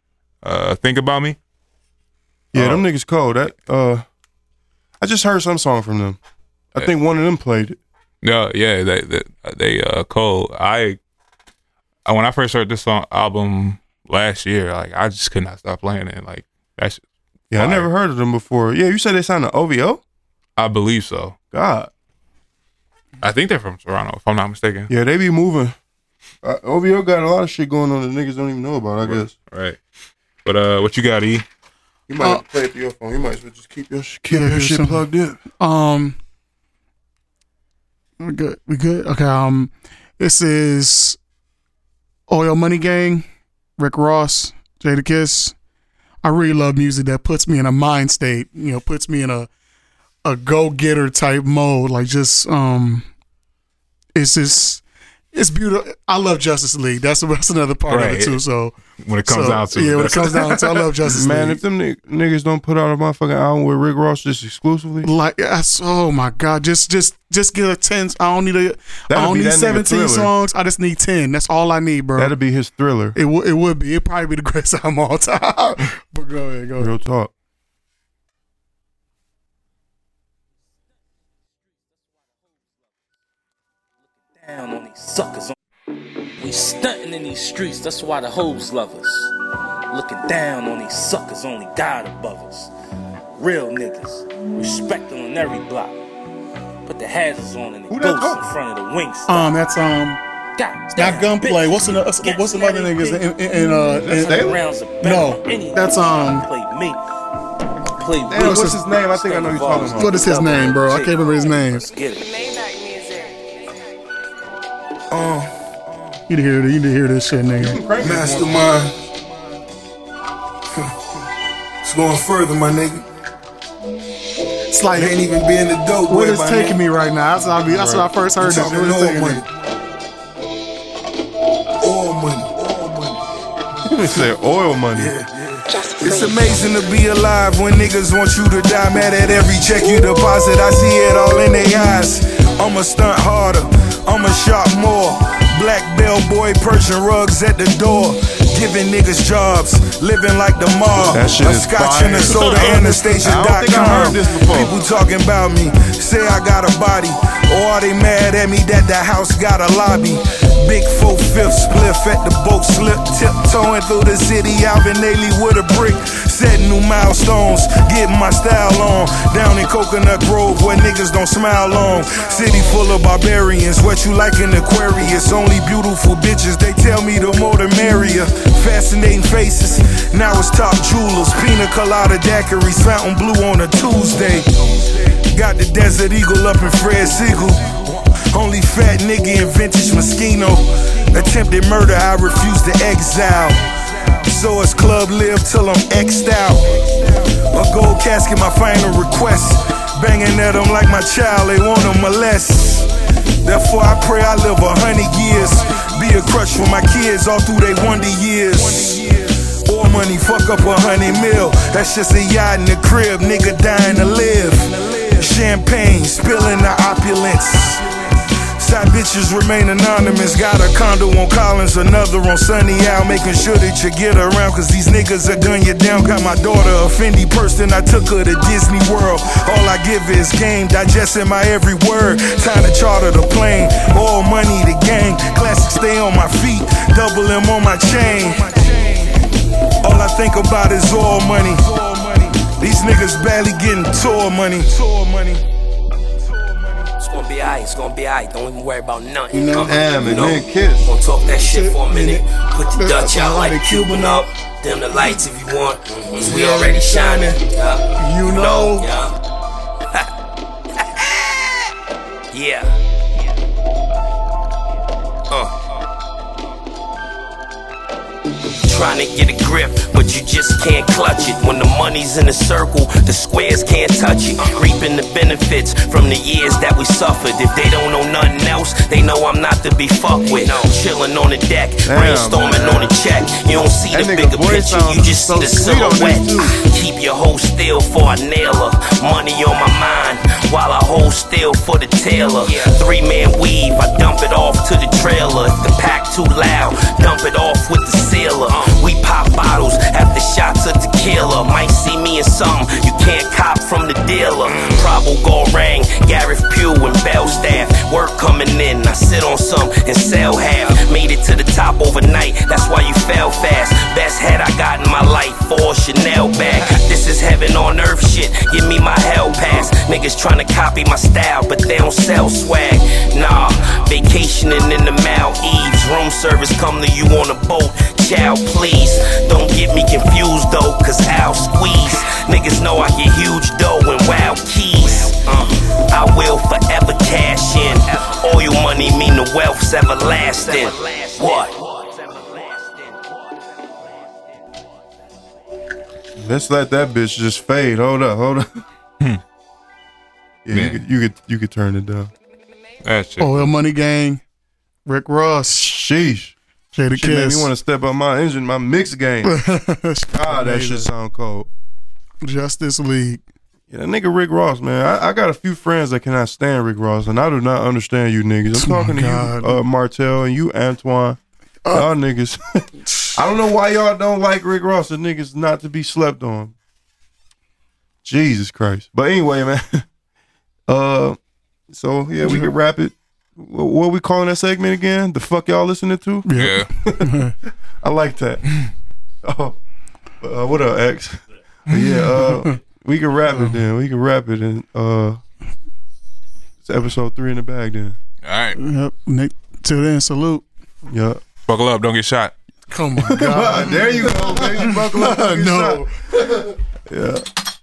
Speaker 2: Uh, think about me.
Speaker 1: Yeah, them niggas cold. That uh, I just heard some song from them. I think one of them played it.
Speaker 2: No, yeah, they they, they uh cold. I I- when I first heard this song album last year, like I just could not stop playing it. Like that's
Speaker 1: Yeah, I
Speaker 2: Fire.
Speaker 1: never heard of them before. Yeah, you said they signed to OVO.
Speaker 2: I believe so.
Speaker 1: God,
Speaker 2: I think they're from Toronto, if I'm not mistaken.
Speaker 1: yeah, they be moving. Uh, OVO got a lot of shit going on that niggas don't even know about. I guess
Speaker 2: Right. But uh, what you got, E?
Speaker 1: you might have to play it through your phone. You might as well just keep your, sh- keep
Speaker 3: Yeah,
Speaker 1: your
Speaker 3: here's
Speaker 1: shit
Speaker 3: some-
Speaker 1: plugged in.
Speaker 3: Um, we good. We good. Okay. Um, this is Oil Money Gang, Rick Ross, Jada Kiss. I really love music that puts me in a mind state. You know, puts me in a a go getter type mode. Like just um, it's just it's beautiful. I love Justice League. That's that's another part of
Speaker 2: Right.
Speaker 3: it too. So
Speaker 2: When it comes
Speaker 3: so,
Speaker 2: down to
Speaker 3: yeah, when it comes down to I love Justice
Speaker 1: Man,
Speaker 3: League.
Speaker 1: if them ni- niggas don't put out a motherfucking album with Rick Ross just exclusively,
Speaker 3: like that's oh my god just just just get a 10 i don't need a
Speaker 1: That'd
Speaker 3: I don't
Speaker 1: be
Speaker 3: need
Speaker 1: that nigga
Speaker 3: 17
Speaker 1: Thriller.
Speaker 3: songs i just need 10 that's all i need bro
Speaker 1: that'd be his thriller.
Speaker 3: it, w- it would be it'd probably be the greatest album of all time but go ahead go ahead
Speaker 1: Real talk.
Speaker 7: down on these suckers. We stunting in these streets, that's why the hoes love us. Looking down on these suckers, only God above us. Real niggas, respected on every block. Put the hazards on and the
Speaker 1: Who that
Speaker 7: ghosts
Speaker 1: talk?
Speaker 7: in front of the wings.
Speaker 3: um that's um not gunplay what's another what's another niggas in, in, in uh in,
Speaker 1: Staley?
Speaker 7: rounds of
Speaker 3: No,
Speaker 7: battle.
Speaker 3: that's, um,
Speaker 7: Play me. Play
Speaker 1: Damn,
Speaker 3: what's
Speaker 1: what's his name? I think I know you're talking about.
Speaker 3: what is his name bro i can't remember his name
Speaker 7: Let's get it.
Speaker 3: you need to hear you need to hear this shit nigga
Speaker 8: Mastermind. It's going further, my nigga.
Speaker 3: it's like
Speaker 8: Ain't even being the dope.
Speaker 3: what
Speaker 8: boy,
Speaker 3: is
Speaker 8: my
Speaker 3: taking
Speaker 8: nigga.
Speaker 3: me right now that's what i, be, that's what I first heard
Speaker 8: You
Speaker 3: this
Speaker 8: talking
Speaker 3: shit. What is
Speaker 8: all
Speaker 3: taking me?
Speaker 8: money. All money. All money.
Speaker 1: You said oil money.
Speaker 8: It's amazing to be alive when niggas want you to die. Mad at every check you deposit. I see it all in their eyes. I'ma stunt harder. I'ma shop more. Black bell boy, Persian rugs at the door. Giving niggas jobs, living like the mob.
Speaker 1: That shit
Speaker 8: a
Speaker 1: is
Speaker 8: scotch
Speaker 1: fire.
Speaker 8: and a soda
Speaker 1: I
Speaker 8: and a
Speaker 1: don't think I heard
Speaker 8: station.com.
Speaker 1: this before.
Speaker 8: People talking about me, say I got a body. Or are they mad at me that the house got a lobby? Big four fifth spliff at the boat slip, tiptoeing through the city. Alvin Ailey with a brick, setting new milestones, getting my style on. Down in Coconut Grove where niggas don't smile long. City full of barbarians, what you like in Aquarius? Only beautiful bitches, they tell me the more the merrier. Fascinating faces, now it's top jewelers, pina colada daiquiris, fountain blue on a Tuesday. Got the Desert Eagle up in Fred Siegel. Only fat nigga in vintage Moschino. Attempted murder, I refuse to exile. So it's club live till I'm exed out. A gold casket, my final request. Banging at them like my child, they want to molest. Therefore, I pray I live a hundred years. Be a crush for my kids all through they wonder years. Or money, fuck up a hundred mil. That's just a yacht in the crib, nigga dying to live. Champagne spilling the opulence. Side bitches remain anonymous. Got a condo on Collins, another on Sunny Out, making sure that you get around. Cause these niggas are gun you down. Got my daughter a Fendi purse, then I took her to Disney World. All I give is game, digesting my every word. Time to charter the plane. All money, the gang. Classic stay on my feet, double M on my chain. All I think about is all money. These niggas barely getting tour money. Tour money.
Speaker 7: It's gonna be alright, it's gonna be alright. Don't even worry about nothing.
Speaker 1: You know, damn, and then kiss.
Speaker 7: Gonna talk that shit for a minute. Put the
Speaker 3: That's
Speaker 7: Dutch out
Speaker 3: how
Speaker 7: like
Speaker 3: they
Speaker 7: a Cuban up. Dim the lights if you want. 'cause we already shining. Yeah.
Speaker 3: you know
Speaker 7: Yeah. yeah. Uh. Trying to get a grip, but you just can't clutch it. When the money's in a circle, the squares can't touch it. Reaping the benefits from the years that we suffered. If they don't know nothing else, they know I'm not to be fucked with. Chilling on the deck, brainstorming
Speaker 1: man.
Speaker 7: on the check. You don't see
Speaker 1: That
Speaker 7: the
Speaker 1: nigga
Speaker 7: bigger
Speaker 1: voice
Speaker 7: picture, you
Speaker 1: sounds
Speaker 7: just
Speaker 1: so
Speaker 7: see the
Speaker 1: sweet on this
Speaker 7: silhouette.
Speaker 1: dude.
Speaker 7: Keep your whole still for a nailer. Money on my mind while I hold still for the tailor. Three man weave, I dump it off to the trailer. If the pack too loud, dump it off with the sealer. sit on some and sell half. Made it to the top overnight, that's why you fell fast. Best head I got in my life, for a Chanel bag. This is heaven on earth shit, give me my hell pass. Niggas tryna copy my style, but they don't sell swag. Nah, vacationing in the Maldives. Room service come to you on a boat. Child, please, don't get me confused though, cause I'll squeeze. Niggas know I get huge dough and wild keys. Uh, I will forever cash in. Oil money mean the wealth's everlasting. What?
Speaker 1: Let's let that bitch just fade. Hold up, hold up.
Speaker 7: Hmm.
Speaker 1: yeah, you
Speaker 2: Man.
Speaker 1: could, you could you could turn it down.
Speaker 2: That shit.
Speaker 3: Oil Oh, Money Gang, Rick Ross,
Speaker 1: Sheesh.
Speaker 3: Jada
Speaker 1: She made me
Speaker 3: Kiss.
Speaker 1: want to step up my engine, my mix game. God, that shit sound cold.
Speaker 3: Justice League.
Speaker 1: Yeah, that nigga Rick Ross, man. I, I got a few friends that cannot stand Rick Ross, and I do not understand you niggas. I'm
Speaker 3: Oh my
Speaker 1: talking to
Speaker 3: God. Uh.
Speaker 1: you, uh, Martel, and you, Antoine. y'all niggas. I don't know why y'all don't like Rick Ross. The niggas not to be slept on. Jesus Christ. But anyway, man. Uh, so yeah, we can wrap it. Wh- What we calling that segment again? The fuck y'all listening to?
Speaker 2: Yeah.
Speaker 1: I like that. Oh, uh, what up, X? yeah, uh, we can wrap it then. We can wrap it and uh, it's episode three in the bag then.
Speaker 2: All right.
Speaker 3: Yep. Nick, till then, salute.
Speaker 1: Yeah.
Speaker 2: Buckle up. Don't get shot.
Speaker 3: Come on, God.
Speaker 1: there you go. Baby. Buckle up.
Speaker 3: no.
Speaker 1: Yeah.